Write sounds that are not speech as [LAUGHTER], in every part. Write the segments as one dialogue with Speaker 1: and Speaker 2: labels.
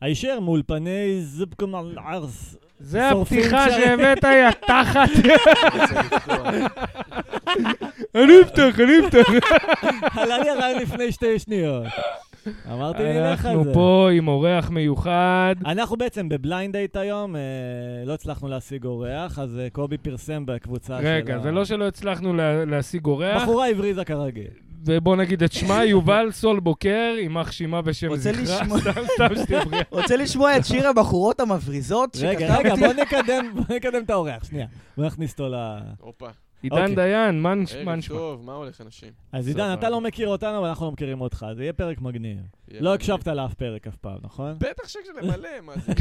Speaker 1: הישר מאולפני זבקום על ערס.
Speaker 2: זה
Speaker 1: שורפים
Speaker 2: הפתיחה
Speaker 1: קשרים.
Speaker 2: שהבאת, יא
Speaker 3: [LAUGHS]
Speaker 2: תחת. אני אפתח, אני אפתח.
Speaker 1: עלה לי הרעיון לפני שתי שניות. אמרתי, נלך על זה.
Speaker 2: אנחנו פה עם אורח מיוחד.
Speaker 1: אנחנו בעצם בבליינד דייט היום, אה, לא הצלחנו להשיג אורח, אז אה, קובי פרסם
Speaker 4: אה,
Speaker 1: בקבוצה של
Speaker 2: רגע,
Speaker 1: ה-
Speaker 2: זה לא שלא הצלחנו לה- להשיג אורח,
Speaker 1: בחורה הבריזה כרגיל.
Speaker 2: ובוא נגיד את שמה, יובל סולבוקר, עם אח שימה בשם
Speaker 4: רוצה
Speaker 2: זכרה.
Speaker 4: לשמוע- אוקיי.
Speaker 2: סתם, סתם
Speaker 4: [LAUGHS]
Speaker 2: שתבריא.
Speaker 4: רוצה לשמוע את שיר הבחורות המבריזות
Speaker 1: רגע,
Speaker 4: שכתבתי?
Speaker 1: רגע, בוא נקדם, בוא נקדם את האורח, שנייה. בוא נכניס אותו ל...
Speaker 3: הופה.
Speaker 2: עידן
Speaker 1: אוקיי.
Speaker 2: דיין, מה נש- מה
Speaker 3: ערב
Speaker 2: נשמע?
Speaker 3: טוב, מה הולך אנשים?
Speaker 1: אז עידן,
Speaker 2: סבבה.
Speaker 1: אתה לא מכיר אותנו, אבל אנחנו לא מכירים אותך, זה יהיה פרק מגניב. לא
Speaker 3: יאללה.
Speaker 1: הקשבת לאף פרק אף פעם, נכון?
Speaker 2: [LAUGHS]
Speaker 3: בטח שכשזה מלא, מה
Speaker 4: [LAUGHS]
Speaker 3: זה?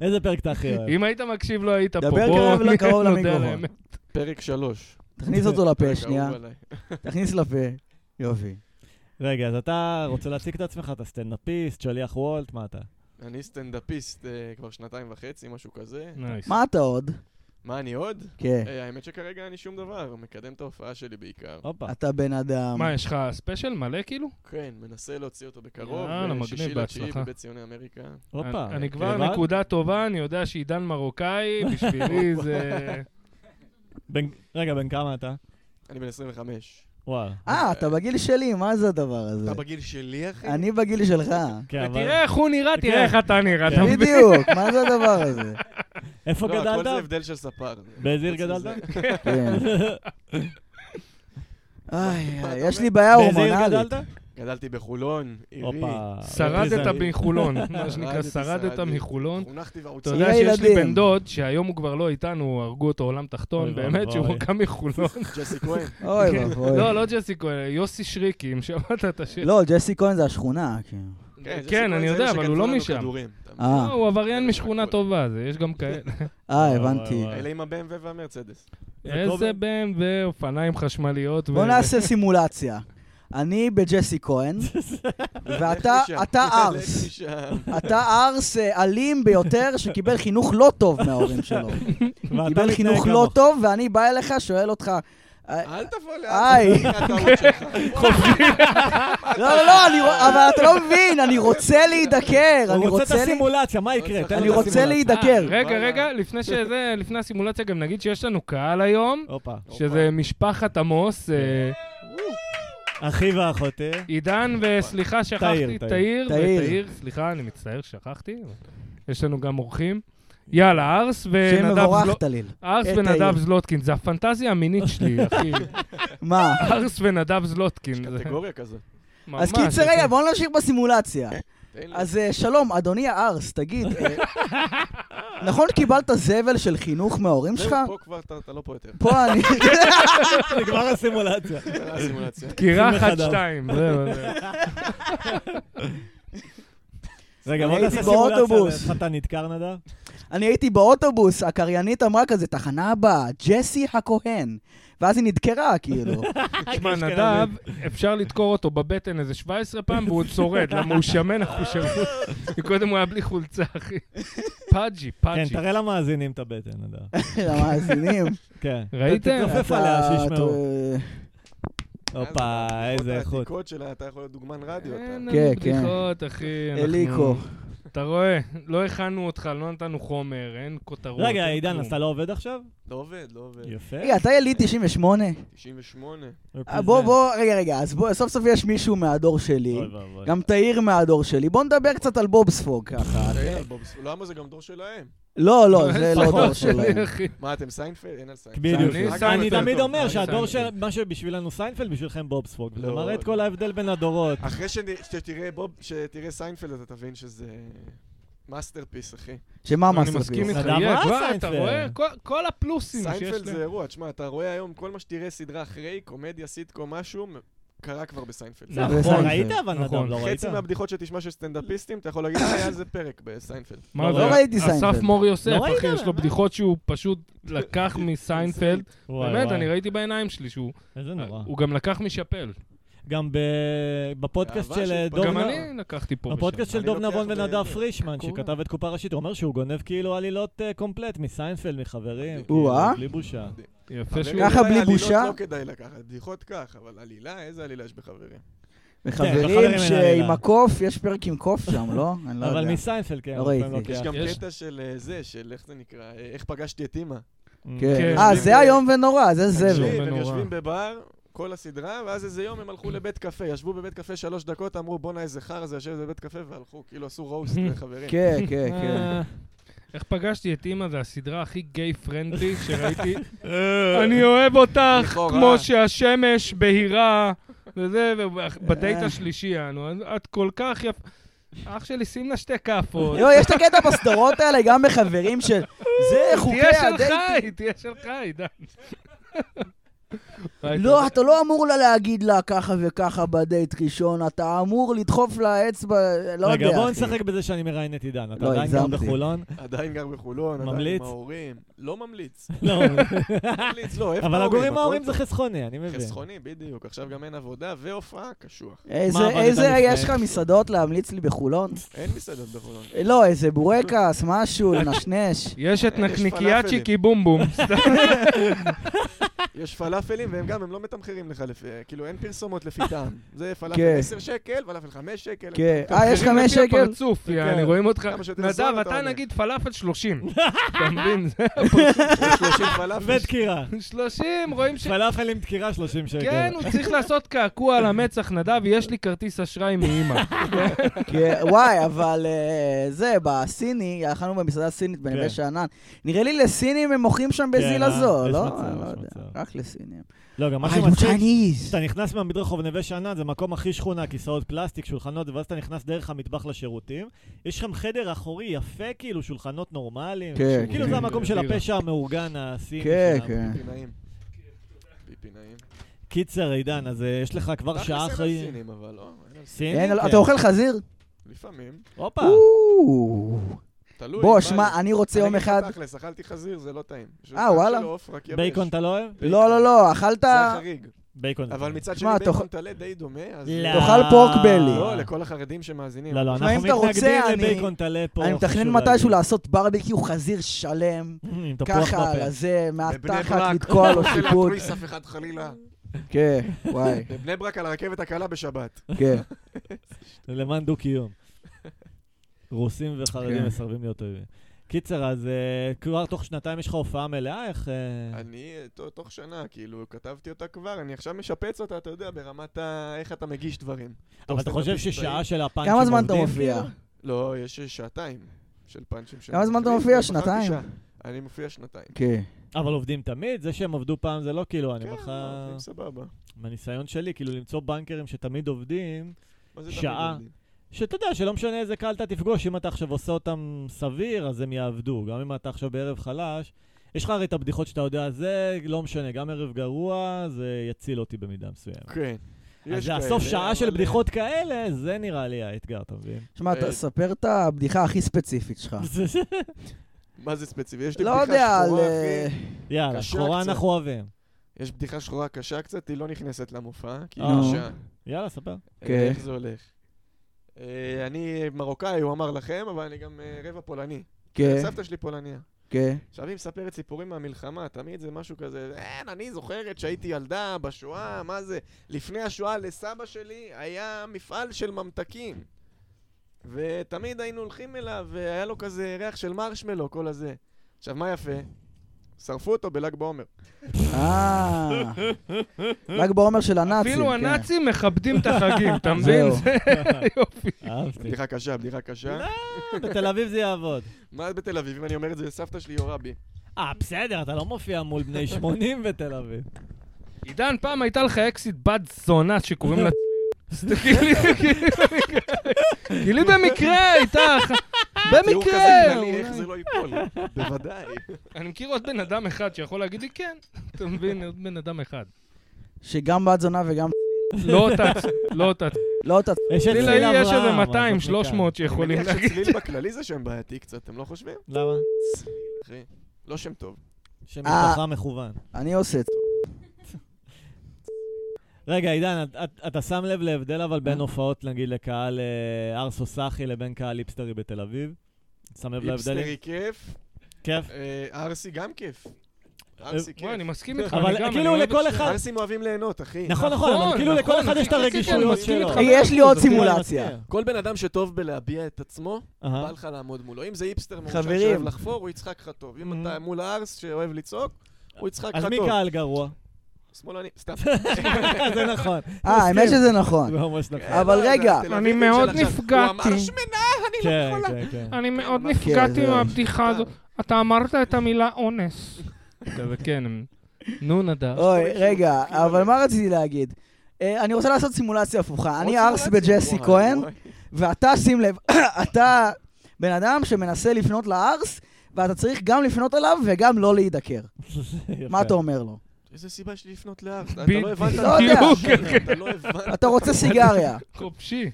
Speaker 1: איזה פרק אתה הכי אוהב?
Speaker 2: [LAUGHS] אם היית מקשיב, לא היית פה.
Speaker 4: דבר
Speaker 2: בוא
Speaker 4: קרוב- קרוב
Speaker 2: נודה
Speaker 4: למיקרופון.
Speaker 2: על האמת.
Speaker 3: פרק שלוש.
Speaker 4: תכניס אותו לפה,
Speaker 3: פרק
Speaker 4: שנייה.
Speaker 3: אהוב עליי.
Speaker 4: תכניס לפה. יופי.
Speaker 1: רגע, אז אתה רוצה להציג את עצמך? אתה סטנדאפיסט, שליח וולט, מה אתה?
Speaker 3: אני סטנדאפיסט אה, כבר שנתיים וחצי, משהו כזה.
Speaker 2: נייס.
Speaker 4: מה אתה עוד?
Speaker 3: מה, אני עוד?
Speaker 4: כן.
Speaker 3: אה, האמת שכרגע אני שום דבר, מקדם את ההופעה שלי בעיקר.
Speaker 2: אוקיי.
Speaker 1: הופה.
Speaker 4: אתה בן אדם.
Speaker 2: מה, יש לך ספיישל מלא כאילו?
Speaker 3: כן, מנסה להוציא אותו בקרוב.
Speaker 2: יאללה,
Speaker 3: אה,
Speaker 2: מגניב,
Speaker 3: שישי לתשיעי
Speaker 2: בהצלחה.
Speaker 3: בבית ציוני אמריקה.
Speaker 1: הופה. אוקיי,
Speaker 2: אני- אני כבר
Speaker 1: לבד?
Speaker 2: נקודה טובה, אני יודע שעידן מרוקאי,
Speaker 4: [LAUGHS]
Speaker 2: בשבילי זה...
Speaker 1: בן- רגע, בן כמה אתה?
Speaker 3: אני בן 25.
Speaker 1: וואלה.
Speaker 4: אה, אתה בגיל שלי, מה זה הדבר הזה?
Speaker 3: אתה בגיל שלי, אחי?
Speaker 4: אני בגיל שלך.
Speaker 1: כן, אבל...
Speaker 2: ותראה איך הוא נראה,
Speaker 1: כן.
Speaker 2: תראה איך אתה נראה. אתה מבין?
Speaker 4: בדיוק, מה זה הדבר הזה?
Speaker 1: איפה
Speaker 3: לא, הכל זה
Speaker 1: גדלת?
Speaker 3: הבדל של ספר.
Speaker 1: באיזה עיר
Speaker 3: חוץ מזה-
Speaker 1: גדלת?
Speaker 4: כן. איי,
Speaker 3: מה אתה
Speaker 4: יש
Speaker 3: אומר?
Speaker 4: לי בעיה
Speaker 1: באיזה עיר
Speaker 4: הורמונלית.
Speaker 1: גדלת?
Speaker 3: [LAUGHS] גדלתי בחולון, עירי.
Speaker 1: הופה. אוקיי,
Speaker 2: שרדת
Speaker 1: גזעני.
Speaker 2: מחולון, מה שנקרא,
Speaker 3: שרדתי,
Speaker 2: שרדת
Speaker 3: שרדתי.
Speaker 2: מחולון.
Speaker 3: חונכתי בערוץ.
Speaker 2: אתה יודע
Speaker 4: עיר
Speaker 2: שיש לי
Speaker 4: הילדים.
Speaker 2: בן דוד, שהיום הוא כבר לא איתנו, הרגו אותו עולם
Speaker 1: אוי
Speaker 2: תחתון, באמת
Speaker 1: ואבוי.
Speaker 2: שהוא מוקם מחולון.
Speaker 3: ג'סי כהן.
Speaker 4: אוי
Speaker 2: כן.
Speaker 4: ואבוי.
Speaker 2: לא, לא ג'סי כהן, יוסי שריקי, אם שמעת את השיר.
Speaker 4: לא, ג'סי כהן זה השכונה. כאילו.
Speaker 3: כן, זה
Speaker 2: כן,
Speaker 3: שכל
Speaker 2: אני
Speaker 3: זה
Speaker 2: יודע,
Speaker 3: אלה
Speaker 2: אבל הוא
Speaker 3: שגנבו
Speaker 2: לא
Speaker 3: לנו
Speaker 2: משם.
Speaker 3: כדורים, אתה מבין?
Speaker 4: אה,
Speaker 2: לא, הוא עבריין משכונה טובה, זה יש גם כאלה.
Speaker 4: אה,
Speaker 1: וואי,
Speaker 4: הבנתי.
Speaker 1: וואי,
Speaker 3: אלה עם ה-BMW והמרצדס.
Speaker 2: [LAUGHS] איזה בן ואופניים חשמליות. ו-
Speaker 4: בוא נעשה סימולציה. אני בג'סי
Speaker 1: [LAUGHS]
Speaker 4: כהן, ואתה
Speaker 3: לך משם.
Speaker 4: אתה
Speaker 3: לך
Speaker 4: ארס.
Speaker 3: משם.
Speaker 4: אתה ארס אה, אלים ביותר שקיבל חינוך לא טוב מההורים שלו.
Speaker 1: ואתה
Speaker 4: קיבל
Speaker 1: מתנהג
Speaker 4: חינוך לא
Speaker 1: כמוך.
Speaker 4: טוב, ואני בא אליך, שואל אותך... אה,
Speaker 3: אל תבוא לאט.
Speaker 4: איי.
Speaker 3: זה הטעות
Speaker 2: [LAUGHS]
Speaker 3: שלך.
Speaker 4: לא, לא,
Speaker 1: אה,
Speaker 4: לא, אני רוצ- אבל אתה לא מבין, אני רוצה להידקר, אני
Speaker 1: הוא רוצה את
Speaker 4: רוצה... לי-
Speaker 1: הסימולציה, מה יקרה?
Speaker 3: אני
Speaker 1: תן לו
Speaker 4: אני
Speaker 1: את
Speaker 4: רוצה
Speaker 1: הסימולציה.
Speaker 4: להידקר.
Speaker 2: אה, רגע,
Speaker 3: וואלה.
Speaker 2: רגע, לפני שזה, לפני הסימולציה גם נגיד שיש לנו קהל היום,
Speaker 1: הופה.
Speaker 2: שזה משפחת עמוס, אה,
Speaker 1: אחי ואחותי.
Speaker 2: עידן וסליחה, שכחתי,
Speaker 1: נכון. תאיר,
Speaker 2: תאיר,
Speaker 4: תאיר.
Speaker 2: ותאיר, סליחה, אני מצטער ששכחתי, יש לנו גם אורחים. יאללה, ארס
Speaker 1: אה,
Speaker 4: שם
Speaker 2: ונדב
Speaker 1: לא-
Speaker 4: מבורך,
Speaker 2: זלוט-
Speaker 4: טליל.
Speaker 2: ארס
Speaker 4: אה,
Speaker 2: ונדב
Speaker 4: תאיר.
Speaker 2: זלוטקין, זה הפנטזיה
Speaker 4: [LAUGHS]
Speaker 2: המינית שלי, אחי.
Speaker 4: מה?
Speaker 2: ארס ונדב זלוטקין.
Speaker 3: יש
Speaker 2: זה
Speaker 3: קטגוריה כזאת.
Speaker 2: ממש,
Speaker 4: אז קיצר,
Speaker 2: זה-
Speaker 1: אוקיי.
Speaker 2: כן.
Speaker 4: רגע, בואו נמשיך בסימולציה.
Speaker 3: תן לי.
Speaker 4: אז אה, שלום, אדוני הארס,
Speaker 1: [LAUGHS]
Speaker 4: תגיד, אה, נכון קיבלת זבל של חינוך מההורים
Speaker 3: זהו,
Speaker 4: שלך?
Speaker 3: פה כבר אתה- אתה לא פה יותר. [LAUGHS]
Speaker 4: פה אני... [LAUGHS]
Speaker 1: נגמר הסימולציה.
Speaker 3: זה הסימולציה.
Speaker 2: דקירה
Speaker 1: מחדש.
Speaker 2: 1-2,
Speaker 1: [LAUGHS]
Speaker 2: זהו, זהו.
Speaker 1: רגע,
Speaker 4: אני
Speaker 1: בוא נעשה
Speaker 4: הייתי
Speaker 1: סימולציה.
Speaker 4: באוטובוס.
Speaker 1: לאיפה אתה נדקר נדב? כן,
Speaker 4: אני הייתי באוטובוס, הקריינית אמרה כזה, תחנה הבאה, ג'סי הכהן. ואז היא נדקרה, כאילו.
Speaker 2: תשמע, נדב, אפשר לדקור אותו בבטן איזה 17 פעם והוא עוד שורד, למה הוא שמן אחושרות. [LAUGHS] קודם הוא היה בלי חולצה, אחי. פאג'י,
Speaker 1: כן,
Speaker 2: פאג'י.
Speaker 1: תראה למאזינים את הבטן, נדב.
Speaker 4: למאזינים.
Speaker 1: כן.
Speaker 2: ראיתם?
Speaker 1: תתרופף
Speaker 4: אתה-
Speaker 1: עליה,
Speaker 4: אתה-
Speaker 1: שישמעו. הופה,
Speaker 3: אז
Speaker 1: איזה איכות.
Speaker 3: העתיקות שלה, אתה יכול להיות דוגמן רדיו. אתה- לא
Speaker 2: אין
Speaker 4: כן,
Speaker 2: לנו בדיחות, אחי. אנחנו-
Speaker 4: אליקו.
Speaker 2: אתה רואה, לא הכנו אותך, לא נתנו חומר, אין כותרות.
Speaker 1: רגע,
Speaker 2: אין
Speaker 1: עידן,
Speaker 2: כלום.
Speaker 1: אז אתה לא עובד עכשיו?
Speaker 3: לא עובד, לא עובד.
Speaker 1: יפה.
Speaker 4: רגע, אתה יליד 98?
Speaker 3: 98.
Speaker 4: אה, בוא, בוא, רגע, רגע, אז בוא, סוף סוף יש מישהו מהדור שלי.
Speaker 1: אוי ואבוי.
Speaker 4: גם תאיר מהדור שלי. בוא נדבר קצת על בובספוג ככה.
Speaker 3: אין על בובס- למה זה גם דור שלהם?
Speaker 4: לא,
Speaker 2: [LAUGHS]
Speaker 4: לא, זה
Speaker 2: אין
Speaker 4: לא
Speaker 2: פחות
Speaker 4: דור
Speaker 2: שלי,
Speaker 4: שלהם.
Speaker 2: אחי.
Speaker 3: מה, אתם סיינפלד? אין על סיינפלד.
Speaker 1: בדיוק.
Speaker 2: אני
Speaker 1: אני
Speaker 2: סיינפלד
Speaker 1: תמיד
Speaker 2: טוב.
Speaker 1: אומר
Speaker 2: אני
Speaker 1: שהדור של...
Speaker 2: סיינפלד.
Speaker 1: מה שבשבילנו סיינפלד, בשבילכם בובספוג. זה
Speaker 3: לא.
Speaker 1: מראה את כל ההבדל בין הדורות.
Speaker 3: אחרי שנ- שתראה בוב- שתראה סיינפלד, אתה תבין שזה מאסטרפיס, אחי.
Speaker 4: שמה
Speaker 2: אני
Speaker 4: מאסטרפיס?
Speaker 2: מסכים איתך,
Speaker 1: נדב ראה
Speaker 2: יהיה, כבר, אתה
Speaker 1: סיינפלד.
Speaker 2: רואה? כל- כל הפלוסים שיש
Speaker 3: סיינפלד זה
Speaker 2: להם.
Speaker 3: אירוע, תשמע, אתה רואה היום כל מה שתראה סדרה אחרי, קומדיה, סיטקום, משהו, מ- קרה כבר בסיינפלד.
Speaker 4: זה-
Speaker 1: נכון,
Speaker 4: סיינפלד.
Speaker 1: ראית אבל נדב,
Speaker 2: נכון.
Speaker 1: לא ראית?
Speaker 3: חצי מהבדיחות שתשמע של סטנדאפיסטים, אתה יכול להגיד, "אה, היה זה פרק בסיינפלד.
Speaker 2: מה
Speaker 1: לא
Speaker 2: זה?
Speaker 4: ראיתי סיינפלד.
Speaker 2: אסף מור יוסף,
Speaker 1: לא ראית,
Speaker 2: אחי, יש לו
Speaker 1: מה?
Speaker 2: בדיחות שהוא פשוט לקח [LAUGHS] מסיינפלד.
Speaker 1: [LAUGHS] וואי,
Speaker 2: באמת,
Speaker 1: וואי.
Speaker 2: אני ראיתי בעיניים שלי שהוא...
Speaker 1: איזה נורא.
Speaker 2: הוא גם לקח משאפל.
Speaker 1: גם ב- בפודקאסט
Speaker 3: אהבה
Speaker 1: של
Speaker 3: של-
Speaker 1: אה, דוב
Speaker 2: גם
Speaker 4: לא.
Speaker 1: נ-
Speaker 2: אני לקחתי פה
Speaker 1: בפודקאסט של
Speaker 3: אני
Speaker 1: דוב
Speaker 3: לוקח
Speaker 1: נבון ונדב
Speaker 3: ב-
Speaker 1: פרישמן,
Speaker 2: קורה.
Speaker 1: שכתב את קופה ראשית, הוא אומר שהוא גונב כאילו עלילות אה, קומפלט מסיינפלד, מחברים. כאילו,
Speaker 4: או-אה.
Speaker 1: בלי בושה.
Speaker 2: יפה
Speaker 3: חברים,
Speaker 2: שהוא...
Speaker 4: ככה בלי
Speaker 3: עלילות
Speaker 4: בושה?
Speaker 3: לא כדאי לקחת, בדיחות כך, אבל עלילה, איזה עלילה יש בחברים?
Speaker 1: חברים
Speaker 4: וחברים
Speaker 1: אין
Speaker 4: שעם
Speaker 1: עלילה.
Speaker 4: הקוף, יש פרק עם קוף שם, לא? אני לא יודע.
Speaker 1: אבל מסיינפלד, כן.
Speaker 4: לא
Speaker 1: הרבה פעמים
Speaker 4: ראיתי.
Speaker 3: יש
Speaker 1: לוקח.
Speaker 3: גם
Speaker 2: יש-
Speaker 3: קטע של אה, זה, של איך זה נקרא, אה, איך פגשתי את אימא.
Speaker 1: Mm.
Speaker 2: כן.
Speaker 4: כן. אה, זה איום ונורא, זה לא זבל.
Speaker 3: תקשיב, הם
Speaker 2: ונורא.
Speaker 3: יושבים בבר, כל הסדרה, ואז איזה יום הם הלכו לבית קפה, ישבו בבית קפה שלוש דקות, אמרו בואנה איזה חרא זה יושב בבית קפה, והלכו, כאילו עשו רוסט
Speaker 2: [LAUGHS]
Speaker 3: לחברים.
Speaker 4: כן, כן, כן.
Speaker 2: אה, איך פגשתי את אימא, זה הסדרה הכי גיי פרנדלי שראיתי. אני אוהב אותך
Speaker 3: לכאורה.
Speaker 2: כמו שהשמש בהירה, וזה, ובדייט השלישי, אנו, את- את כל כך יפה. אח שלי, שים לה שתי כאפות.
Speaker 4: לא, יש את הקטע בסדרות האלה, גם בחברים של... זה חוקי
Speaker 2: תהיה שלך,
Speaker 4: הדייטים.
Speaker 2: היא תהיה שלך, עידן.
Speaker 4: לא, אתה לא אמור לה להגיד לה ככה וככה בדייט ראשון, אתה אמור לדחוף לה אצבע, לא יודע.
Speaker 1: רגע, בואו
Speaker 4: אחי.
Speaker 1: נשחק בזה שאני מראיין את עידן. אתה
Speaker 4: לא,
Speaker 1: עדיין גר
Speaker 4: הגזמתי. [LAUGHS]
Speaker 1: בחולון?
Speaker 3: עדיין גר בחולון, עדיין
Speaker 1: ממליץ?
Speaker 3: עם ההורים. לא ממליץ.
Speaker 1: לא.
Speaker 3: ממליץ, לא, אוהב את
Speaker 1: אבל
Speaker 3: ההורים.
Speaker 1: הגורים
Speaker 3: הכל
Speaker 1: ההורים זה חסכוני, אני מבין.
Speaker 3: חסכוני, בדיוק. עכשיו גם אין עבודה, והופעה, קשוח.
Speaker 4: איזה,
Speaker 1: מה עבדת
Speaker 4: איזה
Speaker 1: לפני?
Speaker 4: יש לך מסעדות להמליץ לי בחולון?
Speaker 3: אין מסעדות בחולון.
Speaker 4: לא, איזה בורקס,
Speaker 1: [LAUGHS]
Speaker 4: משהו, לנשנש.
Speaker 2: יש את
Speaker 3: אה, יש פלאפלים.
Speaker 2: נקניקיאצ'יקי בום בום.
Speaker 3: יש פלאפלים, והם גם, הם לא מתמחרים לך לפי... כאילו, אין פרסומות לפי טעם. זה
Speaker 4: כן.
Speaker 3: פלאפל 10 שקל, פלאפל 5 שקל.
Speaker 4: כן. אה, יש חמש
Speaker 2: לפי
Speaker 4: שקל?
Speaker 2: הפרצוף,
Speaker 1: כן.
Speaker 2: יעני, רואים אותך.
Speaker 3: כמה שיותר זול,
Speaker 2: נדב,
Speaker 3: אתה
Speaker 2: אתה
Speaker 3: עונה.
Speaker 2: נגיד פלאפל 30. אתה מבין? זה
Speaker 3: יש 30 פלאפל.
Speaker 1: ודקירה.
Speaker 2: 30, רואים ש...
Speaker 1: פלאפל עם דקירה 30 שקל.
Speaker 2: כן, הוא צריך לעשות קעקוע על המצח, נדב, יש לי כרטיס
Speaker 1: [LAUGHS]
Speaker 2: אשראי מאימא.
Speaker 4: כן, וואי, אבל אה, זה, בסיני, אכלנו במסעדה הסינית
Speaker 1: כן.
Speaker 4: בנווה שאנן. נראה לי לסינים הם מוכרים שם
Speaker 1: כן,
Speaker 4: בזיל
Speaker 1: אה,
Speaker 4: הזו,
Speaker 1: יש
Speaker 4: לא?
Speaker 1: מצב,
Speaker 4: אני לא
Speaker 1: יש
Speaker 4: יודע,
Speaker 1: מצב.
Speaker 4: רק לסינים.
Speaker 1: לא, גם
Speaker 4: I
Speaker 1: משהו
Speaker 4: know
Speaker 1: מצחיק.
Speaker 4: Chinese.
Speaker 1: כשאתה נכנס מהמדרחוב נווה שאנן, זה מקום הכי שכונה, כיסאות פלסטיק, שולחנות, ואז אתה נכנס דרך המטבח לשירותים. יש לכם חדר אחורי יפה, כאילו, שולחנות נורמליים.
Speaker 4: כן,
Speaker 1: כאילו
Speaker 4: כן.
Speaker 1: זה המקום של
Speaker 2: בירה.
Speaker 1: הפשע המאורגן הסיני.
Speaker 4: כן,
Speaker 1: שם.
Speaker 4: כן.
Speaker 3: ביפי נעים. ביפי נעים.
Speaker 1: קיצר, עידן, אז אה, יש לך כבר
Speaker 3: תכלס
Speaker 1: שעה
Speaker 3: אין על
Speaker 1: אחרי...
Speaker 3: סינים, אבל לא, אין על סינים.
Speaker 1: סיני? כן.
Speaker 4: אין, אתה אוכל חזיר?
Speaker 3: לפעמים.
Speaker 1: הופה.
Speaker 4: או.
Speaker 3: תלוי.
Speaker 4: בוא,
Speaker 3: מה
Speaker 4: שמע,
Speaker 3: לי.
Speaker 4: אני רוצה יום
Speaker 3: אני אגיד לך
Speaker 4: אחד...
Speaker 3: תכלס, אכלתי חזיר, זה לא טעים.
Speaker 4: אה, וואלה.
Speaker 3: של עוף, רק יבש.
Speaker 1: בייקון אתה לא אוהב?
Speaker 3: בייקון.
Speaker 4: לא, לא, לא, אכלת...
Speaker 3: זה החריג.
Speaker 1: בייקון.
Speaker 3: אבל מצד שני,
Speaker 4: שמע,
Speaker 3: בייקון
Speaker 4: תאכל-
Speaker 3: טלה די דומה, אז...
Speaker 1: לא.
Speaker 4: תאכל פורק בלי.
Speaker 3: לא, לכל החרדים שמאזינים.
Speaker 1: לא, לא,
Speaker 4: שמע,
Speaker 1: אנחנו
Speaker 4: אם אתה רוצה,
Speaker 1: מתנגדים
Speaker 4: אני-
Speaker 1: לבייקון טלה פה.
Speaker 4: אני מתכנן
Speaker 1: חשוב
Speaker 4: מתישהו
Speaker 1: להגיד.
Speaker 4: לעשות ברבקיו חזיר שלם,
Speaker 1: עם תפוח
Speaker 4: ככה על
Speaker 1: בפה.
Speaker 4: הזה,
Speaker 3: בבני
Speaker 4: מהתחת,
Speaker 3: ברק.
Speaker 4: לתקוע
Speaker 3: [LAUGHS]
Speaker 4: לו
Speaker 3: לא רוצה
Speaker 4: שיפוט.
Speaker 3: להתריס אף אחד חלילה.
Speaker 4: כן, וואי,
Speaker 3: בבני ברק על הרכבת הקלה בשבת. [LAUGHS]
Speaker 4: כן.
Speaker 1: זה למען דו-קיום. רוסים וחרדים
Speaker 4: כן.
Speaker 1: מסרבים להיות אויבים. קיצר, אז אה, כבר תוך שנתיים יש לך הופעה מלאה, איך... אה,
Speaker 3: אני, אה, ת- תוך שנה, כאילו, כתבתי אותה כבר, אני עכשיו משפץ אותה, אתה יודע, ברמת ה... איך אתה מגיש דברים.
Speaker 1: אבל אתה חושב
Speaker 3: סטנדאפיסט צעיר.
Speaker 1: ששעה של הפאנצ'ים
Speaker 4: כמה זמן אתה
Speaker 1: עובדים?
Speaker 4: מופיע?
Speaker 3: לא, יש שעתיים של פאנצ'ים של...
Speaker 4: כמה זמן אתה
Speaker 3: אחרים,
Speaker 4: מופיע?
Speaker 3: ובחרתי
Speaker 4: שנתיים?
Speaker 3: שעה. אני מופיע שנתיים.
Speaker 4: כן.
Speaker 1: אבל עובדים תמיד? זה שהם עבדו פעם זה לא כאילו, אני
Speaker 3: כן,
Speaker 1: אומר לך...
Speaker 3: לא, עובדים סבבה.
Speaker 1: מהניסיון שלי, כאילו למצוא בנקרים שתמיד עובדים,
Speaker 3: מה זה תמיד
Speaker 1: שעה.
Speaker 3: עובדים?
Speaker 1: שאתה יודע שלא משנה איזה קהל אתה תפגוש, אם אתה עכשיו עושה אותם סביר, אז הם יעבדו. גם אם אתה עכשיו בערב חלש, יש לך הרי את הבדיחות שאתה יודע, זה לא משנה, גם ערב גרוע, זה יציל אותי במידה מסוימת.
Speaker 3: כן.
Speaker 1: אז
Speaker 3: יש
Speaker 1: זה הסוף
Speaker 3: כאלה,
Speaker 1: שעה של
Speaker 3: אבל-
Speaker 1: בדיחות כאלה, זה נראה לי האתגר, אתה מבין?
Speaker 4: שמע,
Speaker 3: אה,
Speaker 4: אתה ספר את הבדיחה הכי ספציפית שלך.
Speaker 3: מה זה ספציפי? יש לי
Speaker 4: לא
Speaker 3: בדיחה
Speaker 4: יודע, על...
Speaker 3: שחורה,
Speaker 4: אה,
Speaker 3: אחי.
Speaker 1: יאללה,
Speaker 3: קשה
Speaker 1: שחורה
Speaker 3: קצת.
Speaker 1: אנחנו אוהבים.
Speaker 3: יש בדיחה שחורה קשה קצת, היא לא נכנסת למופע, כי היא
Speaker 1: אה.
Speaker 3: קשה.
Speaker 1: יאללה, ספר.
Speaker 4: כן.
Speaker 3: איך זה הולך? אה, אני מרוקאי, הוא אמר לכם, אבל אני גם אה, רבע פולני. אה,
Speaker 4: כן,
Speaker 3: סבתא שלי פולניה.
Speaker 4: כן.
Speaker 3: עכשיו, היא מספרת סיפורים מהמלחמה, תמיד זה משהו כזה, אין, אני זוכרת שהייתי ילדה בשואה, מה זה? לפני השואה לסבא שלי היה מפעל של ממתקים. ותמיד היינו הולכים אליו, והיה לו כזה ריח של מרשמלו, כל הזה. עכשיו, מה יפה? שרפו אותו בל"ג בעומר.
Speaker 4: אה... ל"ג בעומר של הנאצים.
Speaker 2: אפילו
Speaker 4: כן.
Speaker 2: הנאצים מכבדים את החגים, אתה מבין?
Speaker 4: זהו.
Speaker 2: זה [LAUGHS] יופי.
Speaker 1: אהבתי.
Speaker 3: בדיחה קשה, בדיחה קשה.
Speaker 1: [LAUGHS] בתל אביב זה יעבוד.
Speaker 3: מה בתל אביב, אם אני אומר את זה לסבתא שלי, יורה בי.
Speaker 1: אה, בסדר, אתה לא מופיע מול בני 80 בתל אביב.
Speaker 2: עידן, פעם הייתה לך אקסיט בת זונה שקוראים לה... [LAUGHS] אז תגידי, גילי כאילו במקרה הייתה... אח-
Speaker 3: תיאור כזה
Speaker 2: במקרה!
Speaker 3: כללי, איך
Speaker 2: אולי.
Speaker 3: זה לא ייפול. בוודאי.
Speaker 2: אני מכיר עוד בן אדם אחד שיכול להגיד לי כן. אתה מבין, עוד בן אדם אחד.
Speaker 4: שגם בת זונה וגם...
Speaker 2: לא אותה, לא
Speaker 1: [LAUGHS]
Speaker 2: אותה.
Speaker 4: לא אותה...
Speaker 1: יש את
Speaker 2: לי
Speaker 1: צליל
Speaker 2: לעיר יש איזה
Speaker 1: אברהם,
Speaker 2: 200,
Speaker 1: אז זאת
Speaker 2: 300 שיכולים
Speaker 3: אני מניח
Speaker 2: להגיד.
Speaker 3: שצליל בכללי זה שם בעייתי קצת, אתם לא חושבים?
Speaker 1: מכאן. למה?
Speaker 3: אחי, לא שם טוב.
Speaker 4: אה.
Speaker 1: שמשפחה מכוון.
Speaker 4: אני עושה את זה.
Speaker 1: רגע, עידן, את- את- אתה שם לב להבדל אבל בין הופעות, נגיד, לקהל אה, ארסו סאחי לבין קהל היפסטרי בתל אביב? שם לב להבדלים?
Speaker 3: היפסטרי כיף,
Speaker 1: כיף?
Speaker 3: אה, ערסי גם כיף. ארסי כיף.
Speaker 2: וואי, אני מסכים איתך,
Speaker 1: אבל
Speaker 2: אני גם,
Speaker 1: כאילו
Speaker 2: אני אוהב
Speaker 1: לכל
Speaker 2: את
Speaker 1: אחד-
Speaker 3: ארסים אוהבים ליהנות, אחי.
Speaker 1: נכון, נכון, אבל
Speaker 2: נכון,
Speaker 1: כאילו לכל
Speaker 2: נכון,
Speaker 1: אחד יש את
Speaker 2: אני מסכים
Speaker 1: הרגישויות
Speaker 2: איתך,
Speaker 1: שלו.
Speaker 2: אני
Speaker 4: יש לי עוד
Speaker 1: זה כאילו
Speaker 4: סימולציה.
Speaker 1: אני מסכים.
Speaker 3: כל בן אדם שטוב בלהביע את עצמו,
Speaker 1: אהה.
Speaker 3: בא לך לעמוד מולו. אם זה היפסטר מאושר
Speaker 4: חברים.
Speaker 3: שאוהב לחפור, הוא יצחק לך טוב. אם
Speaker 1: Mhm.
Speaker 3: אתה מול הארס שאוהב לצעוק, הוא יצחק
Speaker 1: אז
Speaker 3: לך
Speaker 1: מי
Speaker 3: טוב.
Speaker 1: קהל גרוע?
Speaker 3: שמאלני, סתם.
Speaker 1: [LAUGHS] זה נכון.
Speaker 4: אה, האמת שזה נכון.
Speaker 1: זה ממש נכון.
Speaker 4: אבל
Speaker 3: לא, זה
Speaker 4: רגע.
Speaker 3: התל
Speaker 2: אני
Speaker 3: אביבים
Speaker 2: מאוד
Speaker 3: של עכשיו.
Speaker 2: נפגעתי.
Speaker 3: הוא אמר שמנה, אני לא
Speaker 1: כן,
Speaker 3: יכולה.
Speaker 1: כן, כן.
Speaker 2: אני מאוד
Speaker 3: אבל-
Speaker 2: נפגעתי
Speaker 4: כן, זה-
Speaker 2: מהבדיחה הזו. אתה אמרת את המילה אונס. כזה, כן, הם- נו נדב.
Speaker 4: אוי,
Speaker 3: שתומכים
Speaker 4: רגע,
Speaker 3: שתומכים
Speaker 4: אבל
Speaker 3: בהם.
Speaker 4: מה רציתי להגיד? אה, אני רוצה לעשות סימולציה הפוכה.
Speaker 3: עוד
Speaker 4: אני ארס
Speaker 3: סימולציה.
Speaker 4: בג'סי
Speaker 3: וואי,
Speaker 4: כהן,
Speaker 3: וואי.
Speaker 4: ואתה, שים לב, אתה בן אדם שמנסה לפנות לארס, ואתה צריך גם לפנות אליו וגם לא להידקר. אה, מה
Speaker 1: יפה.
Speaker 4: אתה אומר לו?
Speaker 3: איזה סיבה יש לי לפנות לארס? אתה
Speaker 2: בדיוק.
Speaker 3: לא הבנת.
Speaker 4: לא יודע.
Speaker 3: אתה לא הבנת.
Speaker 4: אתה רוצה סיגריה.
Speaker 2: חופשי.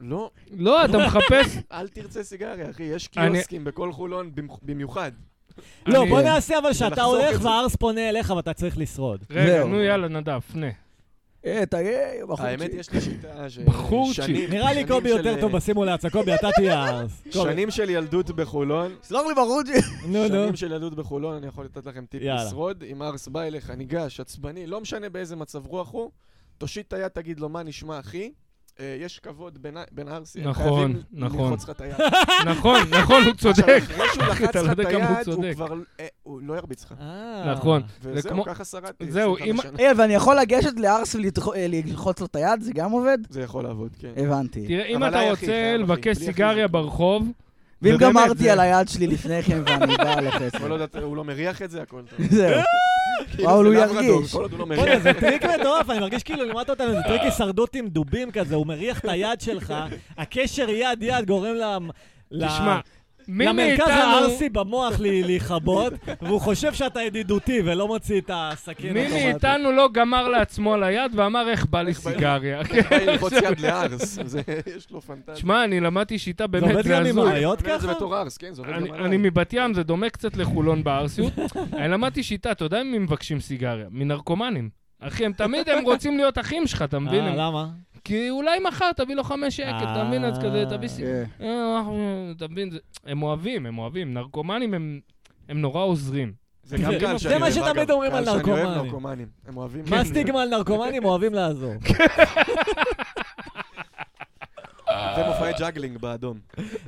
Speaker 3: לא,
Speaker 2: לא, אתה מחפש...
Speaker 3: אל תרצה סיגריה, אחי. יש
Speaker 2: אני-
Speaker 3: קיוסקים בכל חולון במח- במיוחד.
Speaker 1: לא,
Speaker 2: אני-
Speaker 1: בוא נעשה אבל שאתה
Speaker 3: ולחסוך את
Speaker 1: הולך
Speaker 3: זה.
Speaker 1: והארס פונה אליך ואתה צריך לשרוד.
Speaker 2: [LAUGHS] רגע,
Speaker 4: זהו.
Speaker 2: נו יאללה, נדב, פנה.
Speaker 4: אה, תראה, בחור
Speaker 3: האמת,
Speaker 4: שלי.
Speaker 3: יש לי שיטה ש...
Speaker 2: בחורצ'יק.
Speaker 3: שנים-
Speaker 1: נראה לי
Speaker 3: שנים
Speaker 1: קובי
Speaker 3: של-
Speaker 1: יותר טוב בסימולציה. קובי, אתה תהיה הארס. קובי.
Speaker 3: שנים של ילדות בחולון.
Speaker 4: סלח לי, בחור שלי.
Speaker 1: נו, נו.
Speaker 3: שנים של ילדות בחולון, אני יכול לתת לכם טיפ
Speaker 1: יאללה.
Speaker 3: לשרוד. אם ארס בא אליך, ניגש, עצבני, לא משנה באיזה מצב רוח הוא, תושיט את היד, תגיד לו, מה נשמע, אחי? אה, יש כבוד בין- בין ארסי, הם
Speaker 2: נכון,
Speaker 3: חייבים
Speaker 2: נכון.
Speaker 3: ללחוץ לך את היד.
Speaker 2: נכון, נכון, הוא צודק.
Speaker 3: עכשיו, אחרי שהוא לחץ
Speaker 2: אתה לא
Speaker 3: לך
Speaker 2: יודע
Speaker 3: את
Speaker 2: כמה הוא
Speaker 3: היד, הוא
Speaker 2: צודק.
Speaker 3: כבר... אה, הוא לא ירביץ לך.
Speaker 1: אה.
Speaker 2: נכון. זה
Speaker 3: וזהו,
Speaker 2: כמו-
Speaker 3: ככה שרדתי.
Speaker 2: זהו,
Speaker 3: 25
Speaker 2: אם-
Speaker 3: שנה.
Speaker 4: אה, ואני יכול לגשת לארס וללחוץ לו את היד? זה גם עובד?
Speaker 3: זה יכול לעבוד, כן.
Speaker 4: הבנתי.
Speaker 2: תראה, אם
Speaker 3: אבל
Speaker 2: אתה
Speaker 3: היחיד,
Speaker 2: רוצה
Speaker 3: היחיד,
Speaker 2: לבקש
Speaker 3: בלי
Speaker 2: סיגריה
Speaker 3: החיזוק.
Speaker 2: ברחוב,
Speaker 4: ואם
Speaker 2: ובאמת,
Speaker 4: גמרתי
Speaker 2: זה-
Speaker 4: על היד שלי לפני כן ואני בא לחץ.
Speaker 3: כל עוד אתה- הוא לא מריח את זה, הכל [LAUGHS] טוב.
Speaker 4: זהו.
Speaker 3: כאילו,
Speaker 4: אבל
Speaker 3: זה
Speaker 4: הוא
Speaker 3: לברדור,
Speaker 4: ירגיש.
Speaker 3: כל עוד הוא לא מריח.
Speaker 1: בוא'נה, זה טריק מטורף, אני מרגיש כאילו לימדת אותנו, זה טריק הישרדות עם דובים כזה, הוא מריח את היד שלך, הקשר יד-יד גורם ל... ל-
Speaker 2: תשמע, מי
Speaker 1: למרכז
Speaker 2: מאיתנו...
Speaker 1: הערסי במוח לי- להיכבות, והוא חושב שאתה ידידותי ולא מוציא את הסכין.
Speaker 2: מי
Speaker 1: האוטומטית.
Speaker 2: מאיתנו לא גמר לעצמו על היד ואמר איך בא לי
Speaker 3: איך בא לי?" כן.
Speaker 2: סיגריה.
Speaker 3: איך בא לי [LAUGHS] ללחוץ יד לארס? זה- יש לו פנטזיה.
Speaker 2: שמע, אני למדתי שיטה
Speaker 1: זה עובד
Speaker 2: באמת, זה
Speaker 1: גם עם
Speaker 2: הזוי.
Speaker 1: אריות
Speaker 3: אני אומר את
Speaker 1: ככה?
Speaker 3: זה בתור ארס, כן? זה עובד גם
Speaker 2: אני-
Speaker 3: עליי.
Speaker 2: אני מבת ים, זה דומה קצת לחולון בערסיות. [LAUGHS] אני למדתי שיטה, אתה יודע ממי מבקשים סיגריה? מנרקומנים. אחי, הם תמיד הם רוצים להיות אחים שלך, אתה מבין?
Speaker 1: אה,
Speaker 4: לא.
Speaker 2: הם-
Speaker 1: למה?
Speaker 2: כי אולי מחר תביא לו חמש שקל,
Speaker 4: אה.
Speaker 2: אתה מבין? אז כזה, תביא סיגריה.
Speaker 4: כן.
Speaker 2: אה, אנחנו- אתה מבין? זה- הם אוהבים, הם אוהבים. נרקומנים הם- הם נורא עוזרים.
Speaker 3: זה גם
Speaker 1: זה-
Speaker 3: קהל
Speaker 2: זה
Speaker 3: שאני
Speaker 1: מה
Speaker 3: אוהב,
Speaker 1: שתמיד
Speaker 3: אגב.
Speaker 1: אומרים על
Speaker 3: קהל שאני אוהב
Speaker 1: נרקומנים.
Speaker 3: נרקומנים. הם אוהבים...
Speaker 1: מה הסטיגמה על נרקומנים? אוהבים לעזור.
Speaker 3: זה מופעי ג'אגלינג באדום.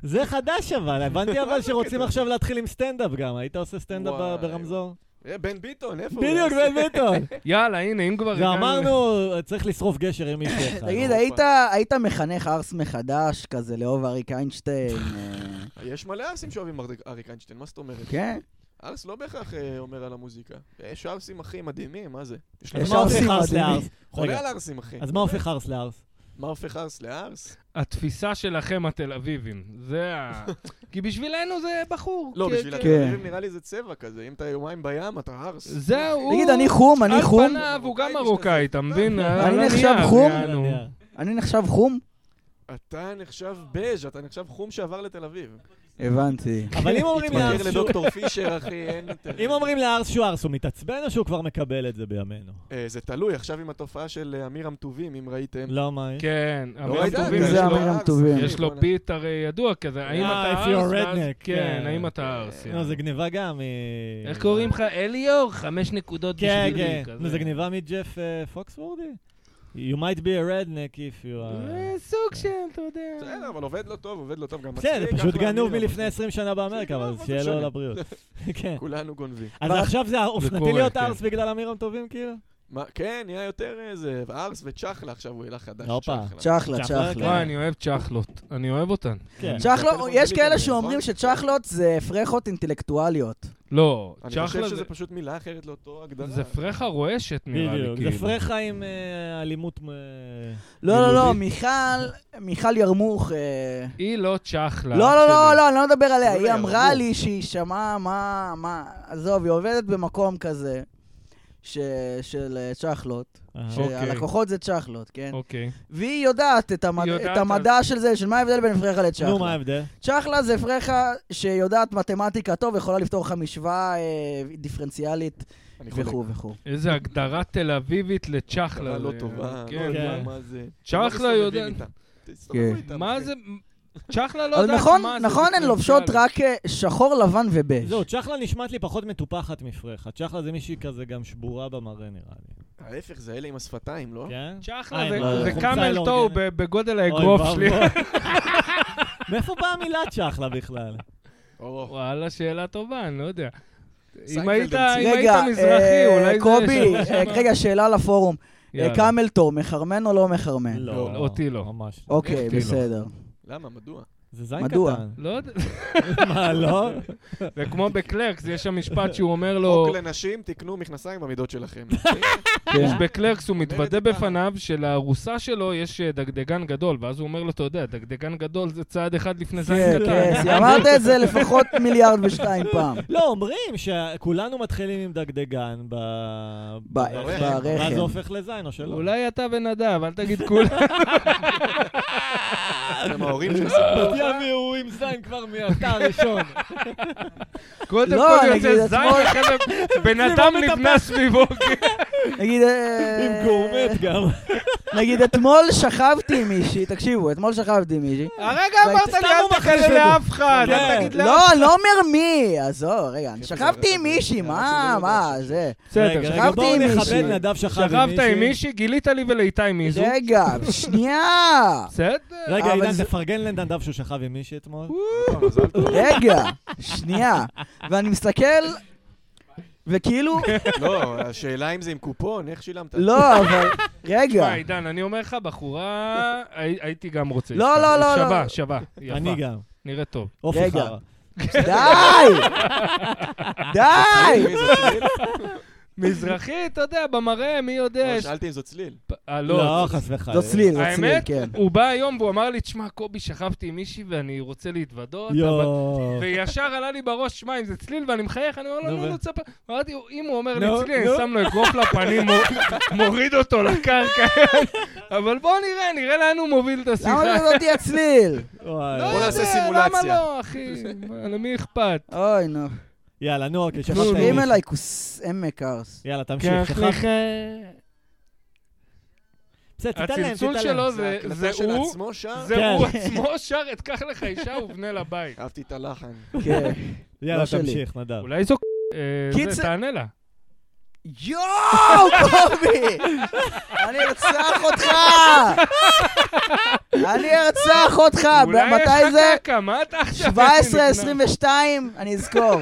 Speaker 1: זה חדש אבל, הבנתי אבל שרוצים עכשיו להתחיל עם סטנדאפ גם. היית עושה סטנדאפ ב-
Speaker 3: וואי.
Speaker 1: ברמזור?
Speaker 3: אה, בן ביטון, איפה הוא?
Speaker 1: בדיוק,
Speaker 3: [LAUGHS]
Speaker 1: בן ביטון.
Speaker 2: [LAUGHS] יאללה, הנה, אם כבר... הגענו-
Speaker 1: ואמרנו, צריך לשרוף גשר עם מישהו אחד.
Speaker 4: תגיד, היית, היית מחנך ארס מחדש כזה לאהוב אריק איינשטיין? אה,
Speaker 3: יש מלא ארסים שאוהבים אריק- אריק איינשטיין, מה זאת אומרת?
Speaker 4: כן?
Speaker 3: ארס לא בהכרח אה, אומר על המוזיקה. יש ארסים הכי מדהימים, מה זה? יש
Speaker 1: אז
Speaker 3: לך-
Speaker 1: מה
Speaker 4: ארסים
Speaker 1: הופך ארס
Speaker 4: מדהימים.
Speaker 1: לארס?
Speaker 3: חולה
Speaker 1: רגע,
Speaker 3: על ארסים, אחי.
Speaker 1: אז מה הופך ארס לארס?
Speaker 3: מה הופך ארס
Speaker 4: אוקיי,
Speaker 3: לארס?
Speaker 2: התפיסה שלכם, התל אביבים. זה
Speaker 4: [LAUGHS]
Speaker 2: ה... כי בשבילנו זה בחור.
Speaker 3: לא,
Speaker 2: כי-
Speaker 3: בשביל
Speaker 4: כן.
Speaker 2: כי-
Speaker 3: התל אביבים נראה לי זה צבע כזה. אם אתה יומיים בים, אתה ארס.
Speaker 2: זהו.
Speaker 4: תגיד, אני חום, אני
Speaker 2: על
Speaker 4: חום,
Speaker 2: פניו הוא גם מרוקאי, אתה מבין? אה, לא
Speaker 4: אני
Speaker 2: על
Speaker 4: נחשב
Speaker 2: הנייר,
Speaker 4: חום?
Speaker 2: יענו.
Speaker 4: אני נחשב חום?
Speaker 3: אתה נחשב בז', אתה נחשב חום שעבר לתל אביב.
Speaker 4: הבנתי.
Speaker 1: [LAUGHS] אבל אם אומרים לארס
Speaker 3: מכיר
Speaker 1: שהוא-
Speaker 3: לדוקטור פישר, אחי, אין... יותר.
Speaker 1: אם אומרים לארס שהוא ארס, הוא מתעצבן או שהוא כבר מקבל את זה בימינו?
Speaker 3: אה, זה תלוי, עכשיו עם התופעה של אה, אמיר המטובים, אם ראיתם.
Speaker 1: לא, מה?
Speaker 2: כן,
Speaker 3: לא
Speaker 2: אמיר
Speaker 3: ראיתם?
Speaker 2: טובים,
Speaker 4: זה
Speaker 2: יש לו-
Speaker 4: אמיר
Speaker 3: ארס,
Speaker 4: המטובים.
Speaker 3: אחי,
Speaker 2: יש לו
Speaker 3: בוא'נה.
Speaker 2: ביט הרי ידוע כזה, האם
Speaker 1: כן. אה,
Speaker 2: אתה
Speaker 1: if you're
Speaker 2: ארס? ואז-
Speaker 1: redneck,
Speaker 2: כן,
Speaker 1: כן.
Speaker 2: האם אתה ארס?
Speaker 1: לא, זה גניבה גם. אה, מ-
Speaker 2: איך קוראים לך? אליאור, חמש נקודות
Speaker 1: כן,
Speaker 2: בשבילי.
Speaker 1: כן.
Speaker 2: כזה.
Speaker 1: נו, זה גניבה מג'ף אה, פוקסוורדי? You might be a redneck if you are...
Speaker 2: אה, סוג של, אתה יודע.
Speaker 3: בסדר, אבל עובד לא טוב, עובד לא טוב, גם מצחיק.
Speaker 1: בסדר, זה פשוט
Speaker 3: אחלה
Speaker 1: גנוב
Speaker 3: אמיר,
Speaker 1: מלפני
Speaker 3: אבל-
Speaker 1: 20 שנה באמריקה,
Speaker 3: בסדר,
Speaker 1: אבל
Speaker 3: מה זה
Speaker 1: שיהיה לו
Speaker 2: [LAUGHS]
Speaker 3: משנה?
Speaker 1: לבריאות. כן.
Speaker 3: כולנו גונבים.
Speaker 1: אז
Speaker 4: אבל-
Speaker 1: עכשיו זה אופנתי
Speaker 2: קורה,
Speaker 1: להיות
Speaker 2: כן.
Speaker 1: ארס בגלל אמיר המטובים, כאילו?
Speaker 3: מה, כן, נהיה יותר איזה, ארס וצ'חלה, עכשיו הוא העלה חדש.
Speaker 1: הופה.
Speaker 3: צ'חלה.
Speaker 4: צ'חלה,
Speaker 1: צ'חלה,
Speaker 4: צ'חלה.
Speaker 2: וואי, אני אוהב צ'חלות. אני אוהב אותן.
Speaker 1: כן.
Speaker 4: צ'חלות,
Speaker 3: הטלפון
Speaker 4: יש
Speaker 3: שלי
Speaker 4: כאלה
Speaker 3: גם,
Speaker 4: שאומרים
Speaker 3: נכון?
Speaker 4: שצ'חלות זה פרחות אינטלקטואליות.
Speaker 2: לא,
Speaker 3: אני חושב
Speaker 2: צ'חלה
Speaker 3: שזה
Speaker 2: זה...
Speaker 3: פשוט מילה אחרת לאותו הגדרה.
Speaker 2: זה פרחה רועשת נראה לי,
Speaker 1: בדיוק.
Speaker 2: כאילו.
Speaker 1: זה פרחה עם אה, אלימות... אה,
Speaker 4: לא, לא, לא,
Speaker 1: מילולית.
Speaker 4: מיכל, מיכל ירמוך... אה,
Speaker 2: היא לא צ'חלה. כן.
Speaker 4: לא, לא,
Speaker 2: שלי.
Speaker 4: לא, לא, אני לא מדבר עליה.
Speaker 3: לא,
Speaker 4: היא אמרה
Speaker 3: ירמוך.
Speaker 4: לי שהיא שמעה מה, מה, עזוב, היא עובדת במקום כזה ש- של אה, צ'חלות.
Speaker 1: אה.
Speaker 2: אוקיי.
Speaker 4: שהלקוחות זה צ'חלות, כן?
Speaker 3: לא.
Speaker 2: אוקיי.
Speaker 4: והיא יודעת את, המד...
Speaker 2: היא יודעת
Speaker 4: את המדע של זה, של מה ההבדל בין פרחה
Speaker 1: נו, מה
Speaker 4: לצ'חלה.
Speaker 1: ההבדל?
Speaker 4: צ'חלה זה פרחה שיודעת מתמטיקה טוב, יכולה לפתור לך משוואה אה, דיפרנציאלית
Speaker 3: אני חולק.
Speaker 4: וכו' וכו'.
Speaker 2: איזה הגדרה תל אביבית לצ'חלה.
Speaker 3: הגדרה לא
Speaker 2: זה-
Speaker 3: טובה. לא
Speaker 2: כן.
Speaker 3: יודע
Speaker 1: כן.
Speaker 3: מה זה.
Speaker 2: צ'חלה
Speaker 3: לא מסתובבים
Speaker 2: יודע-
Speaker 3: איתה. תסתובבו
Speaker 4: כן.
Speaker 3: איתם,
Speaker 2: מה
Speaker 3: אחי.
Speaker 2: זה... צ'חלה לא
Speaker 4: אבל
Speaker 2: יודעת
Speaker 4: נכון,
Speaker 2: מה זה
Speaker 4: נכון, הן לובשות
Speaker 2: דיפרנציאלי.
Speaker 4: רק אה, שחור, לבן
Speaker 2: כן.
Speaker 4: ובז'.
Speaker 1: זהו, צ'חלה נשמעת לי פחות מטופחת מפרחה. צ'חלה זה מישהי כזה גם שבורה במראה, נראה לי.
Speaker 2: אה?
Speaker 3: ההפך, זה אלה עם השפתיים, לא?
Speaker 1: כן?
Speaker 2: צ'חלה
Speaker 1: אה,
Speaker 2: זה-
Speaker 1: עם
Speaker 2: זה
Speaker 1: החומצה
Speaker 2: קאמל
Speaker 1: לא
Speaker 2: טו
Speaker 1: הוגנת.
Speaker 2: ב- בגודל
Speaker 1: אוי,
Speaker 2: האגרוף שלי.
Speaker 1: ואבוי. [LAUGHS] מאיפה באה המילה צ'חלה בכלל?
Speaker 3: או,
Speaker 2: וואלה, שאלה טובה, אני לא יודע. אם
Speaker 3: סיינפלד
Speaker 2: היית
Speaker 3: המציא.
Speaker 2: אם היית
Speaker 4: רגע,
Speaker 2: מזרחי,
Speaker 4: אה,
Speaker 2: אולי זה... [LAUGHS]
Speaker 4: קובי,
Speaker 2: שם-
Speaker 4: אה, רגע, שאלה לפורום. אה,
Speaker 2: יאללה.
Speaker 4: קאמל טור, מחרמן או לא מחרמן?
Speaker 2: לא, אותי לא.
Speaker 1: ממש לא.
Speaker 4: אוקיי,
Speaker 2: אותי לא. [LAUGHS]
Speaker 4: בסדר.
Speaker 3: למה? מדוע?
Speaker 1: זה זין
Speaker 4: מדוע?
Speaker 1: קטן. [LAUGHS]
Speaker 2: לא יודע,
Speaker 1: מה, לא?
Speaker 2: זה כמו בקלרקס, יש שם משפט שהוא אומר לו,
Speaker 3: חוק לנשים, תקנו מכנסיים במידות שלכם. [LAUGHS]
Speaker 2: יש
Speaker 4: כן.
Speaker 2: בקלרקס, הוא
Speaker 3: אומרת
Speaker 2: מתוודה
Speaker 3: ככה.
Speaker 2: בפניו שלארוסה שלו יש אה, דגדגן גדול, ואז הוא אומר לו, אתה יודע, דגדגן גדול זה צעד אחד לפני זין
Speaker 4: כן,
Speaker 2: קטן.
Speaker 4: כן, אמרת את זה לפחות מיליארד ושתיים פעם.
Speaker 1: לא, אומרים שכולנו מתחילים עם דגדגן ב-
Speaker 4: ב- ברחם.
Speaker 1: ואז זה הופך לזין או שלא.
Speaker 2: אולי אתה ונדב, אל תגיד
Speaker 4: [LAUGHS]
Speaker 2: כולם.
Speaker 3: הם ההורים של סיפור.
Speaker 1: אותי הוא עם זין כבר מהתא הראשון.
Speaker 2: קודם
Speaker 4: לא,
Speaker 2: כל
Speaker 4: נגיד,
Speaker 2: יוצא זין,
Speaker 4: אתמול- [LAUGHS]
Speaker 2: אחרי זה בן אדם נבנה סביבו. כן.
Speaker 4: נגיד... אה,
Speaker 1: עם גורמט גם.
Speaker 4: נגיד, אתמול שכבתי עם מישהי, תקשיבו, אתמול שכבתי עם מישהי.
Speaker 2: הרגע
Speaker 4: אמרת
Speaker 2: אמרת
Speaker 1: סתם
Speaker 2: לי,
Speaker 1: לי, אל הוא
Speaker 2: אל
Speaker 1: תחלה
Speaker 2: תחלה
Speaker 1: מכניס לאף
Speaker 2: לאף אחד, אל
Speaker 1: אל
Speaker 2: תגיד
Speaker 1: תגיד
Speaker 2: לאף
Speaker 4: לא, לא אומר מי, עזוב, רגע,
Speaker 2: כן,
Speaker 4: אני שכבתי עם מישהי,
Speaker 3: אה,
Speaker 4: מה,
Speaker 3: שזה
Speaker 4: מה,
Speaker 3: לא
Speaker 4: זה.
Speaker 2: בסדר,
Speaker 1: רגע, רגע,
Speaker 4: שכבתי
Speaker 1: בואו
Speaker 4: עם
Speaker 1: נכבד,
Speaker 4: מישהי.
Speaker 1: נדב שכב עם מישהי.
Speaker 2: שכבת עם מישהי, גילית לי ולאיתי מי זו.
Speaker 4: רגע, שנייה.
Speaker 2: בסדר.
Speaker 1: רגע,
Speaker 4: אבל
Speaker 1: עידן,
Speaker 4: זה-
Speaker 1: תפרגן לנדב שהוא שכב עם מישהי אתמול.
Speaker 3: מזל טוב.
Speaker 4: רגע, שנייה. ואני מסתכל, וכאילו,
Speaker 3: לא, השאלה אם זה עם קופון, איך שילמת?
Speaker 4: לא, אבל,
Speaker 2: [LAUGHS]
Speaker 4: רגע.
Speaker 2: תשמע, עידן, אני אומר לך, בחורה, הי- הייתי גם רוצה.
Speaker 4: לא,
Speaker 2: שכבת.
Speaker 4: לא, לא,
Speaker 2: שווה,
Speaker 4: לא.
Speaker 2: שווה. יפה.
Speaker 1: אני גם.
Speaker 2: נראית טוב.
Speaker 1: אופי
Speaker 4: רגע.
Speaker 1: חרא.
Speaker 4: די! די!
Speaker 3: מי זה צליל?
Speaker 2: מזרחי, אתה יודע, במראה, מי יודע.
Speaker 3: לא,
Speaker 2: יש-
Speaker 3: שאלתי אם זו צליל.
Speaker 2: אה, לא.
Speaker 1: לא, חס וחלילה.
Speaker 4: זו צליל, זו צליל,
Speaker 2: האמת,
Speaker 4: כן.
Speaker 2: הוא בא היום והוא אמר לי, תשמע, קובי, שכבתי עם מישהי ואני רוצה להתוודות. לא, אבל-"
Speaker 1: יואו.
Speaker 2: וישר עלה לי בראש, שמע, אם זה צליל, ואני מחייך, אני אומר, לא,
Speaker 1: נו,
Speaker 2: לא,
Speaker 1: ו-
Speaker 2: לא, צפה. אמרתי, אם הוא אומר לי
Speaker 1: נו,
Speaker 2: צליל, אני
Speaker 1: נו.
Speaker 2: שם לו אגרוף לפנים, מור- מוריד אותו לקרקע. אבל בואו נראה, נראה לאן הוא מוביל את השיחה.
Speaker 4: למה זה לא תהיה צליל?
Speaker 1: וואי.
Speaker 2: לא
Speaker 3: בוא נעשה
Speaker 2: יודע,
Speaker 3: סימולציה.
Speaker 2: למה לא, אחי? מה, למי אכפת?
Speaker 4: אוי, נו.
Speaker 1: יאללה, נו, אוקיי, שכבת עם
Speaker 4: שוכבים
Speaker 1: מישהי.
Speaker 4: אליי כוס עמק ארס.
Speaker 1: יאללה, תמשיך,
Speaker 2: קח
Speaker 1: שכבת.
Speaker 2: לך...
Speaker 1: בסדר, תיתן להם, תיתן
Speaker 2: הצלצול
Speaker 1: להם.
Speaker 2: שלו זה-
Speaker 3: זה הקלטה
Speaker 2: אה, זה
Speaker 3: של
Speaker 2: הוא,
Speaker 3: עצמו שר?
Speaker 2: זה
Speaker 1: כן.
Speaker 2: הוא עצמו שר את קח לך אישה ובנה
Speaker 3: [LAUGHS]
Speaker 2: לבית.
Speaker 3: אהבתי את הלחן.
Speaker 4: כן.
Speaker 1: יאללה,
Speaker 4: לא שלי.
Speaker 1: תמשיך, נדב.
Speaker 2: אולי זו... אה, זה,
Speaker 4: קיצר-
Speaker 2: תענה לה.
Speaker 4: יואו, קובי! אני ארצח אותך! אני ארצח אותך!
Speaker 2: אולי
Speaker 4: אה, מתי
Speaker 2: יש
Speaker 4: זה?
Speaker 2: לך קקה, מה אתה עכשיו...
Speaker 4: 17, 22, אני אזכור.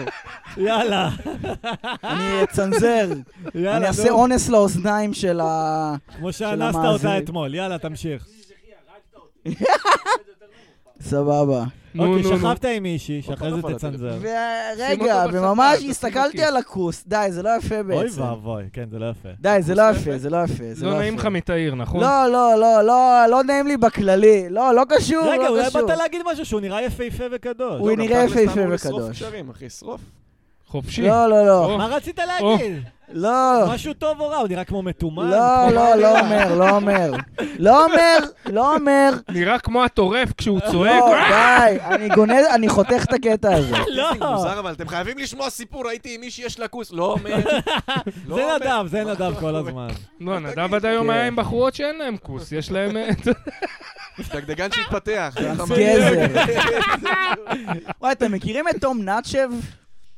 Speaker 1: יאללה,
Speaker 4: אני אצנזר.
Speaker 1: יאללה,
Speaker 4: אני אעשה
Speaker 1: נו.
Speaker 4: אונס לאוזניים של ה...
Speaker 1: כמו שאנסת
Speaker 4: המאזינים.
Speaker 1: אותה אתמול, יאללה, תמשיך.
Speaker 4: סבבה.
Speaker 2: נו,
Speaker 1: אוקיי,
Speaker 2: נו, נו.
Speaker 1: שכבת עם מישהי, שאחרי
Speaker 3: פעם
Speaker 1: זה
Speaker 3: נפל הטלפון.
Speaker 1: תצנזר.
Speaker 4: ורגע,
Speaker 2: אותו בצד,
Speaker 4: וממש
Speaker 2: תשים
Speaker 4: הסתכלתי
Speaker 2: בכיס.
Speaker 4: על הכוס. די, זה לא יפה
Speaker 1: אוי
Speaker 4: בעצם.
Speaker 1: ואבוי, כן, זה לא יפה.
Speaker 4: די, זה לא יפה, זה לא יפה. זה
Speaker 2: לא נעים
Speaker 4: יפה.
Speaker 2: לך מתאיר, נכון?
Speaker 4: לא, לא, לא, לא, לא נעים לי בכללי. לא, לא קשור, לא קשור.
Speaker 1: רגע, אולי באת להגיד משהו שהוא נראה יפהפה וקדוש.
Speaker 4: הוא
Speaker 3: לא, גם
Speaker 4: נראה
Speaker 3: תכלס אתה
Speaker 4: יפהפה
Speaker 3: אמור לשרוף
Speaker 4: וקדוש.
Speaker 3: קשרים, אחי, שרוף.
Speaker 2: חופשי.
Speaker 4: לא, לא, לא.
Speaker 2: או,
Speaker 1: מה רצית להגיד?
Speaker 4: לא.
Speaker 1: משהו טוב או רע? הוא נראה כמו מטומאן?
Speaker 4: לא,
Speaker 1: כמו-
Speaker 4: לא, לא אומר, לא אומר. לא אומר,
Speaker 2: [LAUGHS]
Speaker 4: לא אומר.
Speaker 2: נראה כמו הטורף כשהוא צועק.
Speaker 4: לא, די, אני גונז, אני חותך את הקטע הזה.
Speaker 1: [LAUGHS] לא.
Speaker 3: מוזר, אבל אתם חייבים לשמוע סיפור, הייתי עם מישהי יש לה כוס. לא אומר. לא
Speaker 1: זה
Speaker 3: אומר.
Speaker 1: נדב, זה נדב כל הזמן.
Speaker 2: לא, נדב עד היום
Speaker 4: כן.
Speaker 2: היה עם בחורות שאין להן כוס, יש להן... אה,
Speaker 3: דגדגן שהתפתח.
Speaker 4: כן. [LAUGHS]
Speaker 3: זה החמאס.
Speaker 4: וואי, אתם מכירים את תום נאצ'ב?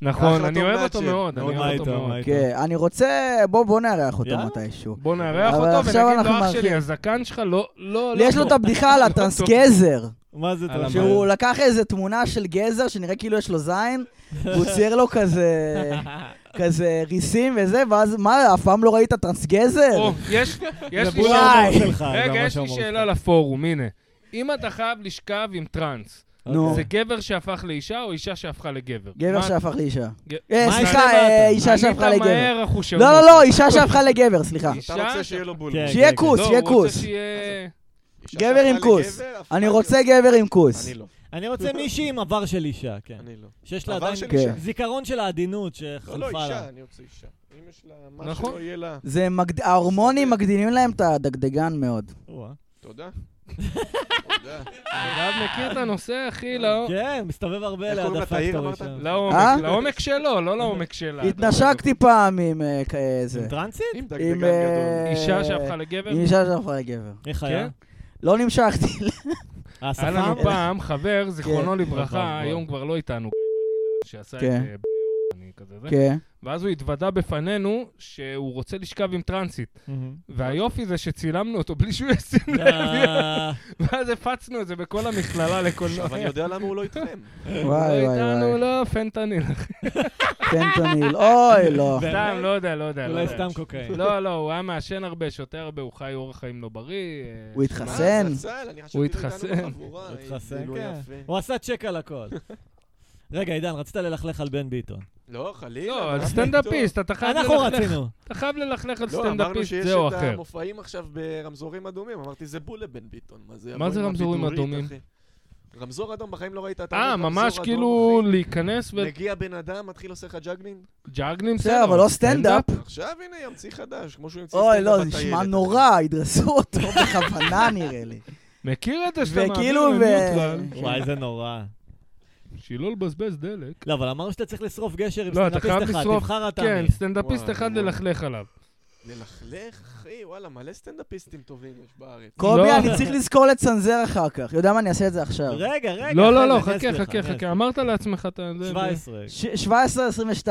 Speaker 2: [LAUGHS] נכון,
Speaker 3: אחלה
Speaker 2: אני
Speaker 3: טוב
Speaker 2: אוהב
Speaker 3: מאצ'ר.
Speaker 2: אותו מאוד,
Speaker 4: לא,
Speaker 2: אני
Speaker 3: מאוד
Speaker 1: מה
Speaker 2: אוהב אותו
Speaker 1: איתו,
Speaker 2: מאוד.
Speaker 1: מה איתו?
Speaker 4: כן, אני רוצה... בוא, בוא נארח אותו
Speaker 1: יאללה.
Speaker 4: מתישהו.
Speaker 2: בוא נארח
Speaker 4: אבל
Speaker 2: אותו ונגיד
Speaker 4: עכשיו
Speaker 2: לו
Speaker 4: אנחנו
Speaker 2: אח שלי,
Speaker 4: מארחים.
Speaker 2: הזקן שלך לא... לא... לא
Speaker 4: יש לו
Speaker 2: פה."
Speaker 4: את הבדיחה על
Speaker 2: [LAUGHS]
Speaker 4: הטרנסגזר,
Speaker 1: מה זה
Speaker 2: על
Speaker 1: טוב?
Speaker 2: המים.
Speaker 4: שהוא לקח איזה תמונה של גזר שנראה כאילו יש לו זין, והוא צייר לו כזה...
Speaker 2: [LAUGHS]
Speaker 4: כזה ריסים וזה, ואז מה, אף פעם לא ראית טרנסגזר?
Speaker 2: או, יש- יש לי
Speaker 1: בול
Speaker 4: וואי.
Speaker 2: שאלה.
Speaker 1: ההומור שלך,
Speaker 4: אה,
Speaker 1: זה
Speaker 2: רגע,
Speaker 1: ממש
Speaker 2: יש לי
Speaker 1: ההומור
Speaker 2: שאלה
Speaker 1: שלך.
Speaker 2: לפורום, הנה. אם אתה חייב לשכב עם טראנס,
Speaker 4: נו.
Speaker 2: זה גבר שהפך לאישה או אישה שהפכה לגבר?
Speaker 4: גבר
Speaker 2: מה-
Speaker 4: שהפך לאישה.
Speaker 2: ג-
Speaker 4: אה,
Speaker 1: מה
Speaker 4: סליחה,
Speaker 1: השתנה
Speaker 4: אה,
Speaker 1: אתה?
Speaker 4: אישה שהפכה
Speaker 2: ענית
Speaker 4: לגבר.
Speaker 2: מהר אחושרמוט.
Speaker 4: לא, לא, לא, אישה שהפכה לגבר, סליחה.
Speaker 2: אישה-
Speaker 3: אתה רוצה שיהיה לו בולבול.
Speaker 1: כן,
Speaker 4: שיהיה
Speaker 1: כן, כן.
Speaker 4: כוס,
Speaker 2: לא,
Speaker 4: שיהיה
Speaker 2: הוא רוצה
Speaker 4: כוס.
Speaker 2: שיהיה-
Speaker 3: אישה
Speaker 4: גבר עם
Speaker 3: שהפכה
Speaker 4: כוס.
Speaker 3: לגבר, הפכה
Speaker 4: אני
Speaker 3: להיות-
Speaker 4: רוצה גבר עם כוס.
Speaker 3: אני לא.
Speaker 1: אני רוצה מישהי עם עבר של אישה, כן.
Speaker 3: אני לא.
Speaker 1: שיש לה
Speaker 3: עבר
Speaker 1: עדיין...
Speaker 3: של
Speaker 4: אישה.
Speaker 1: זיכרון של העדינות
Speaker 3: לא, לא,
Speaker 1: שחלפה לה.
Speaker 3: אישה, אני רוצה אישה. אם יש לה מה
Speaker 2: נכון.
Speaker 3: שלא יהיה לה...
Speaker 4: זה מגד... ההורמונים מגדילים להם את הדגדגן מאוד.
Speaker 1: או-אה.
Speaker 3: תודה. תודה.
Speaker 2: אגב, מכיר את הנושא, אחי, לא...
Speaker 1: כן, מסתובב הרבה
Speaker 3: איך
Speaker 1: על
Speaker 3: קוראים לה,
Speaker 1: העדפה
Speaker 3: תאיר,
Speaker 1: היסטורית
Speaker 3: אמרת? לא.
Speaker 1: שם.
Speaker 2: לעומק,
Speaker 4: אה?
Speaker 2: לעומק שלו, לא לעומק שלה.
Speaker 4: התנשקתי פעם עם אה, כאיזה...
Speaker 1: עם טרנסית?
Speaker 3: עם דגדגן
Speaker 4: עם...
Speaker 3: גדול.
Speaker 4: אה,
Speaker 2: אישה שהפכה לגבר?
Speaker 4: עם אישה שהפכה לגבר.
Speaker 1: איך היה?
Speaker 2: כן?
Speaker 4: לא נמשכתי. [LAUGHS]
Speaker 2: היה
Speaker 1: [LAUGHS]
Speaker 2: לנו
Speaker 1: השפם?
Speaker 2: פעם חבר, זיכרונו
Speaker 4: כן.
Speaker 2: לברכה,
Speaker 1: נכון,
Speaker 2: היום
Speaker 1: נכון.
Speaker 2: כבר לא איתנו, שעשה את...
Speaker 4: כן.
Speaker 2: אה, אני כזה זה.
Speaker 4: כן.
Speaker 2: ואז הוא התוודה בפנינו שהוא רוצה לשכב עם טרנסית. [LAUGHS]
Speaker 1: מהמם.
Speaker 2: והיופי זה שצילמנו אותו בלי שהוא ישים [LAUGHS] לב,
Speaker 1: אה,
Speaker 2: ואז הפצנו את זה בכל המכללה לקולנוע.
Speaker 3: אבל אני יודע למה הוא לא
Speaker 4: [LAUGHS]
Speaker 3: התרם.
Speaker 4: וואי
Speaker 2: לא
Speaker 4: וואי
Speaker 2: איתנו,
Speaker 4: וואי.
Speaker 2: לא,
Speaker 1: [LAUGHS]
Speaker 2: פנטניל.
Speaker 1: כן.
Speaker 4: פנטניל, אוי לא.
Speaker 1: באמת?
Speaker 2: סתם, לא יודע, לא יודע. לא
Speaker 1: אולי
Speaker 2: יודע.
Speaker 1: סתם קוקאין.
Speaker 2: לא, לא, הוא היה מעשן הרבה, שותה הרבה, הוא חי אורח חיים לא בריא. אה,
Speaker 4: הוא
Speaker 2: שמע,
Speaker 4: התחסן.
Speaker 3: אה, זצ"ל, אני חשבתי
Speaker 2: הוא
Speaker 3: לא איתנו
Speaker 2: התחסן.
Speaker 3: בחבורה,
Speaker 1: הוא התחסן,
Speaker 3: גילוי
Speaker 1: כן.
Speaker 3: יפה.
Speaker 1: הוא עשה צ'ק על
Speaker 2: [LAUGHS]
Speaker 1: הכל. רגע, עידן, רצית ללכלך על בן ביטון.
Speaker 3: לא, חלילה.
Speaker 2: לא, על
Speaker 3: מה
Speaker 2: סטנדאפיסט, אתה חייב
Speaker 1: אנחנו
Speaker 2: ללכלך- [LAUGHS]
Speaker 1: רצינו.
Speaker 2: אתה חייב ללכלך על
Speaker 3: פתאום? לא, אמרנו
Speaker 2: סטנדאפיסט
Speaker 3: שיש
Speaker 2: זה או
Speaker 3: את
Speaker 2: אחר.
Speaker 3: המופעים עכשיו ברמזורים אדומים, אמרתי זה בול לבן ביטון. מה זה,
Speaker 2: מה
Speaker 3: יבוא
Speaker 2: זה
Speaker 3: עם
Speaker 2: רמזורים
Speaker 3: הבידורית,
Speaker 2: אדומים?
Speaker 3: אחי. רמזור אדום, בחיים לא ראית אתה
Speaker 2: אה,
Speaker 3: רואה
Speaker 2: ממש
Speaker 3: רמזור
Speaker 2: כאילו
Speaker 3: אדום,
Speaker 2: להיכנס
Speaker 3: אחי? מגיע בן אדם, מתחיל עושה לך ג'אגלינג?
Speaker 2: וג'אגלים
Speaker 4: בסדר, אבל לא סטנדאפ.
Speaker 3: עכשיו הנה, ימציא חדש, כמו שהוא ימציא
Speaker 4: אוי לא, זה
Speaker 3: בטיילת.
Speaker 4: נשמע נורא, ידרסו אותו בכוונה נראה לי.
Speaker 2: מכיר את זה שאתה
Speaker 4: וכאילו,
Speaker 2: מעביר
Speaker 4: ו-
Speaker 2: לניוטרל,
Speaker 1: וואי, זה נורא.
Speaker 2: שהיא לא לבזבז דלק.
Speaker 1: לא, אבל אמרנו שאתה צריך לשרוף גשר עם
Speaker 2: לא, אתה
Speaker 1: סטנדאפיסט
Speaker 2: חייב
Speaker 1: אחד.
Speaker 2: לשרוף-
Speaker 1: תבחר אתה.
Speaker 2: כן,
Speaker 1: מי.
Speaker 2: סטנדאפיסט
Speaker 3: וואי, לא-
Speaker 2: אחד
Speaker 3: וואי.
Speaker 2: ללכלך עליו.
Speaker 3: ללכלך, אחי, וואלה, מלא סטנדאפיסטים טובים יש בארץ.
Speaker 4: קובי,
Speaker 2: לא.
Speaker 4: אני צריך לזכור לצנזר אחר כך. יודע מה, אני אעשה את זה עכשיו.
Speaker 1: רגע, רגע.
Speaker 2: לא, לא, לא,
Speaker 1: חבר'ה, אני
Speaker 2: חכה,
Speaker 1: אסביר לך,
Speaker 2: חכה,
Speaker 1: אני
Speaker 2: חכה.
Speaker 1: אסביר.
Speaker 2: אמרת לעצמך, אתה... זה-
Speaker 1: 17.
Speaker 4: ש- 17-22.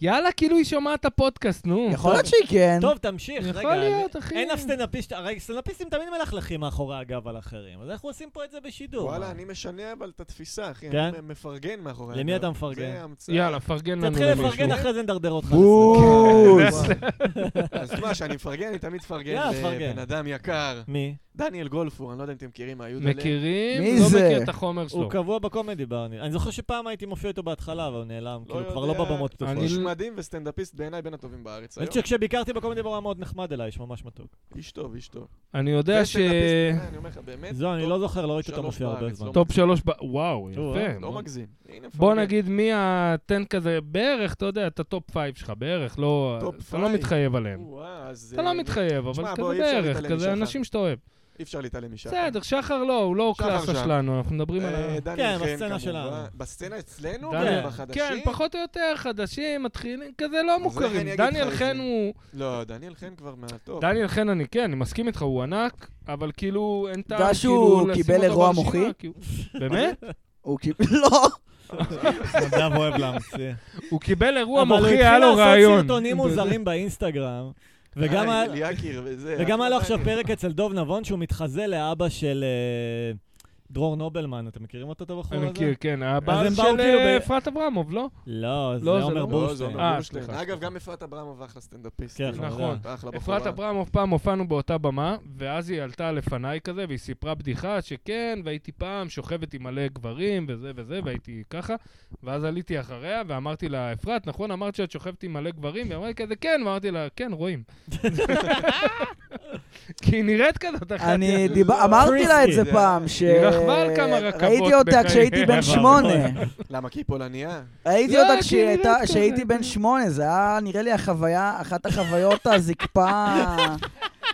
Speaker 2: יאללה, כאילו היא שומעת הפודקאסט, נו.
Speaker 4: יכול להיות שהיא כן.
Speaker 1: טוב, תמשיך, רגע.
Speaker 2: יכול להיות, אחי.
Speaker 1: אין אף סטנדאפיסט, הרי סטנדאפיסטים תמיד מלכלכים מאחורי הגב על אחרים, אז אנחנו עושים פה את זה בשידור.
Speaker 3: וואלה, אני משנה אבל את התפיסה, אחי.
Speaker 1: כן?
Speaker 3: אני מפרגן מאחורי
Speaker 1: למי
Speaker 3: הגב.
Speaker 1: אתה מפרגן?
Speaker 3: זה המצאה.
Speaker 2: יאללה, פרגן לנו
Speaker 1: תתחיל לפרגן,
Speaker 2: למישהו.
Speaker 1: אחרי זה נדרדר אותך.
Speaker 4: בוז.
Speaker 3: אז מה, שאני מפרגן, אני תמיד מפרגן
Speaker 1: יאללה, תפרגן.
Speaker 3: לבן אדם יקר.
Speaker 1: מי?
Speaker 3: דניאל גולפור, אני לא יודע אם אתם מכירים מה היו
Speaker 2: מכירים?
Speaker 4: מי
Speaker 2: לא
Speaker 4: זה?
Speaker 2: מכיר את החומר שלו.
Speaker 1: הוא קבוע בקומדי בר. אני אני זוכר שפעם הייתי מופיע איתו בהתחלה, אבל הוא נעלם,
Speaker 3: לא
Speaker 1: כאילו כבר לא
Speaker 3: יודע.
Speaker 1: בבמות פתוחות.
Speaker 2: אני-
Speaker 3: איש מדהים וסטנדאפיסט בעיניי בין הטובים בארץ
Speaker 1: אני
Speaker 3: היום.
Speaker 1: חושב שכשביקרתי בקומדי בר הוא היה מאוד נחמד אליי, איש ממש מתוק.
Speaker 3: איש טוב, איש טוב.
Speaker 2: אני יודע ש...
Speaker 3: וסטנדאפיסט בעיניי, אני אומר לך, באמת,
Speaker 1: זהו, אני
Speaker 3: כן, טוב.
Speaker 1: לא זוכר, לא ראיתי אותו
Speaker 3: שלוש
Speaker 1: מופיע הרבה
Speaker 3: בארץ,
Speaker 1: זמן.
Speaker 3: לא
Speaker 2: טופ שלוש ב... וואו,
Speaker 1: או,
Speaker 2: יפה.
Speaker 3: לא מגזים. הנה, מפרגן.
Speaker 2: בוא נגיד מי התן כזה, בערך, אתה יודע, את הטופ פייב שלך, בערך, לא...
Speaker 3: טופ
Speaker 2: אתה לא
Speaker 3: פייב.
Speaker 2: מתחייב עליהם.
Speaker 3: וואה, אז,
Speaker 2: אתה
Speaker 3: אה,
Speaker 2: לא מתחייב, אבל
Speaker 3: תשמע,
Speaker 2: כזה
Speaker 3: בוא, אי אפשר
Speaker 2: בערך,
Speaker 3: להתעלם
Speaker 2: כזה
Speaker 3: משחר.
Speaker 2: אנשים שאתה אוהב.
Speaker 3: אי אפשר להתעלם משחר.
Speaker 2: בסדר, שחר לא, הוא לא
Speaker 3: שחר
Speaker 2: קלאסה
Speaker 3: שם.
Speaker 2: שלנו, אנחנו מדברים על... ה-
Speaker 3: אה, דני
Speaker 1: כן,
Speaker 3: חן,
Speaker 1: בסצנה
Speaker 3: כמובן.
Speaker 1: שלנו.
Speaker 3: בסצנה אצלנו?
Speaker 2: דניאל.
Speaker 3: כן, בחדשים?
Speaker 2: כן, פחות או יותר, חדשים, מתחילים, כזה לא
Speaker 3: איך אני
Speaker 2: מוכרים.
Speaker 3: אגיד
Speaker 2: דניאל
Speaker 3: לך את
Speaker 2: חן
Speaker 3: זה?
Speaker 2: הוא...
Speaker 3: לא, דניאל חן כבר מהטופ.
Speaker 2: דניאל חן אני כן, אני מסכים איתך, הוא ענק, אבל כאילו אין טעם
Speaker 4: יודע שהוא
Speaker 2: כאילו לשים
Speaker 4: קיבל
Speaker 2: אותו
Speaker 4: אירוע
Speaker 2: ברשימה,
Speaker 4: מוחי?
Speaker 2: כי הוא-
Speaker 3: [LAUGHS]
Speaker 2: באמת?
Speaker 4: הוא כאילו... לא.
Speaker 1: נדב אוהב להמציא.
Speaker 2: הוא קיבל אירוע
Speaker 1: אבל הוא
Speaker 2: מוחי,
Speaker 1: התחיל
Speaker 2: היה לו
Speaker 1: לעשות [LAUGHS]
Speaker 2: רעיון.
Speaker 1: סרטונים מוזרים באינסטגרם, וגם
Speaker 3: אה,
Speaker 1: היה-
Speaker 3: אליאקיר וזה.
Speaker 1: וגם היה לו עכשיו
Speaker 3: דניאל.
Speaker 1: פרק אצל דוב נבון שהוא מתחזה לאבא של אה, דרור נובלמן, אתם מכירים אותו, את הבחור
Speaker 2: [LAUGHS] אני
Speaker 1: הזה?
Speaker 2: מכיר, כן,
Speaker 1: אז
Speaker 2: הבעל
Speaker 1: הם באו
Speaker 2: של
Speaker 1: כאילו
Speaker 2: אה,
Speaker 1: ב-
Speaker 2: אפרת אברמוב, לא?
Speaker 1: לא, זה
Speaker 2: לא, זה
Speaker 1: עומר
Speaker 2: לא.
Speaker 3: לא, זה
Speaker 1: בורשטיין.
Speaker 3: אומר
Speaker 2: אה,
Speaker 3: בורשטיין.
Speaker 2: סליחה,
Speaker 3: אגב, גם אפרת אברמוב אחלה סטנדאפיסט. כאילו,
Speaker 1: כן,
Speaker 2: נכון.
Speaker 3: אחלה בחורה.
Speaker 2: אפרת אברמוב, פעם הופענו באותה במה, ואז היא עלתה לפניי כזה, והיא סיפרה בדיחה שכן, והייתי פעם שוכבת עם מלא גברים, וזה וזה, והייתי ככה, ואז עליתי אחריה, ואמרתי לה, אפרת, נכון, אמרת שאת שוכבת עם מלא גברים? והיא אמרה לי כזה, כן, ואמרתי לה, כן, רואים. [LAUGHS] כי היא נראית כזאת אחת.
Speaker 4: אני
Speaker 3: לא.
Speaker 4: דיבר- אמרתי לה את
Speaker 3: קריספי,
Speaker 4: זה
Speaker 3: זה-
Speaker 4: פעם, ש...
Speaker 2: היא רכבה על כמה רכבות
Speaker 4: ראיתי אותה
Speaker 2: בחייה.
Speaker 4: כשהייתי בן
Speaker 2: [LAUGHS]
Speaker 1: אבל-
Speaker 4: שמונה.
Speaker 3: למה, כי היא פולניה?
Speaker 4: ראיתי
Speaker 2: לא,
Speaker 4: אותה
Speaker 2: כי
Speaker 4: כשהיא
Speaker 2: נראית
Speaker 4: הייתה-
Speaker 2: ככה,
Speaker 4: כשהייתי בן
Speaker 2: כן.
Speaker 4: שמונה, זה היה נראה לי החוויה, אחת החוויות הזקפה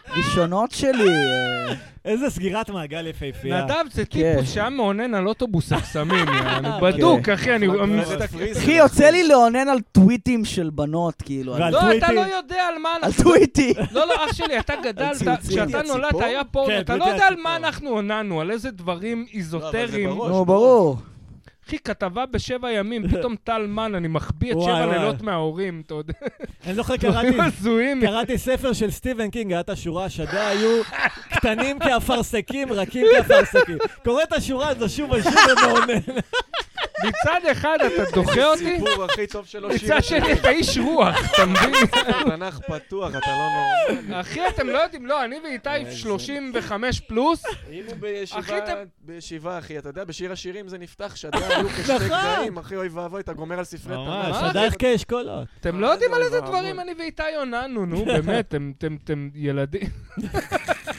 Speaker 4: הראשונות שלי. אה,
Speaker 1: איזה סגירת מעגל יפהפייה.
Speaker 2: נדב זה
Speaker 4: כן.
Speaker 2: טיפוס שהיה מאונן על אוטובוס הקסמים,
Speaker 4: [LAUGHS]
Speaker 2: יענו, בדוק, אחי, אני
Speaker 3: אחלה
Speaker 2: כן, אני
Speaker 3: גברת
Speaker 2: מסתכל.
Speaker 3: פריזר,
Speaker 4: אחי, יוצא לי לאונן על טוויטים של בנות, כאילו. על-
Speaker 1: ועל-
Speaker 2: לא, אתה
Speaker 1: טוויטים.
Speaker 2: לא יודע על מה
Speaker 4: על
Speaker 1: [LAUGHS]
Speaker 2: אנחנו
Speaker 4: טוויטים.
Speaker 2: לא, לא, אח שלי, אתה
Speaker 4: הציוצים.
Speaker 2: גדלת, כשאתה
Speaker 3: הציפור?
Speaker 2: נולדת היה פורנו,
Speaker 1: כן,
Speaker 2: אתה לא
Speaker 1: גברתי
Speaker 2: יודע על
Speaker 1: הציפור.
Speaker 2: מה אנחנו עוננו, על איזה דברים איזוטריים.
Speaker 3: לא, אבל זה
Speaker 4: נו, ברור.
Speaker 2: אחי, כתבה בשבע ימים, פתאום טל מן, אני מחביא את
Speaker 1: וואי,
Speaker 2: שבע
Speaker 1: וואי.
Speaker 2: לילות מההורים, אתה יודע,
Speaker 1: אני זוכר,
Speaker 2: דברים
Speaker 1: קראתי...
Speaker 2: הזויים.
Speaker 1: קראתי ספר של סטיבן קינג, היה את השורה, השדה היו קטנים כאפרסקים, רכים כאפרסקים. קורא את השורה הזו שוב ושוב ומעונן.
Speaker 2: מצד אחד אתה דוחה אותי,
Speaker 3: הסיפור הכי טוב שלו
Speaker 2: מצד שני אתה איש רוח, אתה מבין?
Speaker 3: תנ"ך פתוח, אתה לא נורא.
Speaker 2: אחי, אתם לא יודעים, לא, אני ואיתי 35 פלוס,
Speaker 3: היינו
Speaker 2: אחי,
Speaker 3: בישיבה,
Speaker 2: אתם-
Speaker 3: בישיבה, אחי, אתה יודע, בשיר השירים זה נפתח, שדה היו כשתי גדיים, אחי, אוי ואבוי, אתה גומר על ספרי
Speaker 1: ממש,
Speaker 3: תנ"ך.
Speaker 1: הדרך כאשכולות.
Speaker 2: אתם לא יודעים על איזה
Speaker 3: אוי ואבוי.
Speaker 2: דברים אני ואיתי עוננו, נו, באמת, אתם- אתם אתם ילדים. אה.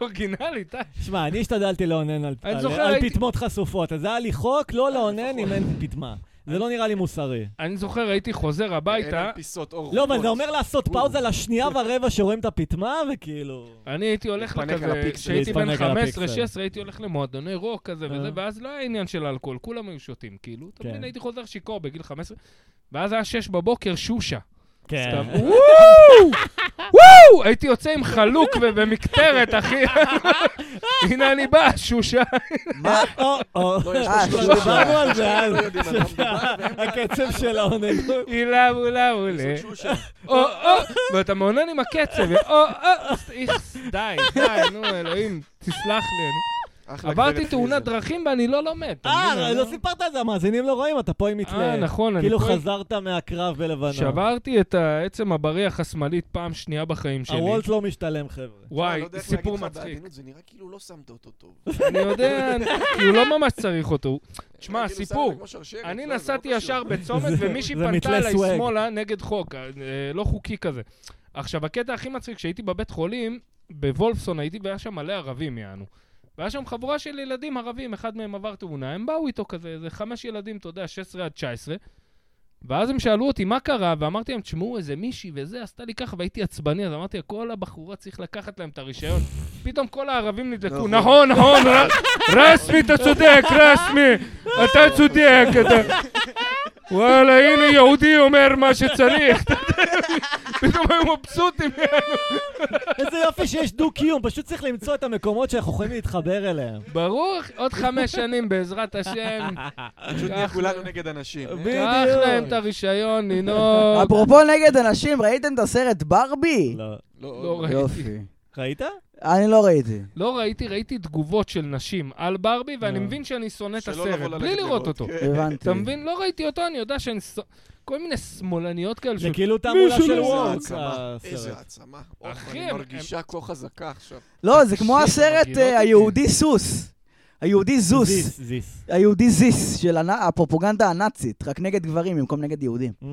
Speaker 2: אורגינל, איתי.
Speaker 1: שמע, אני השתדלתי לאונן על
Speaker 2: אני
Speaker 1: על-
Speaker 2: זוכר,
Speaker 1: על
Speaker 2: הייתי-
Speaker 1: פטמות חשופות, אז זה היה לי חוק לא לאונן אם אין פטמה. זה לא נראה לי מוסרי.
Speaker 2: אני זוכר, הייתי חוזר
Speaker 3: אין
Speaker 2: הביתה,
Speaker 3: על פיסות אור.
Speaker 1: לא, אבל
Speaker 3: חובות.
Speaker 1: זה אומר לעשות
Speaker 3: אוי.
Speaker 1: פאוזה לשנייה ורבע שרואים את הפטמה, וכאילו...
Speaker 2: אני הייתי הולך
Speaker 3: להתפנק על
Speaker 2: לכזה,
Speaker 3: הפיקסל.
Speaker 2: כשהייתי בן
Speaker 1: להתפנק על
Speaker 2: 15-16
Speaker 1: הפיקסל.
Speaker 2: הייתי הולך למועדוני רוק כזה
Speaker 1: אה.
Speaker 2: וזה, ואז לא היה עניין של אלכוהול, כולם היו שותים, כאילו, אתה
Speaker 1: כן.
Speaker 2: מבין, הייתי חוזר שיכור בגיל 15, ואז היה 6 בבוקר שושה.
Speaker 1: כן. [LAUGHS]
Speaker 2: סתם, וואו! וואו! הייתי יוצא עם חלוק ו- ומקטרת, אחי. [LAUGHS] הנה אני בא, שושה.
Speaker 4: מה?
Speaker 1: או, או.
Speaker 3: לא, יש לו
Speaker 4: אה,
Speaker 3: שלושה.
Speaker 1: דיברנו על זה אז,
Speaker 3: אנחנו לא יודעים על מה מדובר, והם
Speaker 1: הקצב של העוננות.
Speaker 2: הילה אולה אולה.
Speaker 3: יעשו שושה.
Speaker 2: או, או, ואתה מעונן עם הקצב, או, או, איכס, די, די, נו, אלוהים, תסלח לי. אני-
Speaker 3: אחלה
Speaker 2: עברתי
Speaker 3: גברת
Speaker 2: תאונת
Speaker 3: פריזר.
Speaker 2: דרכים ואני לא לומד. אתה מבין?
Speaker 1: אה,
Speaker 2: אני
Speaker 1: לא סיפרת את זה, המאזינים לא רואים, אתה פה עם
Speaker 2: אה,
Speaker 1: מתלהם.
Speaker 2: נכון, אני
Speaker 1: כאילו
Speaker 2: פה-
Speaker 1: חזרת מהקרב בלבנון.
Speaker 2: שברתי את העצם הבריח השמאלית פעם שנייה בחיים שלי.
Speaker 1: הוולט לא משתלם, חבר'ה.
Speaker 2: וואי,
Speaker 3: לא יודע איך
Speaker 2: סיפור
Speaker 3: להגיד לך
Speaker 2: מצחיק.
Speaker 3: בעדינות, זה נראה כאילו לא שמת אותו טוב.
Speaker 2: [LAUGHS] אני יודע, כי הוא לא ממש צריך אותו. תשמע,
Speaker 3: כאילו, שמת
Speaker 2: סיפור.
Speaker 3: כמו שרשרת,
Speaker 2: אני
Speaker 3: לא, זה לא
Speaker 2: נסעתי
Speaker 3: קשור.
Speaker 2: ישר בצומת,
Speaker 1: זה-
Speaker 2: ומישהי
Speaker 1: זה
Speaker 2: פנתה
Speaker 1: מתלה
Speaker 2: אליי
Speaker 1: סוואג.
Speaker 2: שמאלה נגד חוק, אה, אה, לא חוקי כזה. עכשיו, הקטע הכי מצחיק, כשהייתי בבית חולים, בוולפסון הייתי, והיה שם מלא ערבים, יענו. והיה שם חבורה של ילדים ערבים, אחד מהם עבר תאונה, הם באו איתו כזה, איזה חמש ילדים, אתה יודע, 16 עד 19. ואז הם שאלו אותי מה קרה, ואמרתי להם, תשמעו, איזה מישהי וזה, עשתה לי ככה, והייתי עצבני, אז אמרתי, כל הבחורה צריך לקחת להם את הרישיון. פתאום כל הערבים נדלקו,
Speaker 3: נכון.
Speaker 2: נכון, נכון, ר- רסמי, אתה צודק, רסמי, אתה צודק, אתה... וואלה, הנה יהודי אומר מה שצריך. אתה יודע, פתאום היו מבסוטים.
Speaker 1: איזה יופי שיש דו-קיום, פשוט צריך למצוא את המקומות שאנחנו יכולים להתחבר אליהם.
Speaker 2: ברור, עוד חמש שנים בעזרת השם,
Speaker 3: פשוט נהיה [LAUGHS] כולנו נגד אנשים. אה?
Speaker 1: בדיוק.
Speaker 2: קח להם את הרישיון לנהוג.
Speaker 4: אפרופו נגד אנשים, ראיתם את הסרט ברבי?
Speaker 1: לא.
Speaker 2: לא
Speaker 3: לא,
Speaker 2: ראיתי.
Speaker 4: יופי.
Speaker 1: ראית?
Speaker 4: אני לא ראיתי.
Speaker 2: לא ראיתי, ראיתי תגובות של נשים על ברבי, ואני
Speaker 1: אה. כן.
Speaker 2: מבין שאני שונא את
Speaker 3: שלא
Speaker 2: הסרט,
Speaker 3: לבוא כן.
Speaker 2: בלי
Speaker 3: ללכת
Speaker 2: לראות
Speaker 3: לראות.
Speaker 2: אותו.
Speaker 4: הבנתי.
Speaker 2: אתה מבין? לא ראיתי אותו, אני יודע שאני... ש- כל מיני שמאלניות כאלה
Speaker 1: זה
Speaker 2: של...
Speaker 1: כאילו תעמולה
Speaker 2: מישהו
Speaker 1: של אה,
Speaker 2: לא-
Speaker 3: איזה
Speaker 1: וורק,
Speaker 3: העצמה, איזה
Speaker 1: הסרט.
Speaker 3: העצמה. אוח,
Speaker 2: אחי,
Speaker 3: אני
Speaker 2: הם-
Speaker 3: מרגישה כה חזקה עכשיו.
Speaker 4: לא, זה כמו
Speaker 2: שיט,
Speaker 4: הסרט
Speaker 2: מגעילות אותי.
Speaker 4: אה, היהודי סוס. היהודי זוס.
Speaker 1: זיס, זיס.
Speaker 4: היהודי זיס של הנ- הפרופוגנדה הנאצית, רק נגד גברים במקום נגד יהודים.
Speaker 1: אה,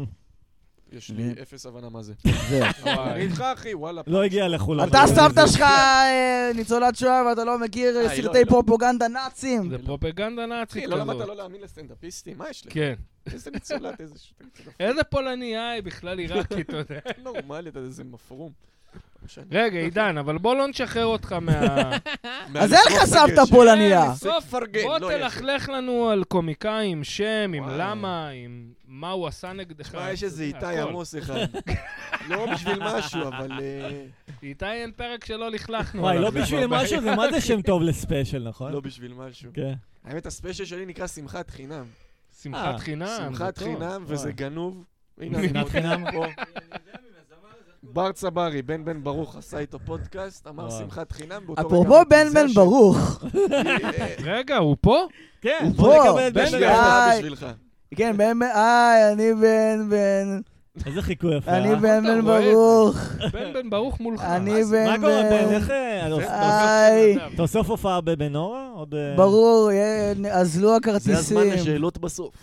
Speaker 3: יש לי
Speaker 4: ו-
Speaker 3: אפס הבנה מה זה.
Speaker 4: זהו.
Speaker 1: כן.
Speaker 3: אבל אני איתך, אחי, וואלה.
Speaker 1: לא הגיע לכולם.
Speaker 4: אתה סבתא שלך אה, ניצולת שואה ואתה לא מכיר אה,
Speaker 3: אה, היא לא,
Speaker 4: סרטי
Speaker 3: היא לא.
Speaker 4: פרופוגנדה נאצים.
Speaker 2: זה פרופגנדה נאצית
Speaker 3: אחי, לא למדת
Speaker 2: כזאת.
Speaker 3: לא להאמין לסטנדאפיסטים? מה יש לך?
Speaker 2: כן.
Speaker 3: איזה ניצולת, איזה ש- לא
Speaker 2: איזה פולני היי, בכלל עיראקי, אתה יודע.
Speaker 3: נורמלית, איזה מפרום. לא משנה.
Speaker 2: רגע, עידן, אבל בוא לא נשחרר אותך מה... אה,
Speaker 4: אז אין לך סבתא פולניה.
Speaker 2: בסוף,
Speaker 3: תפרגן,
Speaker 2: בוא
Speaker 3: לא יהיה.
Speaker 2: תלכלך לנו על קומיקאי עם שם, עם
Speaker 3: וואי.
Speaker 2: למה, עם מה הוא עשה נגדך.
Speaker 3: תשמע, יש איזה
Speaker 2: הכל.
Speaker 3: איתי עמוס אחד. לא בשביל משהו, אבל... אה,
Speaker 2: איתי אין פרק שלא לכלכנו.
Speaker 1: וואי,
Speaker 2: עליו,
Speaker 1: לא
Speaker 2: זה
Speaker 1: בשביל
Speaker 2: כבר
Speaker 1: משהו, זה מה זה שם טוב לספיישל, נכון?
Speaker 3: לא בשביל משהו.
Speaker 1: כן.
Speaker 3: האמת, הספיישל שלי נקרא שמחת חינם.
Speaker 2: בעיה. שמחת
Speaker 1: אה,
Speaker 2: חינם. זה
Speaker 3: שמחת
Speaker 2: טוב.
Speaker 3: חינם, וזה
Speaker 1: וואי.
Speaker 3: גנוב. הנה, אני
Speaker 1: שמחת
Speaker 3: מודה
Speaker 1: חינם.
Speaker 3: פה. בר צברי, בן בן ברוך עשה איתו פודקאסט, אמר
Speaker 1: וואו.
Speaker 3: שמחת חינם. באותו רגע
Speaker 4: אפרופו
Speaker 3: הוא
Speaker 4: בן
Speaker 3: פיזר
Speaker 4: בן
Speaker 3: ש-
Speaker 4: ברוך.
Speaker 3: אה,
Speaker 2: רגע, הוא פה?
Speaker 1: כן,
Speaker 4: הוא
Speaker 1: בוא
Speaker 4: פה,
Speaker 1: נקבל את
Speaker 3: בן
Speaker 1: בן
Speaker 3: בן
Speaker 1: בן.
Speaker 3: ברוך
Speaker 4: ביי.
Speaker 3: בשבילך.
Speaker 4: כן, בן בן, היי, אני בן בן,
Speaker 1: איזה חיקוי יפה.
Speaker 4: אני
Speaker 1: אה?
Speaker 4: בן
Speaker 2: אתה
Speaker 4: בן
Speaker 2: רואה? אה,
Speaker 4: ברוך.
Speaker 2: בן בן ברוך מולך.
Speaker 4: אני
Speaker 1: מה
Speaker 4: בן
Speaker 1: קורה, בן?
Speaker 4: בן.
Speaker 1: איך... אה, אתה עושה-
Speaker 4: היי,
Speaker 1: אתה אוסף הופעה בבנורה? עוד... אה,
Speaker 4: ברור, אה, אזלו הכרטיסים.
Speaker 3: זה הזמן לשאלות בסוף.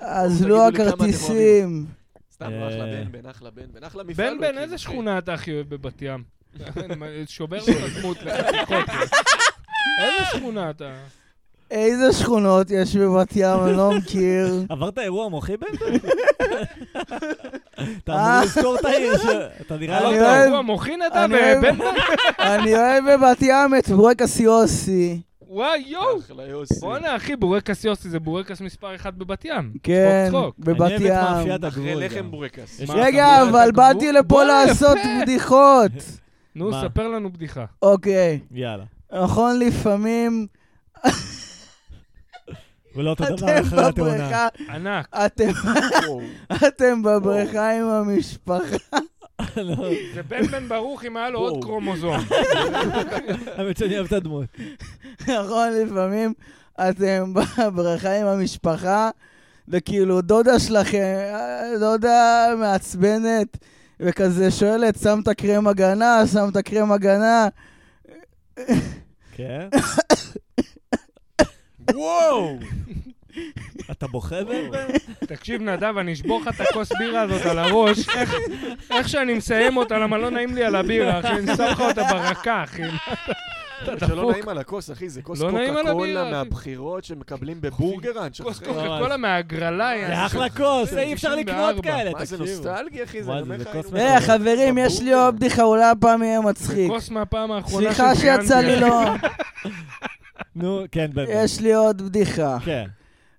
Speaker 4: אזלו
Speaker 3: תגידו לי כמה אתם
Speaker 4: הכרטיסים.
Speaker 3: סתם, לא אחלה
Speaker 1: אה.
Speaker 3: בן בן, אחלה בן בן, אחלה מפעל.
Speaker 2: בן
Speaker 3: הוא
Speaker 2: בן,
Speaker 3: הקים.
Speaker 2: איזה שכונה אתה הכי אוהב בבת ים? שובר לו את הדמות לחתיכות. איזה שכונה אתה?
Speaker 4: איזה שכונות יש בבת ים, אני לא מכיר.
Speaker 1: עברת אירוע מוחי בן בן?
Speaker 4: [LAUGHS]
Speaker 1: אתה אמור לזכור את העיר ש... אתה נראה לא
Speaker 4: אה. אני
Speaker 1: טוב.
Speaker 4: אוהב-
Speaker 2: הוא המוחין אתה
Speaker 4: אני אוהב-
Speaker 2: ובן בן?
Speaker 4: אני אוהב בבת ים את בורקס יוסי.
Speaker 2: וואי, יואו!
Speaker 3: אחלה יוסי.
Speaker 2: בואנה, אחי, בורקס יוסי זה בורקס מספר אחת בבת ים.
Speaker 4: כן,
Speaker 2: צחוק, צחוק.
Speaker 4: בבת
Speaker 1: אני אוהב את
Speaker 4: ים.
Speaker 1: מאפיית
Speaker 3: אחרי
Speaker 1: הגבול. גם.
Speaker 3: לחם בורקס.
Speaker 1: יש-
Speaker 4: רגע,
Speaker 2: מה, אתה
Speaker 4: אבל
Speaker 2: מדבר על
Speaker 4: באתי
Speaker 2: הגבול?
Speaker 4: לפה
Speaker 2: בואנה,
Speaker 4: לעשות
Speaker 2: יפה.
Speaker 4: בדיחות.
Speaker 2: נו,
Speaker 1: מה?
Speaker 2: ספר לנו בדיחה.
Speaker 4: אוקיי,
Speaker 1: יאללה.
Speaker 4: נכון, לפעמים
Speaker 1: ולא אותו דבר
Speaker 4: אתם לא
Speaker 1: אחרי התאונה.
Speaker 4: בבריכה,
Speaker 2: ענק.
Speaker 4: אתם
Speaker 3: וואו.
Speaker 4: אתם בבריכה עם המשפחה.
Speaker 1: [LAUGHS] לא,
Speaker 2: זה בן בן ברוך אם היה לו עוד
Speaker 3: וואו.
Speaker 2: קרומוזום.
Speaker 1: האמת שאני אוהב את הדמות.
Speaker 4: נכון, לפעמים אתם בבריכה עם המשפחה, וכאילו דודה שלכם, דודה מעצבנת, וכזה שואלת, שמת קרם הגנה, שמת קרם הגנה.
Speaker 1: כן?
Speaker 3: וואו!
Speaker 1: אתה
Speaker 2: [LAUGHS]
Speaker 1: בוכה בן בן?
Speaker 2: לא. תקשיב, נדב, אני אשבור לך את הכוס בירה הזאת על הראש. איך- איך שאני מסיים אותה, למה לא נעים לי על הבירה, אחי? אני שם לך אותה ברקה, אחי.
Speaker 3: שלא נעים על הכוס, אחי, זה כוס
Speaker 2: לא נעים על
Speaker 3: קוקה
Speaker 2: הבירה,
Speaker 3: קולה
Speaker 2: אחי.
Speaker 3: מהבחירות שמקבלים בבורגראנץ'.
Speaker 2: כוס
Speaker 3: אחי.
Speaker 2: קוקה קולה מההגרלה,
Speaker 1: זה
Speaker 2: יעני.
Speaker 1: אחלה כוס, אה, אי אפשר
Speaker 2: 94.
Speaker 1: לקנות כאלה,
Speaker 3: מה זה
Speaker 1: תקשיבו.
Speaker 3: נוסטלגי, אחי? זה
Speaker 1: וואי,
Speaker 3: אני אומר
Speaker 1: זה
Speaker 3: לך,
Speaker 1: כוס
Speaker 3: היינו-
Speaker 4: אה, חברים, יש לי עוד בדיחה, אולי הפעם יהיה מצחיק.
Speaker 2: כוס מהפעם האחרונה
Speaker 4: סליחה לא,
Speaker 2: שציינתי.
Speaker 4: שיצא לי לא...
Speaker 1: נו, כן בן בן.
Speaker 4: יש לי עוד בדיחה.
Speaker 1: כן.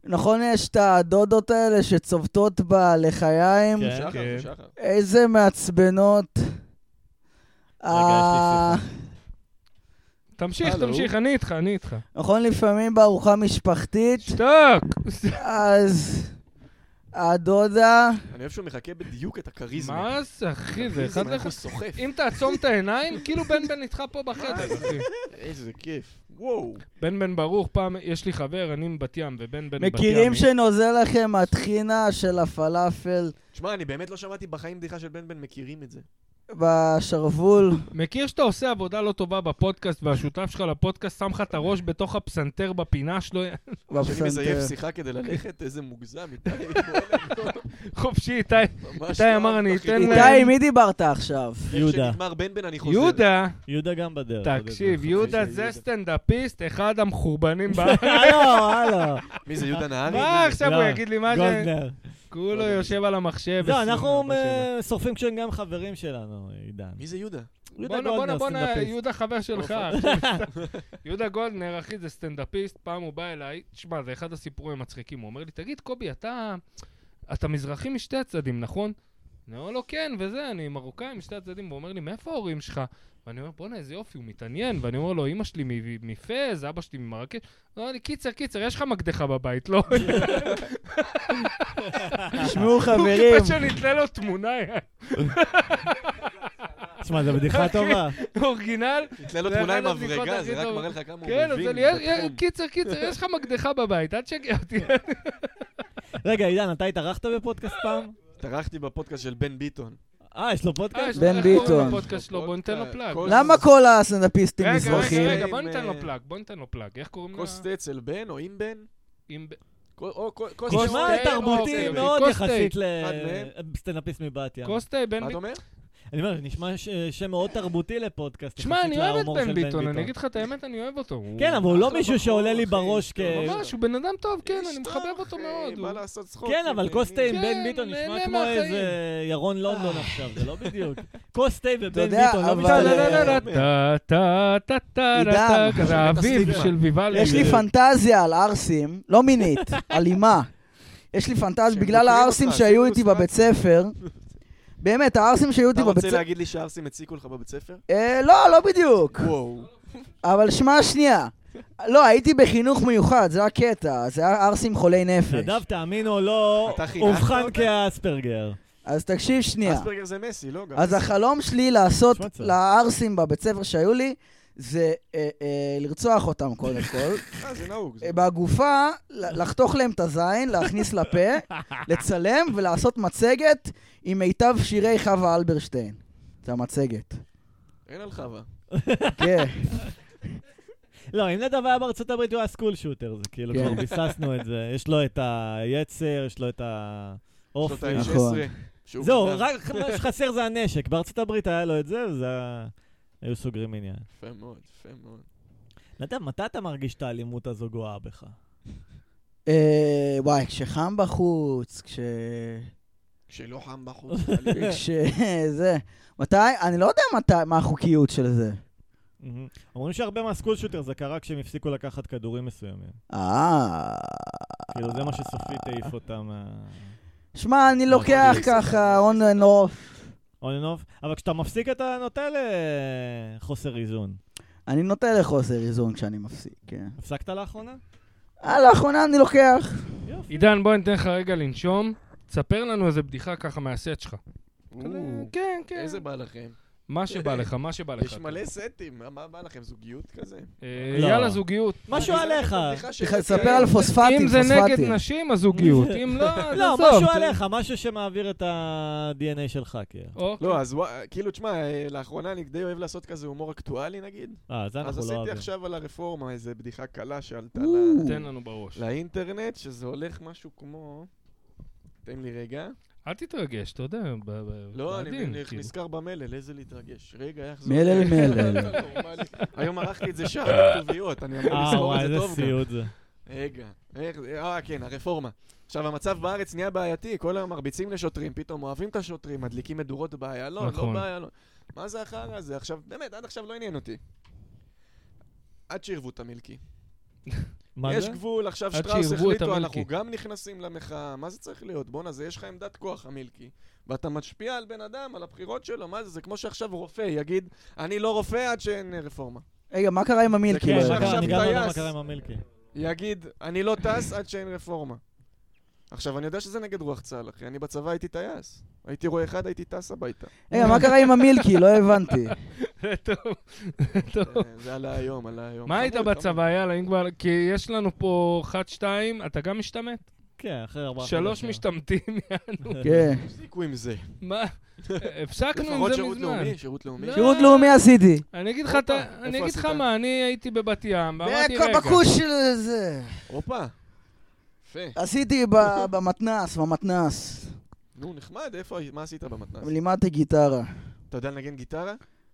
Speaker 4: נכון יש את הדודות האלה שצובטות בלחיים?
Speaker 1: כן.
Speaker 3: שחר,
Speaker 2: כן.
Speaker 3: זה שחר.
Speaker 4: איזה מעצבנות. אה,
Speaker 1: רגע, יש לי
Speaker 2: תמשיך,
Speaker 3: הלו.
Speaker 2: תמשיך, אני איתך, אני איתך.
Speaker 4: נכון, לפעמים בארוחה משפחתית,
Speaker 2: שתוק!
Speaker 4: אז הדודה...
Speaker 3: אני אוהב שהוא מחכה בדיוק את הכריזמה.
Speaker 2: מה זה, אחי, זה
Speaker 3: הכריזמה,
Speaker 2: אחד
Speaker 3: איך
Speaker 2: לך...
Speaker 3: הוא סוחף.
Speaker 2: אם תעצום את העיניים, כאילו בן בן איתך פה בחדר, אחי.
Speaker 3: איזה כיף. וואו.
Speaker 2: בן בן ברוך, פעם יש לי חבר, אני מבת ים, ובן בן בת
Speaker 4: מכירים
Speaker 2: ימי.
Speaker 4: שנוזל לכם הטחינה של הפלאפל
Speaker 3: תשמע, אני באמת לא שמעתי בחיים בדיחה של בן בן מכירים את זה.
Speaker 4: בשרוול?
Speaker 2: מכיר שאתה עושה עבודה לא טובה בפודקאסט, והשותף שלך לפודקאסט שם לך את הראש בתוך הפסנתר בפינה שלו, [LAUGHS]
Speaker 3: שאני מזייף
Speaker 1: אה.
Speaker 4: בפסנתר.
Speaker 3: שיחה כדי ללכת, איזה מוגזם. איתי
Speaker 2: [LAUGHS] חופשי, איתי.
Speaker 3: ממש
Speaker 2: איתי
Speaker 3: לא
Speaker 2: אמר, אני
Speaker 3: אהבתי.
Speaker 2: אתן להם-
Speaker 4: איתי, עם מי דיברת עכשיו?
Speaker 1: יהודה.
Speaker 3: איך שנגמר בן בן אני חוזר.
Speaker 2: יהודה,
Speaker 1: חיפה. יהודה גם בדרך. אה,
Speaker 2: תקשיב, יהודה זה סטנדאפיסט, אחד המחורבנים בארץ.
Speaker 1: הלו, לא, הלו.
Speaker 3: מי זה, יהודה נהרי?
Speaker 2: מה
Speaker 3: מי זה?
Speaker 2: עכשיו הוא
Speaker 1: לא,
Speaker 2: יגיד לי [LAUGHS] מה זה?
Speaker 1: גולדנר.
Speaker 2: כולו יושב על המחשב.
Speaker 1: לא, אנחנו
Speaker 2: 24/7.
Speaker 1: אה, שורפים כשהם גם חברים שלנו, עידן.
Speaker 3: מי זה יהודה?
Speaker 2: [LAUGHS]
Speaker 1: יהודה
Speaker 2: בואנה, בואנה,
Speaker 1: גולדנר,
Speaker 2: בואנה,
Speaker 1: סטנדאפיסט.
Speaker 2: יהודה חבר שלך. אחי. [LAUGHS] יהודה גולדנר, אחי, זה סטנדאפיסט, פעם הוא בא אליי, תשמע, זה אחד הסיפורים המצחיקים, הוא אומר לי, תגיד, קובי, אתה אתה מזרחי משתי הצדדים, נכון? אני אומר לו, כן, וזה, אני מרוקאי משתי הצדדים, והוא אומר לי, מאיפה ההורים שלך? ואני אומר, בואנה, איזה יופי, הוא מתעניין, ואני אומר לו, אמא שלי מ- מפס, אבא שלי ממרקש, הוא אומר לי, קיצר, קיצר, יש לך מקדחה בבית, לא?
Speaker 4: תשמעו
Speaker 2: [LAUGHS] הוא
Speaker 4: חברים,
Speaker 2: חיפש שנתלה לו תמונה,
Speaker 1: תשמע, זו בדיחה טובה.
Speaker 2: אורגינל,
Speaker 3: נתלה לו
Speaker 2: זה
Speaker 3: תמונה
Speaker 2: אחד
Speaker 3: עם
Speaker 2: הבדיחות
Speaker 3: מברגה,
Speaker 2: הכי
Speaker 3: זה רק
Speaker 2: טוב.
Speaker 3: מראה לך כמה הוא
Speaker 2: כן, אז
Speaker 3: מבין.
Speaker 2: אני, יש-
Speaker 3: בתחום.
Speaker 2: קיצר, קיצר, יש לך מקדחה בבית, אל תשגע אותי.
Speaker 1: רגע, עידן, אתה התארחת בפודקאסט פעם?
Speaker 3: טרחתי בפודקאסט של בן ביטון.
Speaker 1: אה, יש לו
Speaker 2: אה, יש
Speaker 1: פודקאסט?
Speaker 2: לו-
Speaker 4: בן
Speaker 2: איך קוראים
Speaker 4: ביטון.
Speaker 2: לפודקאסט שלו, בוא ניתן לו פלאג.
Speaker 3: כל-
Speaker 4: למה כל הסטנדאפיסטים
Speaker 2: רגע,
Speaker 4: מזרחים?
Speaker 2: רגע, רגע, בוא
Speaker 3: עם,
Speaker 2: ניתן לו
Speaker 3: אה,
Speaker 2: פלאג, בוא ניתן לו פלאג. איך קוראים לה?
Speaker 3: כוס תה אצל בן או עם בן?
Speaker 2: עם ב-
Speaker 3: כל- או כל-
Speaker 2: כוס
Speaker 3: כוס תה או
Speaker 1: תשמע,
Speaker 3: עם
Speaker 2: תה,
Speaker 1: תרבותי
Speaker 2: אוקיי,
Speaker 1: מאוד
Speaker 2: כוס תה.
Speaker 1: יחסית
Speaker 3: אחד מהם.
Speaker 1: לסטנדאפיסט מבת ים.
Speaker 2: קוסטה, בן
Speaker 3: מה אתה
Speaker 2: ביטון.
Speaker 3: אומר?
Speaker 1: אני אומר, נשמע ש- שם מאוד תרבותי לפודקאסט.
Speaker 2: תשמע,
Speaker 1: יחסית
Speaker 2: אני לא אוהב את
Speaker 1: להומור של
Speaker 2: בן ביטון, אני אגיד לך את האמת, אני אוהב אותו. הוא-
Speaker 1: כן, אבל הוא לא
Speaker 3: אחלה
Speaker 1: מישהו
Speaker 3: בחור,
Speaker 1: שעולה לי
Speaker 3: אחי.
Speaker 1: בראש כ...
Speaker 3: הוא
Speaker 2: ממש, הוא בן אדם טוב, כן, אני
Speaker 3: איש
Speaker 2: מחבב
Speaker 3: טוב,
Speaker 2: אותו
Speaker 3: אחי,
Speaker 2: מאוד. הוא-
Speaker 3: אה, בא לעשות צחוק.
Speaker 1: כן, אבל כוס תה עם
Speaker 2: כן,
Speaker 1: בן ביטון
Speaker 2: נהנה
Speaker 1: נשמע כמו
Speaker 2: מהחיים. אה.
Speaker 1: איזה ירון לונדון עכשיו, זה לא בדיוק. כוס תה ובן
Speaker 4: אתה יודע,
Speaker 1: ביטון, לא
Speaker 4: אבל-
Speaker 2: טה,
Speaker 1: משנה.
Speaker 2: טה, טה, טה,
Speaker 3: אה,
Speaker 2: טה, טה, טה, טה,
Speaker 4: עידן.
Speaker 2: טה, כזה האביב
Speaker 3: הסטיגמה.
Speaker 2: של ויוואלי.
Speaker 4: יש לי
Speaker 2: זה-
Speaker 4: פנטזיה על ערסים, לא
Speaker 3: [LAUGHS]
Speaker 4: מינית, אלימה. יש לי פנטזיה
Speaker 3: שהם
Speaker 4: בגלל
Speaker 3: דוקרים
Speaker 4: הערסים
Speaker 3: אותך,
Speaker 4: שהיו
Speaker 3: עשינו
Speaker 4: איתי בבית ספר. באמת, הערסים שהיו
Speaker 3: אתה
Speaker 4: איתי בבית
Speaker 3: רוצה
Speaker 4: ספר...
Speaker 3: להגיד לי שהערסים הציקו לך בבית ספר?
Speaker 4: אה, לא, לא בדיוק.
Speaker 3: וואו.
Speaker 4: אבל שמע שנייה. לא, הייתי בחינוך מיוחד, זה הקטע. זה היה ערסים חולי נפש.
Speaker 1: נדב, תאמין או לא,
Speaker 3: אתה חינכת
Speaker 1: אובחן
Speaker 3: אותם?
Speaker 1: כאספרגר.
Speaker 4: אז תקשיב שנייה.
Speaker 3: אספרגר זה מסי, לא? גם
Speaker 4: אז
Speaker 3: מסי.
Speaker 4: החלום שלי לעשות
Speaker 1: נשמע צער.
Speaker 4: לערסים בבית ספר שהיו לי, זה אה, אה, לרצוח אותם קודם כל.
Speaker 3: אה, זה נהוג. זה-
Speaker 4: אה, בגופה, ל- לחתוך להם את הזין, להכניס לפה,
Speaker 2: [LAUGHS]
Speaker 4: לצלם ולעשות מצגת עם מיטב שירי חווה אלברשטיין.
Speaker 2: [LAUGHS]
Speaker 4: זה המצגת.
Speaker 3: אין על חווה.
Speaker 4: כן.
Speaker 1: לא, אם נדב היה בארצות הברית, הוא היה סקול שוטר, זה כאילו,
Speaker 4: כן.
Speaker 1: כבר ביססנו את זה. יש לו את היצר, יש לו את
Speaker 3: שנות
Speaker 1: האופי.
Speaker 3: ה-16.
Speaker 4: נכון.
Speaker 3: שהוא
Speaker 1: זהו,
Speaker 3: גדל.
Speaker 1: רק מה שחסר זה הנשק. בארצות הברית היה לו את זה, וזה היה- היו סוגרים עניין.
Speaker 3: יפה מאוד, יפה מאוד.
Speaker 1: נדב, מתי אתה מרגיש את האלימות הזו גואה בך?
Speaker 4: אה, וואי, כשחם בחוץ,
Speaker 2: [LAUGHS]
Speaker 4: כש...
Speaker 3: כשלא חם בחוץ. אבל-
Speaker 4: כש... זה. מתי? אני לא יודע מתי, מה החוקיות של זה.
Speaker 1: מהמם. אומרים שהרבה מהסקול שוטר זה קרה כשהם הפסיקו לקחת כדורים מסוימים.
Speaker 4: אה...
Speaker 1: כאילו, זה מה שסופית העיף אותם מה...
Speaker 4: שמע,
Speaker 2: לא,
Speaker 4: אני לוקח
Speaker 3: אני-
Speaker 4: ככה on and off.
Speaker 1: on and off. אבל כשאתה מפסיק אתה נוטה לחוסר איזון.
Speaker 4: אני נוטה לחוסר איזון כשאני מפסיק, כן.
Speaker 1: הפסקת לאחרונה?
Speaker 4: אה, לאחרונה אני לוקח.
Speaker 1: יופי.
Speaker 2: עידן, בוא ניתן לך רגע לנשום. תספר לנו איזה בדיחה ככה מהסט שלך.
Speaker 3: או,
Speaker 2: כן, כן.
Speaker 3: איזה בא לכם?
Speaker 2: מה שבא לך, מה שבא לך.
Speaker 3: יש מלא סטים, מה- מה בא לכם? זוגיות כזה?
Speaker 2: אה,
Speaker 1: לא.
Speaker 2: יאללה, זוגיות.
Speaker 1: משהו עליך.
Speaker 4: תספר על פוספטים,
Speaker 2: כן, אם זה נגד
Speaker 4: פוספטים.
Speaker 2: נשים, אז זוגיות. אם לא,
Speaker 1: [LAUGHS]
Speaker 2: אז
Speaker 1: לא,
Speaker 2: עזוב.
Speaker 1: משהו
Speaker 2: זה-
Speaker 1: עליך, משהו שמעביר את ה-DNA שלך, כאילו.
Speaker 2: אוקיי.
Speaker 3: לא, אז ווא- כאילו, תשמע, אה, לאחרונה אני די אוהב לעשות כזה הומור אקטואלי, נגיד.
Speaker 1: אה, זה
Speaker 3: אז
Speaker 1: אנחנו לא
Speaker 3: עשיתי
Speaker 1: אוהבים.
Speaker 3: עכשיו על הרפורמה איזה בדיחה קלה שעלתה ל-
Speaker 4: או.
Speaker 2: תן לנו בראש.
Speaker 3: לא. לאינטרנט, שזה הולך משהו כמו... תן לי רגע.
Speaker 2: אל תתרגש, אתה יודע, ב- ב-
Speaker 3: לא, אני
Speaker 2: בעדין,
Speaker 3: אני
Speaker 2: כאילו.
Speaker 3: נזכר במלל, איזה להתרגש. רגע, איך זה...
Speaker 4: מלל,
Speaker 3: הולך?
Speaker 4: מלל.
Speaker 3: אתה נורמלי. היום ערכתי את זה שעה בכתוביות, אני אמור
Speaker 1: אה,
Speaker 3: לזכור את
Speaker 1: וואי,
Speaker 3: זה
Speaker 1: איזה
Speaker 3: טוב גם.
Speaker 1: סיוט זה.
Speaker 3: רגע, איך זה, אה כן, הרפורמה. עכשיו, המצב בארץ נהיה בעייתי, כל היום מרביצים לשוטרים, פתאום אוהבים את השוטרים, מדליקים מדורות באיילון,
Speaker 2: נכון.
Speaker 3: לא באיילון. מה זה החרא הזה? עכשיו, באמת, עד עכשיו לא עניין אותי. עד שעירבו את המילקי.
Speaker 1: מה
Speaker 3: יש
Speaker 1: זה?
Speaker 3: גבול, עכשיו
Speaker 2: עד
Speaker 3: שטראוס
Speaker 2: שירבו את
Speaker 3: החליטו, אנחנו
Speaker 2: המילקי.
Speaker 3: גם נכנסים למחאה. מה זה צריך להיות? בואנה, זה יש לך עמדת כוח, המילקי. ואתה משפיע על בן אדם, על הבחירות שלו, מה זה? זה כמו שעכשיו רופא יגיד, אני לא רופא עד שאין אה, רפורמה.
Speaker 4: רגע, מה קרה עם אה, המילקי?
Speaker 1: כן,
Speaker 3: כאילו,
Speaker 1: מה קרה?
Speaker 3: עכשיו
Speaker 1: אני גם לא יודע מה
Speaker 3: טייס.
Speaker 1: קרה עם המילקי.
Speaker 3: יגיד, אני לא טס עד שאין רפורמה. עכשיו, אני יודע שזה נגד רוח צה"ל, אחי. אני בצבא הייתי טייס. הייתי רואה אחד, הייתי
Speaker 2: [LAUGHS]
Speaker 3: טס הביתה.
Speaker 4: רגע, מה קרה עם המילקי? לא הבנתי.
Speaker 2: זה [LAUGHS] טוב, זה טוב.
Speaker 3: אה, זה עלה היום, עלה היום.
Speaker 2: מה היית
Speaker 3: חמוד, חמוד.
Speaker 2: בצבא, יאללה, אם כבר... כי יש לנו פה 1-2, אתה גם משתמט?
Speaker 1: כן, אחרי ארבעה
Speaker 2: שלוש משתמטים, [LAUGHS]
Speaker 1: [LAUGHS]
Speaker 4: כן.
Speaker 3: תפסיקו עם זה. [LAUGHS]
Speaker 2: מה? הפסקנו עם
Speaker 3: לפחות
Speaker 2: זה
Speaker 3: שירות
Speaker 2: מזמן.
Speaker 3: לאומי, שירות לאומי.
Speaker 2: לא.
Speaker 4: שירות לאומי עשיתי.
Speaker 2: אני אגיד לך,
Speaker 3: הופה,
Speaker 2: אתה-
Speaker 3: איפה
Speaker 2: אני אגיד לך
Speaker 3: עשית?
Speaker 2: מה, אני הייתי בבת ים, ואמרתי, רגע,
Speaker 4: בכוש של זה.
Speaker 3: הופה. יפה.
Speaker 4: עשיתי ב- במתנ"ס, במתנ"ס.
Speaker 3: נו, נחמד, איפה, מה עשית במתנ"ס?
Speaker 4: לימדתי גיטרה.
Speaker 3: אתה יודע לנגן גיטרה?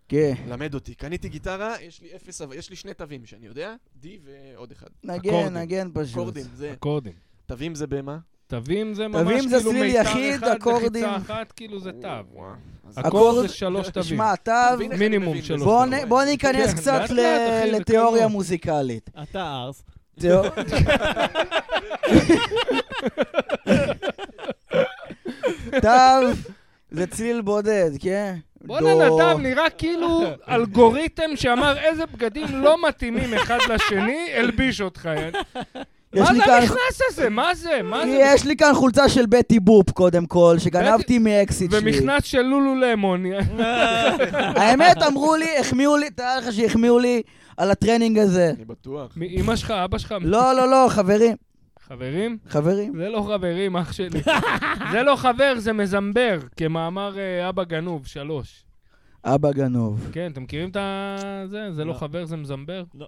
Speaker 4: כן.
Speaker 3: למד אותי. קניתי גיטרה, יש לי אפס, אבל- יש לי שני תווים שאני יודע, D ועוד אחד.
Speaker 4: נגן,
Speaker 2: אקורדים.
Speaker 4: נגן פשוט.
Speaker 3: אקורדים, זה...
Speaker 2: אקורדים.
Speaker 3: תווים זה במה?
Speaker 2: תווים זה ממש
Speaker 4: תווים זה
Speaker 2: כאילו
Speaker 4: צליל
Speaker 2: מיתר
Speaker 4: יחיד,
Speaker 2: אחד,
Speaker 4: אקורדים.
Speaker 2: לחיצה אחת, כאילו זה תו.
Speaker 3: וואו. אז-
Speaker 2: אקורד
Speaker 4: אקורד-
Speaker 2: זה שלוש תווים.
Speaker 4: תשמע, אתה...
Speaker 3: תבין איך
Speaker 2: מינימום
Speaker 3: אני מבין
Speaker 2: שלוש
Speaker 3: בזה.
Speaker 4: בוא
Speaker 2: אתה
Speaker 4: נ- בוא ניכנס
Speaker 2: כן, לאט
Speaker 4: קצת ל-
Speaker 2: לאט, אחי, זה כאילו-
Speaker 4: לתיאוריה
Speaker 2: כמו- [LAUGHS]
Speaker 4: מוזיקלית.
Speaker 1: אתה ארס.
Speaker 4: תיאור- תו זה צליל בודד, כן?
Speaker 2: בואנה
Speaker 4: דו.
Speaker 2: נתן, נראה כאילו אלגוריתם שאמר איזה בגדים לא מתאימים אחד לשני, הלביש אותך. אין. מה
Speaker 4: יש
Speaker 2: זה
Speaker 4: לי כאן-
Speaker 2: הנכנס הזה? מה זה? מה
Speaker 4: כי
Speaker 2: זה?
Speaker 4: יש לי כאן חולצה של בטי בופ, קודם כל, שגנבתי מאקסיט שלי.
Speaker 2: ומכנס של לולו למון.
Speaker 4: האמת, אמרו לי, החמיאו לי, תאר לך שהחמיאו לי על הטרנינג הזה.
Speaker 3: אני בטוח.
Speaker 2: אמא שלך, אבא שלך?
Speaker 4: לא, לא, לא, חברים,
Speaker 2: חברים?
Speaker 4: חברים.
Speaker 2: זה לא חברים, אח שלי. זה לא חבר, זה מזמבר, כמאמר אה, אבא גנוב, שלוש.
Speaker 4: אבא גנוב.
Speaker 2: כן, אתם מכירים את ה... זה? זה לא
Speaker 1: לא.
Speaker 2: חבר, זה מזמבר?
Speaker 1: לא.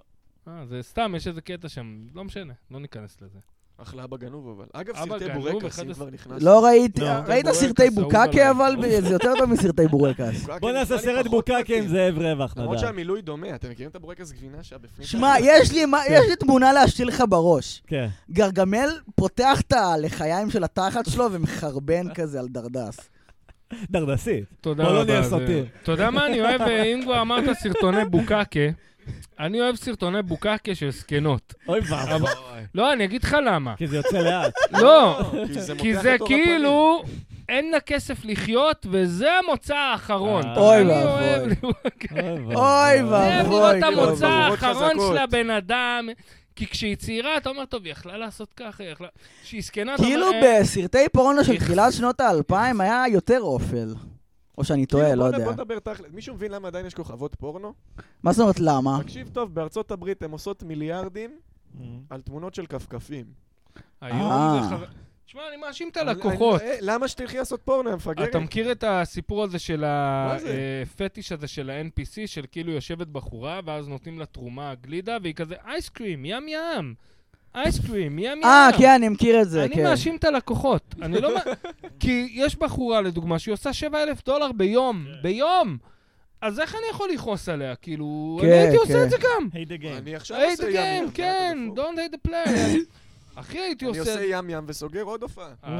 Speaker 2: אה, זה סתם, יש איזה קטע שם, לא משנה, לא ניכנס לזה.
Speaker 3: אחלה אבא גנוב אבל. אגב,
Speaker 2: אבא
Speaker 3: סרטי
Speaker 2: גנוב,
Speaker 3: בורקס,
Speaker 2: אחד
Speaker 3: אם
Speaker 2: הס-
Speaker 3: כבר נכנס.
Speaker 4: לא ראיתי,
Speaker 1: לא,
Speaker 4: ראית
Speaker 2: בורקס,
Speaker 4: סרטי
Speaker 2: אהוב
Speaker 4: בוקקי
Speaker 2: עליי.
Speaker 4: אבל? זה יותר טוב מסרטי בורקס.
Speaker 3: [LAUGHS] כן, כאילו
Speaker 1: בוא נעשה סרט בוקקי עם זאב רווח,
Speaker 3: למרות
Speaker 1: נדב.
Speaker 3: שהמילוי דומה, אתם מכירים את הבורקס גבינה שהיה בפנים?
Speaker 4: שמע, יש לי מה- יש לי תמונה להשתיל לך בראש.
Speaker 1: כן.
Speaker 4: גרגמל פותח את הלחיים של התחת שלו ומחרבן כזה על דרדס.
Speaker 1: דרדסית.
Speaker 2: תודה
Speaker 1: בוא
Speaker 2: רבה.
Speaker 1: לא נהיה
Speaker 2: זה-
Speaker 1: סוטים.
Speaker 2: אתה יודע מה אני אוהב, אה, אם כבר אמרת סרטוני בוקקה, אני אוהב סרטוני בוקקה של זקנות.
Speaker 1: אוי ואבוי.
Speaker 2: לא, אני אגיד לך למה.
Speaker 1: כי זה יוצא לאט.
Speaker 2: לא, כי
Speaker 3: מותח
Speaker 2: זה
Speaker 3: את עור הפנים.
Speaker 2: כאילו, אין לה כסף לחיות, וזה המוצא האחרון.
Speaker 1: אה.
Speaker 4: אוי
Speaker 2: אני
Speaker 4: ואבוי.
Speaker 2: אוהב לראות-
Speaker 4: אוי
Speaker 2: אוהב
Speaker 4: ואבוי.
Speaker 2: לראות את
Speaker 4: כאילו.
Speaker 2: המוצא
Speaker 3: בחורות
Speaker 2: האחרון
Speaker 3: חזקות.
Speaker 2: של הבן אדם. כי כשהיא צעירה, אתה אומר, טוב, היא יכלה לעשות ככה, היא יכלה... כשהיא זקנה, אתה אומר...
Speaker 4: כאילו
Speaker 2: "אה,
Speaker 4: בסרטי פורנו של
Speaker 2: איך-
Speaker 4: תחילת שנות האלפיים היה יותר אופל. או שאני
Speaker 3: כאילו,
Speaker 4: טועה, לא
Speaker 3: בוא נ-
Speaker 4: יודע.
Speaker 3: בוא נדבר תכל'ס. מישהו מבין למה עדיין יש כוכבות פורנו?
Speaker 4: מה זאת אומרת למה?
Speaker 3: תקשיב טוב, בארצות הברית הן עושות מיליארדים
Speaker 1: Mm.
Speaker 3: על תמונות של כפכפים.
Speaker 2: היום
Speaker 4: אה.
Speaker 2: זה חבר... תשמע, אני מאשים את הלקוחות.
Speaker 3: אני- אה, למה שתלכי לעשות פורנו, יא מפגרת?
Speaker 2: אתה מכיר את הסיפור הזה של
Speaker 3: מה זה?
Speaker 2: הפטיש הזה של ה-NPC, של כאילו יושבת בחורה, ואז נותנים לה תרומה גלידה, והיא כזה, אייסקרים, ים ים. אייסקרים, ים ים.
Speaker 4: אה, כן, אני מכיר את זה,
Speaker 2: אני
Speaker 4: כן.
Speaker 2: מאשים את הלקוחות. אני לא...
Speaker 4: [LAUGHS]
Speaker 2: מא- כי יש בחורה, לדוגמה, שהיא עושה 7,000 דולר ביום.
Speaker 3: כן.
Speaker 2: ביום! אז איך אני יכול לכעוס עליה? כאילו,
Speaker 4: כן,
Speaker 2: אני הייתי עושה
Speaker 4: כן.
Speaker 2: את זה גם.
Speaker 1: היי דה גיים.
Speaker 3: אני עכשיו
Speaker 2: hate
Speaker 3: עושה
Speaker 2: the
Speaker 3: ים ים.
Speaker 2: game, כן,
Speaker 3: אתה דפוק.
Speaker 2: don't hate the
Speaker 4: [LAUGHS]
Speaker 2: player. אחי, הייתי
Speaker 3: אני
Speaker 2: עושה...
Speaker 3: עושה ים ים וסוגר עוד הופעה.
Speaker 2: אה,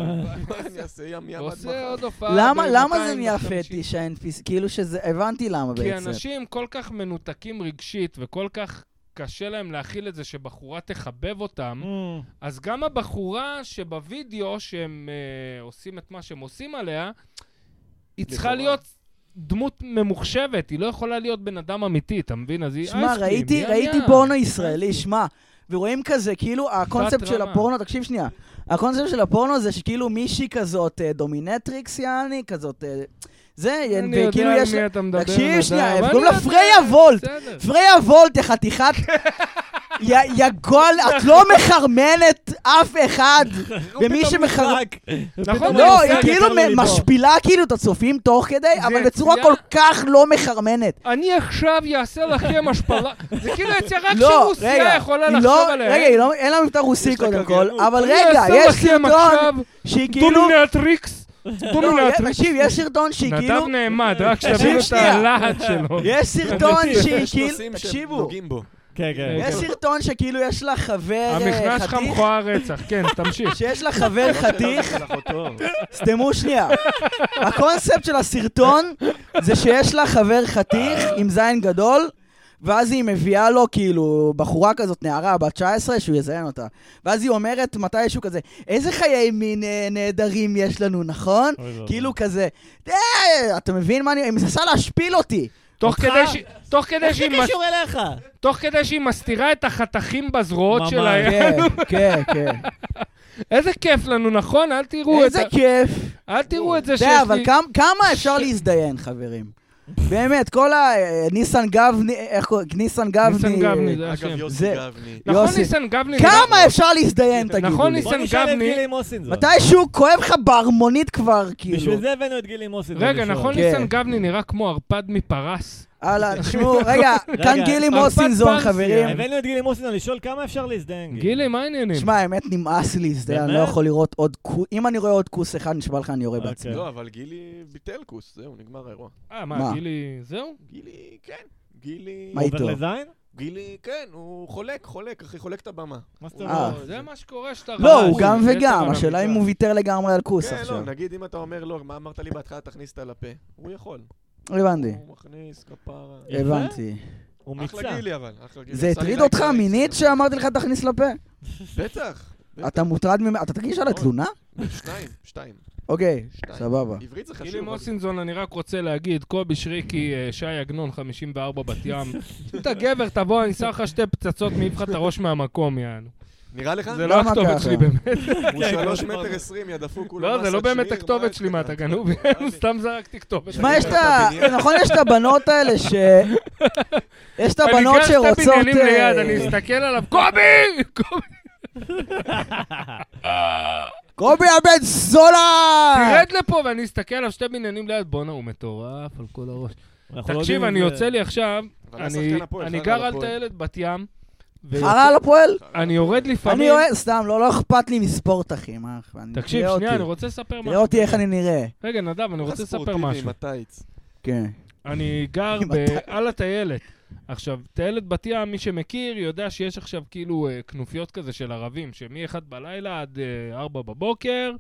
Speaker 3: מה [LAUGHS] אני אעשה ים ים עד
Speaker 2: עושה
Speaker 3: מחר?
Speaker 2: עוד הופעה.
Speaker 4: למה למה זה
Speaker 2: ב-250.
Speaker 4: נהיה פטיש ה-NPC? כאילו שזה, הבנתי למה
Speaker 2: כי
Speaker 4: בעצם.
Speaker 2: אנשים כל כך מנותקים רגשית וכל כך קשה להם להכיל את זה שבחורה תחבב אותם,
Speaker 4: Mm.
Speaker 1: Mm.
Speaker 2: אז גם הבחורה שבווידאו שהם אה, עושים את מה שהם עושים עליה, היא צריכה
Speaker 3: לכאורה.
Speaker 2: להיות דמות ממוחשבת, היא לא יכולה להיות בן אדם אמיתי, אתה מבין? אז היא
Speaker 4: שמע,
Speaker 2: אייסקרים,
Speaker 4: ראיתי
Speaker 2: ים
Speaker 4: ראיתי
Speaker 2: ים.
Speaker 4: פורנו ישראלי, שמע, ורואים כזה, כאילו, הקונספט של
Speaker 2: רמה.
Speaker 4: הפורנו, תקשיב שנייה, הקונספט של הפורנו זה שכאילו מישהי כזאת אה, דומינטריקס, יעני, כזאת... אה, זה,
Speaker 2: אני יודע
Speaker 4: וכאילו
Speaker 2: על
Speaker 4: כאילו יש...
Speaker 2: מי אתה מדבר,
Speaker 4: תקשיב
Speaker 2: נדב,
Speaker 4: שנייה,
Speaker 2: אבל
Speaker 4: קוראים
Speaker 2: אני
Speaker 4: לה
Speaker 2: יודע,
Speaker 4: פריה וולט.
Speaker 2: בסדר.
Speaker 4: פריה וולט, היא
Speaker 2: [LAUGHS]
Speaker 4: חתיכת... יא- יא גול, את לא מחרמנת אף אחד,
Speaker 2: לא
Speaker 4: ומי שמחרמנת...
Speaker 2: נכון,
Speaker 4: לא,
Speaker 2: אני
Speaker 4: היא
Speaker 2: עושה-
Speaker 4: כאילו מ- משפילה כאילו את הצופים תוך כדי,
Speaker 2: זה
Speaker 4: אבל בצורה
Speaker 2: יציאה-
Speaker 4: כל כך לא מחרמנת.
Speaker 2: אני עכשיו אעשה לכם השפלה. זה כאילו יצירה
Speaker 4: לא,
Speaker 2: שרוסיה
Speaker 4: רגע,
Speaker 2: יכולה
Speaker 4: היא
Speaker 2: לחשוב
Speaker 4: לא,
Speaker 2: עליה.
Speaker 4: רגע, היא לא, אין לה מבטא רוסי
Speaker 3: יש לה
Speaker 4: קודם כל,
Speaker 3: קריינות.
Speaker 4: אבל
Speaker 2: אני
Speaker 4: רגע,
Speaker 2: אעשה
Speaker 4: יש
Speaker 2: לכם
Speaker 4: סרטון
Speaker 2: עכשיו
Speaker 4: שהיא כאילו, [LAUGHS]
Speaker 2: דומינטריקס,
Speaker 4: לא,
Speaker 2: דומינטריקס.
Speaker 4: תקשיב, יש סרטון שהיא כאילו,
Speaker 2: נדב נעמד, רק
Speaker 4: תקשיב
Speaker 2: שתבינו את
Speaker 4: שנייה.
Speaker 2: הלהט שלו.
Speaker 4: יש סרטון שהיא
Speaker 3: יש
Speaker 4: כאילו,
Speaker 3: נושאים
Speaker 4: תקשיבו,
Speaker 3: שנוגעים בו.
Speaker 1: כן, כן.
Speaker 4: יש סרטון שכאילו יש לה חבר אה,
Speaker 2: המכנס שלך
Speaker 4: חתיך,
Speaker 2: מכוער רצח,
Speaker 4: [LAUGHS]
Speaker 2: כן, תמשיך.
Speaker 4: שיש לה
Speaker 3: לא
Speaker 4: חבר חתיך,
Speaker 3: של אחותו.
Speaker 4: סתמו שנייה. הקונספט של הסרטון זה שיש לה חבר חתיך עם זין גדול, ואז היא מביאה לו, כאילו, בחורה כזאת, נערה בת 19, שהוא יזיין אותה. ואז היא אומרת מתישהו כזה, איזה חיי מין אה, נהדרים יש לנו, נכון?
Speaker 1: כן. אוי ואבוי.
Speaker 4: כאילו כזה, "אה, אתה מבין מה אני... היא מנסה להשפיל אותי.
Speaker 2: תוך
Speaker 1: אותך?
Speaker 2: כדי שהיא- תוך כדי
Speaker 1: איך זה
Speaker 2: שהיא מס-
Speaker 1: קשור אליך?
Speaker 2: תוך כדי שהיא מסתירה את החתכים בזרועות
Speaker 1: ממש.
Speaker 2: שלה.
Speaker 4: כן, כן,
Speaker 2: [LAUGHS]
Speaker 4: כן.
Speaker 2: איזה כיף לנו, נכון? אל תראו את
Speaker 4: איזה
Speaker 2: זה. [LAUGHS]
Speaker 4: כיף.
Speaker 2: אל תראו את זה שיש
Speaker 4: אתה יודע, אבל
Speaker 2: לי...
Speaker 4: כמה- כמה אפשר להזדיין, חברים? באמת, כל ה... אה, ניסן גבני, איך קוראים? ניסן גבני.
Speaker 2: ניסן גבני, זה השם.
Speaker 3: אגב, יוסי
Speaker 4: זה-
Speaker 3: גבני.
Speaker 2: נכון,
Speaker 4: יוסי.
Speaker 2: ניסן גבני.
Speaker 4: כמה אפשר להזדיין, תגידו
Speaker 2: נכון,
Speaker 4: לי?
Speaker 1: בוא
Speaker 2: ניסן
Speaker 1: נשאל את
Speaker 2: גבני-
Speaker 1: גילי מוסינזון.
Speaker 4: מתישהו כואב לך בערמונית כבר, כאילו.
Speaker 1: בשביל זה הבאנו את גילי מוסינזון.
Speaker 2: רגע,
Speaker 1: לשאול.
Speaker 2: נכון
Speaker 4: כן.
Speaker 2: ניסן גבני נראה כמו ערפד מפרס?
Speaker 4: הלאה, תשמעו, רגע,
Speaker 1: רגע,
Speaker 4: כאן גילי
Speaker 2: אבל
Speaker 4: מוסינזון,
Speaker 2: פרסיה,
Speaker 4: חברים.
Speaker 1: הבאנו את גילי מוסינזון לשאול כמה אפשר להזדיין. גיל.
Speaker 2: גילי, מה העניינים?
Speaker 4: תשמע, האמת, נמאס לי להזדיין, אני לא
Speaker 1: באמת?
Speaker 4: יכול לראות עוד כוס, אם אני רואה עוד כוס אחד, נשבע לך, אני יורה
Speaker 1: אוקיי.
Speaker 4: בעצמי.
Speaker 1: כן.
Speaker 3: לא, אבל גילי ביטל כוס, זהו, נגמר האירוע.
Speaker 2: אה, מה,
Speaker 4: מה?
Speaker 2: גילי... זהו?
Speaker 3: גילי, כן. גילי,
Speaker 4: מה
Speaker 1: עובר
Speaker 4: איתו?
Speaker 1: לזין?
Speaker 3: גילי, כן, הוא חולק, חולק, אחי, חולק את הבמה.
Speaker 1: מה זאת
Speaker 3: הוא-
Speaker 4: אה.
Speaker 1: אומרת?
Speaker 2: זה מה שקורה שאתה...
Speaker 4: לא,
Speaker 2: רב,
Speaker 4: הוא גם
Speaker 2: זה
Speaker 4: וגם,
Speaker 2: אתה
Speaker 4: השאלה
Speaker 2: רב.
Speaker 4: אם הוא ויתר לגמרי על כוס
Speaker 3: כן,
Speaker 4: עכשיו.
Speaker 3: לא, נגיד אם אתה אומר, לא, מה אמרת לי בהתחלה, תכניס אותה לפה. הוא יכול.
Speaker 4: הבנתי,
Speaker 3: הוא מכניס, כפרה.
Speaker 1: יפה.
Speaker 2: אה,
Speaker 4: הבנתי.
Speaker 1: הוא
Speaker 3: אחלה
Speaker 1: מיצה.
Speaker 3: גילי אבל, אחלה גילי.
Speaker 4: זה
Speaker 3: עשה לי
Speaker 4: הטריד
Speaker 3: לייק
Speaker 4: אותך
Speaker 3: לרייק,
Speaker 4: מינית
Speaker 3: זה-
Speaker 4: שאמרתי לך תכניס לפה?
Speaker 3: בטח. בטח.
Speaker 4: אתה מוטרד ממנו, אתה תגיש עליי
Speaker 3: מאוד.
Speaker 4: תלונה?
Speaker 3: שניים, שתיים,
Speaker 4: אוקיי,
Speaker 3: שתיים.
Speaker 4: סבבה.
Speaker 3: עברית זה
Speaker 2: גילי
Speaker 3: חשוב. אבל-
Speaker 2: מוסינזון, אני רק רוצה להגיד, קובי שריקי, אה, שי עגנון, 54 בת
Speaker 3: [LAUGHS]
Speaker 2: ים. אם אתה גבר, תבוא, אני שם לך שתי פצצות, מעיף לך את הראש מהמקום, יענו.
Speaker 3: נראה לך?
Speaker 2: זה לא
Speaker 4: למה
Speaker 2: הכתובת
Speaker 4: ככה?
Speaker 2: שלי באמת.
Speaker 3: הוא שלוש
Speaker 1: כן,
Speaker 3: מטר
Speaker 1: כן.
Speaker 3: עשרים, יא דפוק, הוא
Speaker 2: לא, זה
Speaker 3: מסת
Speaker 2: לא באמת
Speaker 3: שניר,
Speaker 2: הכתובת
Speaker 3: יש
Speaker 2: שלי, מה,
Speaker 3: לך?
Speaker 2: אתה
Speaker 3: [LAUGHS]
Speaker 2: גנוב? [LAUGHS] סתם זרקתי כתובת.
Speaker 4: שמע, יש את ה...
Speaker 3: בבניין.
Speaker 4: נכון, יש את הבנות האלה ש... יש את הבנות
Speaker 2: אני גר
Speaker 4: שרוצות...
Speaker 2: שתי בניינים
Speaker 4: אה,
Speaker 2: ליד, אני אסתכל עליו, קובי! קובי,
Speaker 4: קובי הבן זונה!
Speaker 2: תרד לפה, ואני אסתכל עליו שתי בניינים ליד, בואנה, הוא מטורף על כל הראש.
Speaker 1: אנחנו לא
Speaker 2: תקשיב,
Speaker 1: יודעים
Speaker 2: אני
Speaker 1: אם זה-
Speaker 2: יוצא לי עכשיו,
Speaker 3: אבל היה
Speaker 2: אני-
Speaker 3: שחקן הפועל,
Speaker 2: אני
Speaker 3: חרא
Speaker 2: גר על
Speaker 3: הפועל.
Speaker 2: טיילת בת ים,
Speaker 4: חרא על הפועל?
Speaker 2: ואני יורד
Speaker 4: אני
Speaker 2: לפעמים...
Speaker 4: אוהב, סתם, לא לא אכפת לי מספורט, אחי, מה אכפת? אני-
Speaker 2: תקשיב,
Speaker 4: תראה
Speaker 2: שנייה,
Speaker 4: אותי.
Speaker 2: אני רוצה לספר
Speaker 4: תראה
Speaker 2: משהו.
Speaker 4: אותי איך אני נראה.
Speaker 2: רגע, נדב, אני רוצה לספר
Speaker 3: הספורטיבי
Speaker 2: משהו.
Speaker 3: עם הטייץ.
Speaker 4: כן.
Speaker 2: אני גר
Speaker 4: עם
Speaker 2: ב-
Speaker 4: הטייץ.
Speaker 2: על הטיילת. עכשיו, טיילת בת ים, מי שמכיר, יודע שיש עכשיו כאילו אה, כנופיות כזה של ערבים, שמ-1 בלילה עד 4 בבוקר,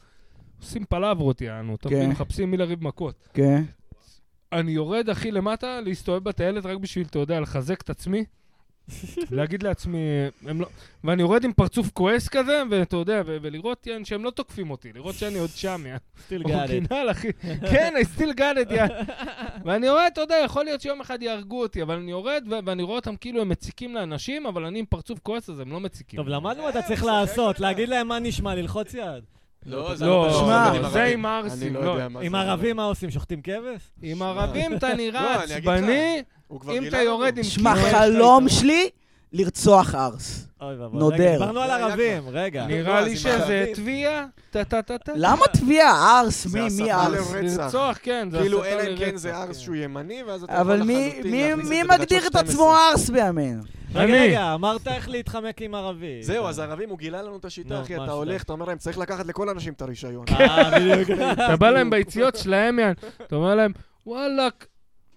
Speaker 2: עושים פלברות יענו, אתה
Speaker 4: כן.
Speaker 2: מבין? מחפשים מי לריב מכות.
Speaker 4: כן.
Speaker 2: אני יורד, אחי, למטה, להסתובב בטיילת רק בשביל, אתה יודע, לחזק את עצמי. להגיד לעצמי, הם לא... ואני יורד עם פרצוף כועס כזה, ואתה יודע, ו- ולראות יען, שהם לא תוקפים אותי, לראות שאני עוד שם, יען.
Speaker 1: Still got it.
Speaker 2: אורגינל, אחי. אוקיי, כן, I still got it, יען. ואני יורד, אתה יודע, יכול להיות שיום אחד יהרגו אותי, אבל אני יורד, ו- ואני רואה אותם כאילו הם מציקים לאנשים, אבל אני עם פרצוף כועס, אז הם לא מציקים.
Speaker 1: טוב, למדנו מה אתה צריך לעשות, להגיד להם מה נשמע, ללחוץ יד.
Speaker 3: לא, זה
Speaker 2: לא,
Speaker 3: פשוט,
Speaker 4: שמע,
Speaker 3: אבל עם
Speaker 2: זה
Speaker 3: ערבים.
Speaker 2: עם הערסים,
Speaker 3: אני
Speaker 2: לא.
Speaker 3: לא יודע מה זה.
Speaker 1: עם ערבים מה עושים? שוחטים כבש?
Speaker 2: עם ערבים
Speaker 3: [LAUGHS]
Speaker 2: אתה נראה
Speaker 3: לא, אני אגיד לך.
Speaker 2: עצבני,
Speaker 3: הוא כבר
Speaker 2: אם
Speaker 3: גילה
Speaker 2: אתה יורד
Speaker 3: לנו.
Speaker 2: עם...
Speaker 4: שמע,
Speaker 2: כאילו יש לך
Speaker 4: חלום
Speaker 2: איתו.
Speaker 4: שלי, לרצוח ארס.
Speaker 1: אוי ואבוי.
Speaker 4: נודר.
Speaker 1: רגע, דיברנו על
Speaker 3: זה היה
Speaker 1: ערבים, רגע.
Speaker 2: נראה
Speaker 3: לא, אז
Speaker 2: לי
Speaker 3: עם
Speaker 2: שזה
Speaker 3: הערבים.
Speaker 2: תביעה, טה-טה-טה-טה.
Speaker 4: למה תביעה ארס?
Speaker 3: זה
Speaker 4: מי,
Speaker 3: הסתה
Speaker 4: מי ארס?
Speaker 3: לרצח.
Speaker 2: לרצוח, כן, זה
Speaker 3: כאילו,
Speaker 2: הסתה
Speaker 3: אלא אם כן
Speaker 2: לרצח,
Speaker 3: זה ארס שהוא ימני, ואז
Speaker 2: נכון
Speaker 3: אתה
Speaker 4: אבל
Speaker 3: יכול
Speaker 4: מי-
Speaker 3: לחלוטין
Speaker 4: מי-
Speaker 3: להכניס
Speaker 4: מי
Speaker 3: את זה
Speaker 4: מגדיר את
Speaker 3: בדקה
Speaker 4: עצמו
Speaker 3: 12.
Speaker 4: ארס בימינו?
Speaker 1: רגע,
Speaker 2: אני.
Speaker 1: רגע, אמרת איך להתחמק עם ערבי.
Speaker 3: זהו, אז הערבים, הוא גילה לנו את
Speaker 1: נו,
Speaker 3: השיטה, אחי,
Speaker 1: מה
Speaker 3: אתה
Speaker 1: השאלה?
Speaker 3: הולך, אתה אומר להם, צריך לקחת לכל האנשים את הרישיון.
Speaker 1: אה, בדיוק.
Speaker 2: אתה בא להם ביציאות שלהם, יען, אתה אומר להם, וואלאק,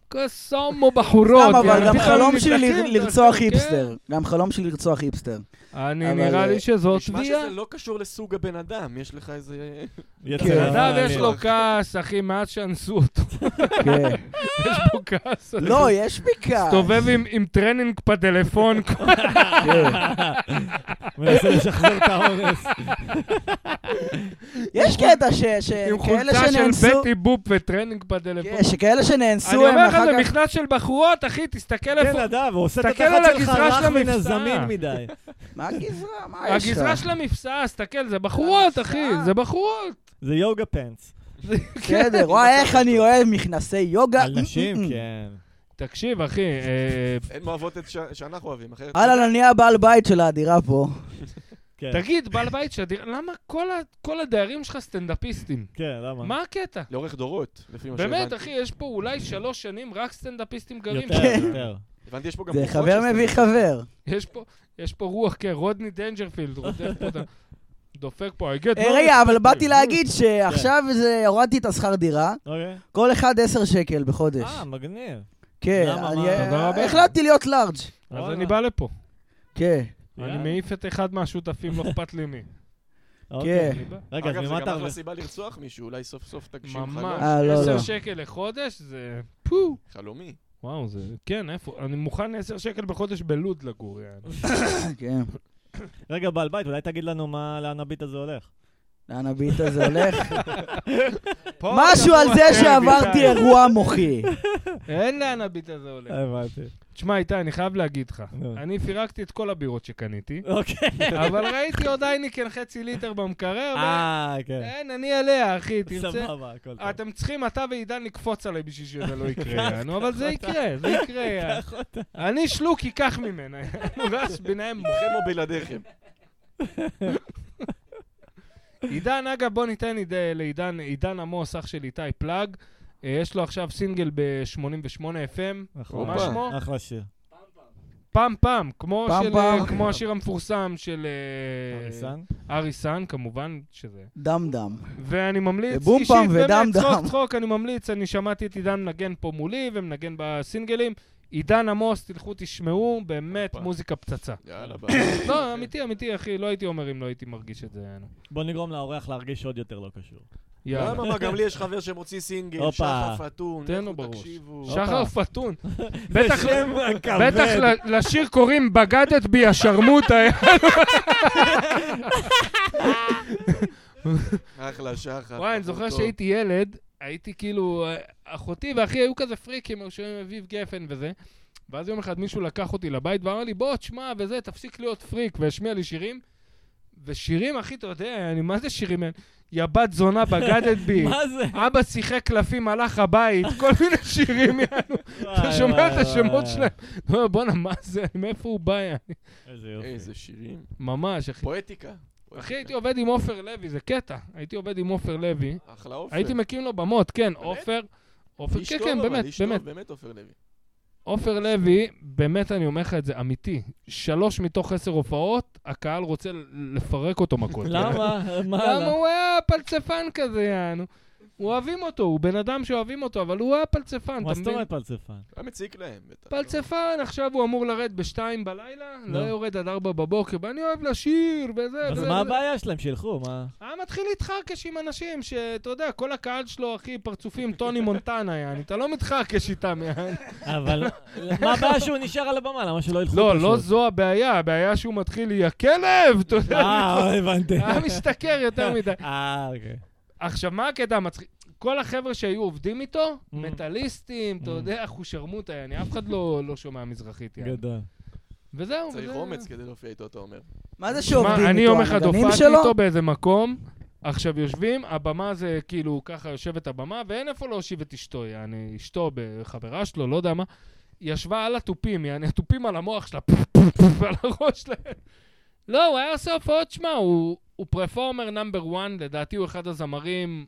Speaker 2: קסאמו בחורות.
Speaker 4: סתם, אבל
Speaker 2: יען,
Speaker 4: גם
Speaker 2: אתם
Speaker 4: חלום שלי
Speaker 2: נדלקים,
Speaker 4: לרצוח
Speaker 2: כן.
Speaker 4: היפסטר. גם חלום שלי לרצוח היפסטר.
Speaker 2: אני,
Speaker 4: אבל,
Speaker 2: נראה לי
Speaker 4: אה,
Speaker 2: שזאת
Speaker 3: נשמע
Speaker 2: תביעה.
Speaker 3: שזה לא קשור לסוג הבן אדם, יש לך איזה... [LAUGHS]
Speaker 1: יצא
Speaker 4: כן.
Speaker 1: מהמעניין.
Speaker 2: נדב, יש לו כעס, אחי, מאז שאנסו אותו.
Speaker 4: כן.
Speaker 2: יש פה כעס. [LAUGHS]
Speaker 4: לא, יש בי כעס.
Speaker 2: מסתובב עם- עם טרנינג בטלפון.
Speaker 4: כן.
Speaker 1: [LAUGHS] מנסה לשחזר
Speaker 2: [LAUGHS]
Speaker 1: את האורס.
Speaker 4: יש קטע ש-
Speaker 2: עם
Speaker 4: שכאלה
Speaker 2: חולצה של
Speaker 4: שנאנסו...
Speaker 2: בטי בופ וטרנינג בטלפון.
Speaker 4: כן, שכאלה
Speaker 2: אני
Speaker 4: שנאנסו הם
Speaker 2: אומר לך,
Speaker 4: אחר
Speaker 2: זה
Speaker 4: כך...
Speaker 2: מכנס של בחורות, אחי, תסתכל
Speaker 1: כן,
Speaker 2: איפה...
Speaker 1: נדב, הוא עושה את
Speaker 2: תסתכל
Speaker 1: התחת
Speaker 2: על
Speaker 1: שלך
Speaker 2: הגזרה של
Speaker 1: רך מן
Speaker 2: המבצע.
Speaker 1: הזמין מדי.
Speaker 4: מה הגזרה? מה יש לך?
Speaker 2: הגזרה של המפסעה, תסתכל, זה בחורות, אחי, זה בחורות.
Speaker 1: זה יוגה פנס.
Speaker 2: כן,
Speaker 4: בסדר, וואי, איך אני אוהב מכנסי יוגה.
Speaker 1: על נשים,
Speaker 4: Mm-mm.
Speaker 1: כן.
Speaker 2: תקשיב, אחי, אה,
Speaker 3: הן אוהבות את ש- שאנחנו אוהבים, אחרת...
Speaker 4: אהלן, אני הבעל בית של הדירה פה.
Speaker 1: כן,
Speaker 2: תגיד, בעל בית שדיר, למה כל ה- כל הדיירים שלך סטנדאפיסטים?
Speaker 1: כן, למה?
Speaker 2: מה הקטע?
Speaker 3: לאורך דורות, לפי מה שהבנתי.
Speaker 2: באמת, אחי, יש פה אולי שלוש שנים רק סטנדאפיסטים גרים.
Speaker 1: יותר,
Speaker 4: כן.
Speaker 1: יותר.
Speaker 3: הבנתי, יש פה גם...
Speaker 4: זה
Speaker 3: בחורות
Speaker 4: חבר
Speaker 3: שזה-
Speaker 4: מביא חבר.
Speaker 2: יש פה, יש פה רוח, כן, רודני דנג'רפילד, רודף פה את ה... דופק פה, I get
Speaker 4: אה,
Speaker 2: no
Speaker 4: רגע, אבל
Speaker 2: respect
Speaker 4: באתי
Speaker 2: here.
Speaker 4: להגיד שעכשיו זה- הורדתי את השכר דירה,
Speaker 1: אוקיי.
Speaker 4: כל אחד 10 שקל בחודש.
Speaker 1: אה, מגניב.
Speaker 4: כן,
Speaker 1: למה,
Speaker 4: אני-
Speaker 1: מה?
Speaker 2: תודה רבה.
Speaker 4: החלטתי להיות לארג'.
Speaker 2: אז
Speaker 1: וואלה.
Speaker 2: אני בא לפה.
Speaker 4: כן,
Speaker 2: אני
Speaker 1: יאללה.
Speaker 2: מעיף את אחד מהשותפים, לא אכפת לי מי.
Speaker 4: כן.
Speaker 1: אוקיי.
Speaker 2: אני בא.
Speaker 1: רגע, אז
Speaker 3: אגב, זה
Speaker 1: ממה אתה
Speaker 3: גם אחלה
Speaker 1: ערבי?
Speaker 3: סיבה לרצוח מישהו, אולי סוף סוף תגשים חלום.
Speaker 2: ממש.
Speaker 4: אה, לא, לא.
Speaker 2: עשר שקל לחודש זה... פו.
Speaker 3: חלומי.
Speaker 2: וואו, זה... כן, איפה? אני מוכן 10 שקל בחודש בלוד לגור, יעני.
Speaker 4: כן.
Speaker 1: רגע, בעל בית, אולי תגיד לנו מה, לאן הביט הזה הולך.
Speaker 4: לאן הביט
Speaker 2: [LAUGHS]
Speaker 4: הזה הולך?
Speaker 2: [LAUGHS] פה [LAUGHS]
Speaker 4: משהו על
Speaker 2: תבוא
Speaker 4: זה
Speaker 2: אתם,
Speaker 4: שעברתי
Speaker 2: איתי.
Speaker 4: אירוע מוחי.
Speaker 2: אין לאן הביט הזה
Speaker 3: כן.
Speaker 2: הולך.
Speaker 4: אה.
Speaker 1: הבנתי.
Speaker 2: תשמע, איתי, אני חייב להגיד לך.
Speaker 1: נו.
Speaker 2: אני פירקתי את כל הבירות
Speaker 4: [LAUGHS]
Speaker 2: שקניתי,
Speaker 1: אוקיי.
Speaker 2: אבל ראיתי עוד אייניקן חצי ליטר במקרר, ו-
Speaker 1: אה, כן.
Speaker 2: אין, אני עליה, אחי, תרצה.
Speaker 1: סבבה, הכל טוב.
Speaker 2: אתם צריכים, אתה ועידן, לקפוץ עליי בשביל שזה לא יקרה, יענו, אבל זה יקרה, זה יקרה. יענו.
Speaker 1: קח אותה.
Speaker 2: אני שלוקי, קח ממנה. יענו, רעש ביניהם.
Speaker 3: לכם או בלעדיכם.
Speaker 2: עידן, אגב, בוא ניתן עיד- לעידן, עידן עמוס, אח של איתי, פלאג. אה, יש לו עכשיו סינגל ב-88 FM,
Speaker 1: נכון.
Speaker 2: מה שמו?
Speaker 3: לא.
Speaker 1: אחלה שיר.
Speaker 2: פעם פעם, כמו,
Speaker 4: פעם
Speaker 2: של, אה,
Speaker 4: פעם.
Speaker 2: כמו השיר המפורסם של אה,
Speaker 1: אריסן?
Speaker 2: אריסן, כמובן שזה.
Speaker 4: דם דם.
Speaker 2: ואני ממליץ,
Speaker 4: ובום פעם
Speaker 2: באמת,
Speaker 4: ודם דם.
Speaker 2: צחוק צחוק, אני ממליץ, אני שמעתי את עידן מנגן פה מולי ומנגן בסינגלים. עידן עמוס, תלכו תשמעו, באמת
Speaker 3: הופה.
Speaker 2: מוזיקה פצצה.
Speaker 3: [COUGHS] יאללה, ביי.
Speaker 2: לא, אמיתי, אמיתי, אחי, לא הייתי אומר אם לא הייתי מרגיש את זה.
Speaker 1: בוא נגרום לאורח להרגיש עוד יותר לא קשור.
Speaker 2: יאללה.
Speaker 3: למה? מה, לא, גם לי יש חבר שמוציא סינגל,
Speaker 1: הופה.
Speaker 3: שחף אתון,
Speaker 2: תן לו
Speaker 3: לכו
Speaker 2: בראש.
Speaker 3: תקשיבו.
Speaker 2: שחר פתון.
Speaker 1: [LAUGHS] זה
Speaker 2: בטח- לא-
Speaker 1: שם כבד.
Speaker 2: בטח ל- לשיר קוראים בגדת בי השרמוטה.
Speaker 3: אחלה, שחר.
Speaker 2: וואי, אני זוכר
Speaker 3: טוב.
Speaker 2: שהייתי ילד, הייתי כאילו, אה, אחותי ואחי היו כזה פריקים, היו שומעים אביב גפן וזה. ואז יום אחד מישהו לקח אותי לבית ואמר לי, בוא, תשמע, וזה, תפסיק להיות פריק, והשמיע לי שירים. ושירים, אחי, אתה יודע, אני, מה זה שירים? אין? יא בת זונה בגדת
Speaker 1: [LAUGHS]
Speaker 2: בי.
Speaker 1: מה זה?
Speaker 2: אבא שיחק קלפים, הלך הבית, [LAUGHS] כל מיני
Speaker 1: [LAUGHS]
Speaker 2: שירים, יענו. אתה
Speaker 1: וואי,
Speaker 2: שומע
Speaker 1: וואי,
Speaker 2: את השמות
Speaker 1: וואי.
Speaker 2: שלהם? [LAUGHS] אתה אומר, בואנה, מה זה? מאיפה הוא בא? יעני?"
Speaker 1: איזה יופי.
Speaker 3: איזה שירים.
Speaker 2: ממש, אחי.
Speaker 3: פואטיקה.
Speaker 2: אחי, הייתי
Speaker 3: פואטיקה.
Speaker 2: עובד עם עופר לוי, זה קטע. הייתי עובד עם עופר לוי.
Speaker 3: אחלה עופר.
Speaker 2: הייתי מקים לו במות, כן, עופר. עופר,
Speaker 3: איש
Speaker 2: כן,
Speaker 3: טוב,
Speaker 2: כן,
Speaker 3: אבל,
Speaker 2: באמת,
Speaker 3: איש טוב,
Speaker 2: באמת.
Speaker 3: באמת עופר לוי.
Speaker 2: עופר לוי, באמת אני אומר לך את זה, אמיתי. שלוש מתוך עשר הופעות, הקהל רוצה ל- לפרק אותו
Speaker 3: כן.
Speaker 2: מכות.
Speaker 1: למה? מה?
Speaker 2: למה הוא היה פלצפן כזה, יענו. אוהבים אותו, הוא בן אדם שאוהבים אותו, אבל הוא היה פלצפן,
Speaker 1: מה
Speaker 2: אתה
Speaker 1: זאת
Speaker 2: מבין? אה,
Speaker 1: אומרת פלצפן?
Speaker 3: היה מציק להם, בטח.
Speaker 2: פלצפן, עכשיו הוא אמור לרדת בשתיים בלילה, לא
Speaker 1: נו.
Speaker 2: יורד עד ארבע בבוקר, ואני אוהב לשיר, וזה,
Speaker 1: אז מה
Speaker 2: וזה, וזה.
Speaker 1: הבעיה שלהם? שילכו, מה?
Speaker 2: היה מתחיל להתחרקש עם אנשים שאתה יודע, כל הקהל שלו, אחי, פרצופים טוני מונטנה, יעני, אתה לא מתחרקש איתם, יעני.
Speaker 1: אבל מה הבעיה שהוא נשאר על הבמה? למה שלא ילכו
Speaker 2: לא,
Speaker 1: פשוט?
Speaker 2: לא זו הבעיה, הבעיה שהוא מתחיל, יא כלב! אתה יודע,
Speaker 1: אה, הבנתי.
Speaker 2: [LAUGHS] היה משתכר יותר מדי.
Speaker 1: אה, אוקיי.
Speaker 2: עכשיו, מה הקטע המצחיק? כל החבר'ה שהיו עובדים איתו,
Speaker 1: Mm.
Speaker 2: מטאליסטים, אתה
Speaker 1: Mm.
Speaker 2: יודע, חושרמוטה, יעני, אף אחד לא לא שומע מזרחית, יעני.
Speaker 1: גדול.
Speaker 2: וזהו,
Speaker 3: צריך
Speaker 2: וזה-
Speaker 3: אומץ כדי להופיע איתו, אתה אומר.
Speaker 4: מה זה
Speaker 2: תשמע,
Speaker 4: שעובדים איתו?
Speaker 2: אני יום אחד
Speaker 4: המדענים
Speaker 2: הופעתי
Speaker 4: שלו?
Speaker 2: איתו באיזה מקום, עכשיו יושבים, הבמה זה כאילו, ככה יושבת הבמה, ואין איפה להושיב את אשתו, יעני, אשתו, חברה שלו, לא יודע מה, היא ישבה על התופים, יעני, התופים על המוח שלה, פוף, פוף, פוף, על הראש שלה. לא, הוא היה עושה הופעות, שמע, הוא, הוא פרפורמר נאמבר 1, לדעתי הוא אחד הזמרים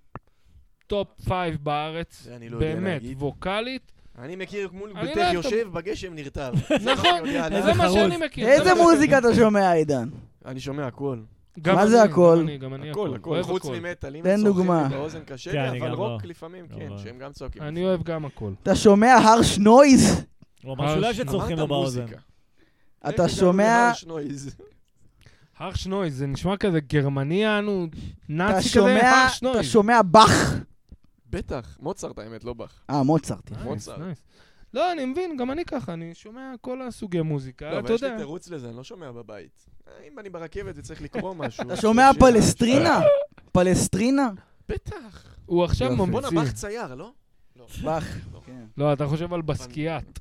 Speaker 2: טופ 5 בארץ.
Speaker 3: זה אני לא יודע
Speaker 2: באמת,
Speaker 3: להגיד.
Speaker 2: ווקאלית.
Speaker 3: אני מכיר מול
Speaker 2: אני לא
Speaker 3: ביתך
Speaker 2: יודע,
Speaker 3: יושב, בגשם נרטב.
Speaker 2: [LAUGHS] נכון,
Speaker 3: אני יודע,
Speaker 2: זה
Speaker 1: איזה
Speaker 2: מה
Speaker 1: חרוז.
Speaker 2: שאני מכיר. זה
Speaker 4: איזה
Speaker 2: מה שאני-
Speaker 4: מוזיקה אתה שומע, עידן?
Speaker 3: אני שומע הכל.
Speaker 2: גם
Speaker 4: מה זה
Speaker 2: אני,
Speaker 4: הכל?
Speaker 2: גם אני, גם אני
Speaker 3: הכל, הכל.
Speaker 2: אוהב
Speaker 3: חוץ ממטאל. אם
Speaker 4: תן
Speaker 3: הם צורכים
Speaker 4: דוגמה.
Speaker 3: לי באוזן קשה
Speaker 1: כן,
Speaker 3: לי,
Speaker 1: אני
Speaker 3: אבל
Speaker 1: גם
Speaker 3: רוק
Speaker 1: לא.
Speaker 3: לפעמים,
Speaker 1: גם
Speaker 3: כן,
Speaker 1: לא.
Speaker 3: שהם גם צועקים.
Speaker 2: אני אוהב גם הכל.
Speaker 4: אתה שומע הרש נויז?
Speaker 1: הוא
Speaker 2: אה,
Speaker 1: אמר שאולי שצורכים לו
Speaker 3: אמרת
Speaker 1: באוזן.
Speaker 3: מוזיקה. איך
Speaker 4: אתה
Speaker 3: הגענו
Speaker 4: שומע...
Speaker 3: להרש נויז?
Speaker 2: הרש נויז, זה נשמע כזה גרמני אנו,
Speaker 4: אתה
Speaker 2: נאצי כזה,
Speaker 4: שומע...
Speaker 2: הרש
Speaker 4: אתה
Speaker 2: נויז.
Speaker 4: שומע באך.
Speaker 3: [LAUGHS] בטח, מוצרט האמת, לא באך.
Speaker 4: אה, מוצרט.
Speaker 2: נייס,
Speaker 3: מוצרט.
Speaker 2: נייס. לא, אני מבין, גם אני ככה, אני שומע כל הסוגי מוזיקה,
Speaker 3: לא,
Speaker 2: אה, אתה
Speaker 3: אבל יש לי
Speaker 2: יודע.
Speaker 3: תירוץ לזה, אני לא שומע בבית. אה, אם אני ברכבת וצריך לקרוא משהו...
Speaker 4: אתה שומע
Speaker 3: שיר- אה,
Speaker 4: פלסטרינה? פלסטרינה?
Speaker 3: בטח.
Speaker 2: הוא עכשיו
Speaker 4: יופי.
Speaker 3: בואנה,
Speaker 2: ממציא.
Speaker 3: באך צייר, לא?
Speaker 4: באך. כן.
Speaker 2: לא, אתה חושב על בסקיאט.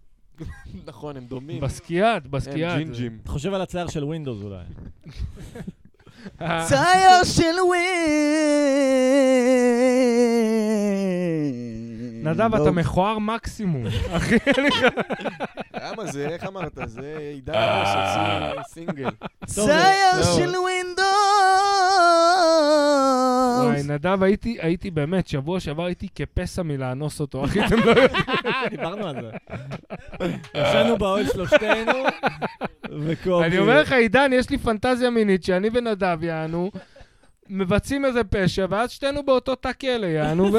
Speaker 3: נכון, הם דומים.
Speaker 2: בסקיאט,
Speaker 3: הם
Speaker 2: בסקיאט.
Speaker 3: ג'ינג'ים.
Speaker 1: חושב על הצייר של ווינדוס אולי.
Speaker 2: אה,
Speaker 4: צייר של ווינד.
Speaker 2: נדב, אתה מכוער מקסימום. אחי, אני חייב...
Speaker 3: למה זה, איך אמרת? זה עידן
Speaker 2: אה.
Speaker 3: עמוס הוציא סינגל.
Speaker 2: טוב.
Speaker 4: צייר של ווינדוס. אה,
Speaker 2: וואי, נדב, הייתי- הייתי באמת, שבוע שעבר הייתי כפסע מלאנוס אותו, אחי,
Speaker 4: [LAUGHS]
Speaker 2: אתם לא יודעים.
Speaker 1: אה, דיברנו על זה. [LAUGHS] ישנו באוהל שלושתנו, וקובי.
Speaker 2: אני אומר לך, עידן, יש לי פנטזיה מינית שאני ונדב, יענו, מבצעים איזה פשע, ואז שתינו באותו תא כלא, יענו,
Speaker 1: [LAUGHS]
Speaker 2: ו-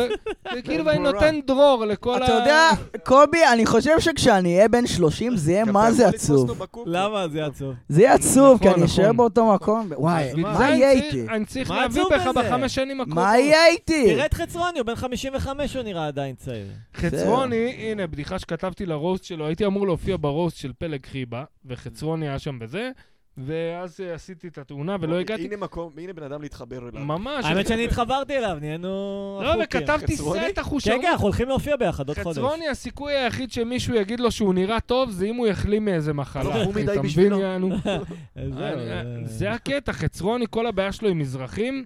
Speaker 2: וכאילו, ואני
Speaker 3: נורא.
Speaker 2: נותן דרור לכל ה...
Speaker 4: אתה יודע, קובי, אני חושב שכשאני אהיה בן 30 זה יהיה
Speaker 3: גם
Speaker 4: אה, מה
Speaker 3: אתה
Speaker 4: זה
Speaker 3: יכול לתפוס
Speaker 4: עצוב.
Speaker 3: אותו בקוקו.
Speaker 1: למה זה עצוב?
Speaker 4: זה יהיה עצוב, כי
Speaker 2: נכון,
Speaker 4: אני אשאר
Speaker 2: נכון.
Speaker 4: באותו מקום. וואי,
Speaker 1: אז מה?
Speaker 2: אני
Speaker 4: מה יהיה
Speaker 2: צריך-
Speaker 4: איתי?
Speaker 2: אני צריך
Speaker 1: מה
Speaker 2: להביא
Speaker 1: עצוב
Speaker 2: בך
Speaker 1: בזה?
Speaker 2: בחמש שנים הקרובות.
Speaker 4: מה יהיה איתי?
Speaker 1: תראה את חצרוני, הוא בן 55, הוא נראה עדיין צעיר.
Speaker 2: אה, חצרוני, הנה, בדיחה שכתבתי לרוסט שלו, הייתי אמור להופיע ברוסט של פלג חיבה, וחצרוני היה שם בזה, ואז אה, עשיתי את התאונה ולא
Speaker 4: אוקיי,
Speaker 2: הגעתי.
Speaker 3: הנה מקום, הנה בן אדם להתחבר אליו.
Speaker 2: ממש.
Speaker 1: האמת שאני התחברתי אליו, נהיינו...
Speaker 2: לא,
Speaker 1: אחוקים.
Speaker 2: וכתבתי
Speaker 3: חצרוני?
Speaker 2: סט
Speaker 1: כן,
Speaker 2: אחושרות.
Speaker 1: כן, אנחנו הולכים להופיע ביחד עוד חודש.
Speaker 2: חצרוני, הסיכוי היחיד שמישהו יגיד לו שהוא נראה טוב, זה אם הוא יחלים מאיזה
Speaker 3: טוב,
Speaker 2: מחלה.
Speaker 3: לא, הוא מדי
Speaker 2: אתה מבין,
Speaker 3: בשבילו. [LAUGHS]
Speaker 2: יענו?
Speaker 1: אה, [LAUGHS] זהו,
Speaker 2: אני-
Speaker 1: אה,
Speaker 2: זה הקטע, חצרוני, כל הבעיה שלו עם מזרחים.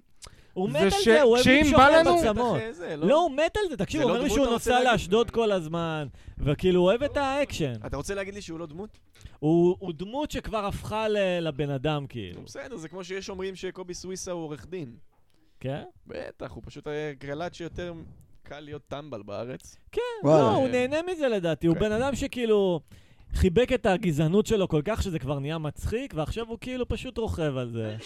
Speaker 1: הוא מת
Speaker 2: זה
Speaker 1: על
Speaker 2: ש-
Speaker 1: זה, הוא אוהב
Speaker 2: שאם
Speaker 1: למשוך
Speaker 2: בא
Speaker 1: להם
Speaker 2: לנו-
Speaker 1: עצמות.
Speaker 3: אחרי זה,
Speaker 1: לא, הוא מת על זה, תקשיב,
Speaker 3: זה
Speaker 1: הוא
Speaker 3: לא
Speaker 1: אומר לי
Speaker 3: דמות,
Speaker 1: שהוא
Speaker 3: אתה רוצה
Speaker 1: נוסע
Speaker 3: להגיד?
Speaker 1: לאשדוד כל הזמן, וכאילו, הוא אוהב את האקשן.
Speaker 3: אתה רוצה להגיד לי שהוא לא דמות?
Speaker 1: הוא הוא דמות שכבר הפכה ל- לבן אדם, כאילו.
Speaker 3: בסדר, זה כמו שיש אומרים שקובי סוויסה הוא עורך דין.
Speaker 1: כן?
Speaker 3: בטח, הוא פשוט היה גרלט שיותר קל להיות טמבל בארץ.
Speaker 1: לא,
Speaker 4: וואלה.
Speaker 1: הוא נהנה מזה לדעתי, הוא
Speaker 3: כן.
Speaker 1: בן אדם שכאילו חיבק את הגזענות שלו כל כך שזה כבר נהיה מצחיק, ועכשיו הוא כאילו פשוט רוכב על זה.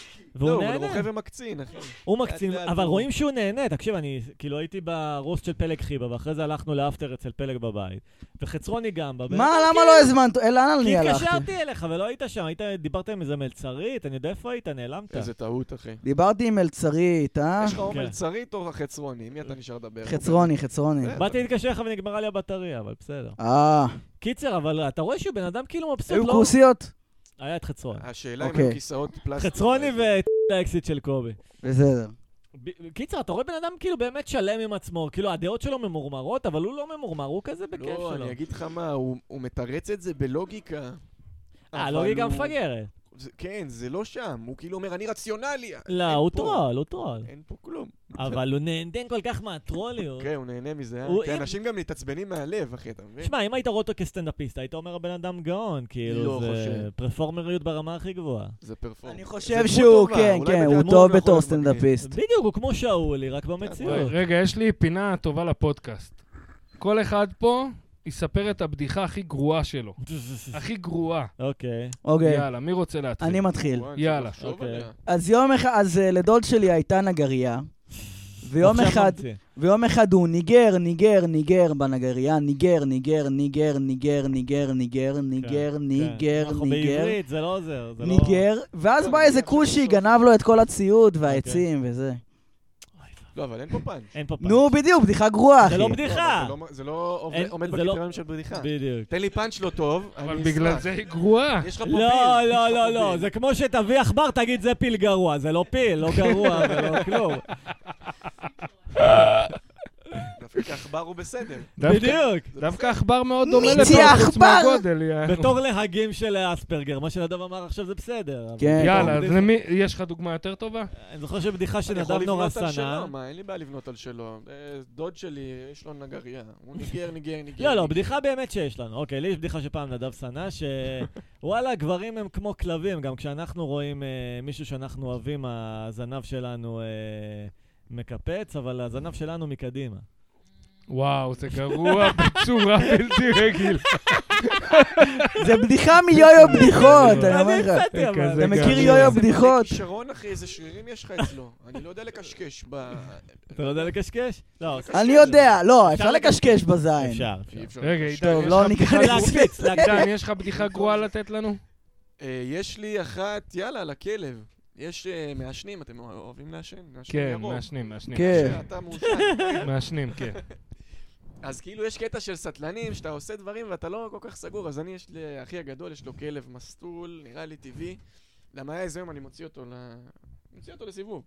Speaker 3: לא,
Speaker 1: והוא
Speaker 3: הוא גם רוכב
Speaker 1: נהנה,
Speaker 3: ומקצין, אחי.
Speaker 1: הוא מקצין,
Speaker 3: לאט לאט
Speaker 1: אבל
Speaker 3: הוא-
Speaker 1: רואים שהוא נהנה, תקשיב, אני כאילו הייתי ברוסט של פלג חיבה, ואחרי זה הלכנו לאפטר אצל פלג בבית, וחצרוני גם בבית.
Speaker 4: מה, למה
Speaker 3: כן.
Speaker 4: לא הזמנת? אה, לאן אני
Speaker 1: כי
Speaker 4: הלכתי?
Speaker 1: התקשרתי אליך ולא היית שם, היית, דיברת עם איזה מלצרית, אני יודע איפה היית, נעלמת.
Speaker 3: איזה טעות,
Speaker 4: אה.
Speaker 3: אחי.
Speaker 4: דיברתי עם מלצרית, אה?
Speaker 3: יש לך או
Speaker 1: כן.
Speaker 3: מלצרית או חצרוני? עם מי אתה נשאר לדבר?
Speaker 4: חצרוני, חצרוני.
Speaker 3: אה,
Speaker 1: באתי להתקשר לך ונגמרה לי הבטריה, אבל בסדר.
Speaker 4: אה,
Speaker 1: קיצר, אבל אתה רואה שהוא בן אדם כאילו מבסוט,
Speaker 4: היו
Speaker 1: לא...
Speaker 4: כוסיות?
Speaker 1: היה את חצרוני.
Speaker 3: השאלה אם
Speaker 4: אוקיי.
Speaker 3: הם כיסאות פלסטיק.
Speaker 1: חצרוני [LAUGHS] והאקסיט של קובי.
Speaker 4: בסדר.
Speaker 1: ב- קיצר, אתה רואה בן אדם כאילו באמת שלם עם עצמו, כאילו הדעות שלו ממורמרות, אבל הוא לא ממורמר, הוא כזה בכיף
Speaker 3: לא,
Speaker 1: שלו.
Speaker 3: אני אגיד לך מה, הוא הוא מתרץ את זה בלוגיקה.
Speaker 1: אה,
Speaker 3: אבל
Speaker 1: לא, היא גם
Speaker 3: הוא-
Speaker 1: מפגרת.
Speaker 3: זה- כן, זה לא שם. הוא כאילו אומר, אני רציונלי.
Speaker 1: לא,
Speaker 3: אין
Speaker 1: הוא
Speaker 3: פה-
Speaker 1: טרול, הוא טרול.
Speaker 3: אין פה כלום.
Speaker 1: אבל הוא נהנה כל כך מהטרוליות.
Speaker 3: כן, הוא נהנה מזה, אה?
Speaker 1: הוא-
Speaker 3: כי
Speaker 1: אם-
Speaker 3: אנשים גם מתעצבנים מהלב, אחי, אתה מבין?
Speaker 1: שמע, אם היית רואה אותו כסטנדאפיסט, היית אומר הבן אדם גאון, כאילו,
Speaker 3: לא
Speaker 1: זה
Speaker 3: חושב.
Speaker 1: פרפורמריות ברמה הכי גבוהה.
Speaker 3: זה פרפורמנס.
Speaker 4: אני
Speaker 3: זה
Speaker 4: חושב
Speaker 3: דמות
Speaker 4: שהוא,
Speaker 3: טובה,
Speaker 4: כן,
Speaker 3: אולי
Speaker 4: כן,
Speaker 3: בתיאטרון
Speaker 4: הוא
Speaker 3: לא
Speaker 4: טוב
Speaker 3: יכול
Speaker 4: בתור
Speaker 3: להיות מגניב.
Speaker 4: סטנדאפיסט.
Speaker 1: בדיוק, הוא כמו שאולי, רק במציאות.
Speaker 2: רגע, יש לי פינה טובה לפודקאסט. כל אחד פה יספר את הבדיחה הכי גרועה שלו. הכי גרועה.
Speaker 1: אוקיי.
Speaker 4: אוקיי,
Speaker 2: יאללה, מי רוצה להתחיל?
Speaker 4: אני מתחיל.
Speaker 3: וואי, אני
Speaker 2: יאללה.
Speaker 3: צריך לחשוב
Speaker 1: אוקיי.
Speaker 3: עליה.
Speaker 4: אז יום אחד, אז אה, לדוד שלי הייתה נגרייה, ויום
Speaker 1: עכשיו
Speaker 4: אחד,
Speaker 1: ממציא.
Speaker 4: ויום אחד הוא ניגר, ניגר, ניגר בנגרייה, ניגר, ניגר, ניגר, ניגר, ניגר, ניגר, ניגר, ניגר,
Speaker 1: כן, אנחנו
Speaker 4: ניגר,
Speaker 1: בעברית, זה לא עוזר. זה לא-
Speaker 4: ניגר, ואז
Speaker 3: לא,
Speaker 4: בא
Speaker 3: אני
Speaker 4: איזה
Speaker 3: מניח שזה
Speaker 4: כושי,
Speaker 3: בסוף.
Speaker 4: גנב לו את כל הציוד
Speaker 1: אוקיי.
Speaker 4: והעצים וזה.
Speaker 1: אוי, זה-
Speaker 3: לא, אבל אין פה פאנץ'.
Speaker 1: אין פה פאנץ'.
Speaker 4: נו, בדיוק, בדיחה גרועה, אחי.
Speaker 1: זה לא
Speaker 3: לא,
Speaker 1: בדיחה.
Speaker 3: אבל זה לא- זה לא עובד-
Speaker 1: אין-
Speaker 3: עומד
Speaker 1: זה לא-
Speaker 3: בקריטריון של בדיחה.
Speaker 1: בדיוק.
Speaker 3: תן לי פאנץ' לא טוב,
Speaker 2: אבל
Speaker 3: אני
Speaker 2: בגלל
Speaker 3: אשמח.
Speaker 2: זה היא גרועה.
Speaker 3: יש לך פה פיל.
Speaker 1: לא,
Speaker 3: יש
Speaker 1: לא,
Speaker 3: לך
Speaker 1: לא,
Speaker 3: פה
Speaker 1: לא,
Speaker 3: פיל.
Speaker 1: זה כמו שתביא עכבר, תגיד זה פיל גרוע. זה לא פיל, לא גרוע
Speaker 3: [LAUGHS]
Speaker 1: ולא כלום.
Speaker 3: דווקא עכבר הוא
Speaker 1: [LAUGHS]
Speaker 3: בסדר.
Speaker 2: דווקא-
Speaker 1: בדיוק.
Speaker 2: דווקא עכבר מאוד דומה
Speaker 4: מיצי
Speaker 2: לפרק חוץ
Speaker 4: עכבר.
Speaker 2: מהגודל, יענו.
Speaker 1: בתור להגים של אספרגר, מה שנדב אמר עכשיו זה בסדר. אבל-
Speaker 4: כן.
Speaker 2: יאללה, אז
Speaker 1: בדיחה.
Speaker 2: למי, יש לך דוגמה יותר טובה?
Speaker 1: אני זוכר שבדיחה
Speaker 3: אני יכול
Speaker 1: שנדב נורא
Speaker 3: לבנות על
Speaker 1: שנא.
Speaker 3: שלו, מה, אין לי בעיה לבנות על שלו. אה, דוד שלי, יש לו נגריה. הוא ניגר, ניגר, ניגר.
Speaker 1: לא, לא,
Speaker 3: ניגר.
Speaker 1: בדיחה באמת שיש לנו. אוקיי, לי יש בדיחה שפעם נדב שנא, שוואלה, גברים הם כמו כלבים, גם כשאנחנו רואים אה, מישהו שאנחנו אוהבים, הזנב שלנו אה, מקפץ, אבל הזנב שלנו מקדימה.
Speaker 2: וואו, זה גרוע בצורה בלתי רגילה.
Speaker 4: זה בדיחה מיו-יו בדיחות, אני אומר
Speaker 1: אני
Speaker 4: לך.
Speaker 1: הצעתי, אבל...
Speaker 2: אה, כזה
Speaker 4: אתה מכיר
Speaker 2: גרוע.
Speaker 4: יו-יו
Speaker 1: לא,
Speaker 3: זה
Speaker 4: בדיחות?
Speaker 3: כישרון, אחי, איזה שרירים יש לך אצלו. אני לא יודע לקשקש ב...
Speaker 1: [LAUGHS] אתה לא יודע לקשקש? לא,
Speaker 4: אני יודע,
Speaker 1: אפשר
Speaker 4: לא, אפשר לקשקש בזין.
Speaker 1: אפשר.
Speaker 3: אי אפשר
Speaker 2: רגע,
Speaker 3: לקשקש.
Speaker 2: עידן,
Speaker 4: טוב,
Speaker 2: יש
Speaker 4: לא
Speaker 2: לך בדיחה
Speaker 4: ניכנס.
Speaker 2: גרועה?
Speaker 1: להקפיץ, להקפיץ.
Speaker 2: עידן, יש לך בדיחה גרועה לתת לנו?
Speaker 3: אה, יש לי אחת, יאללה, לכלב. יש אה, מעשנים, אתם אוהבים לעשן? מעשנים
Speaker 2: כן,
Speaker 3: ירוק.
Speaker 2: מעשנים, מעשנים.
Speaker 4: כן.
Speaker 3: שאתה מעושן.
Speaker 1: [LAUGHS]
Speaker 2: מעשנים, כן.
Speaker 3: אז כאילו יש קטע של סטלנים, שאתה עושה דברים ואתה לא כל כך סגור. אז אני, יש לי, אחי הגדול, יש לו כלב מסטול, נראה לי טבעי. למה היה איזה יום אני מוציא אותו ל... מוציא אותו לסיבוב.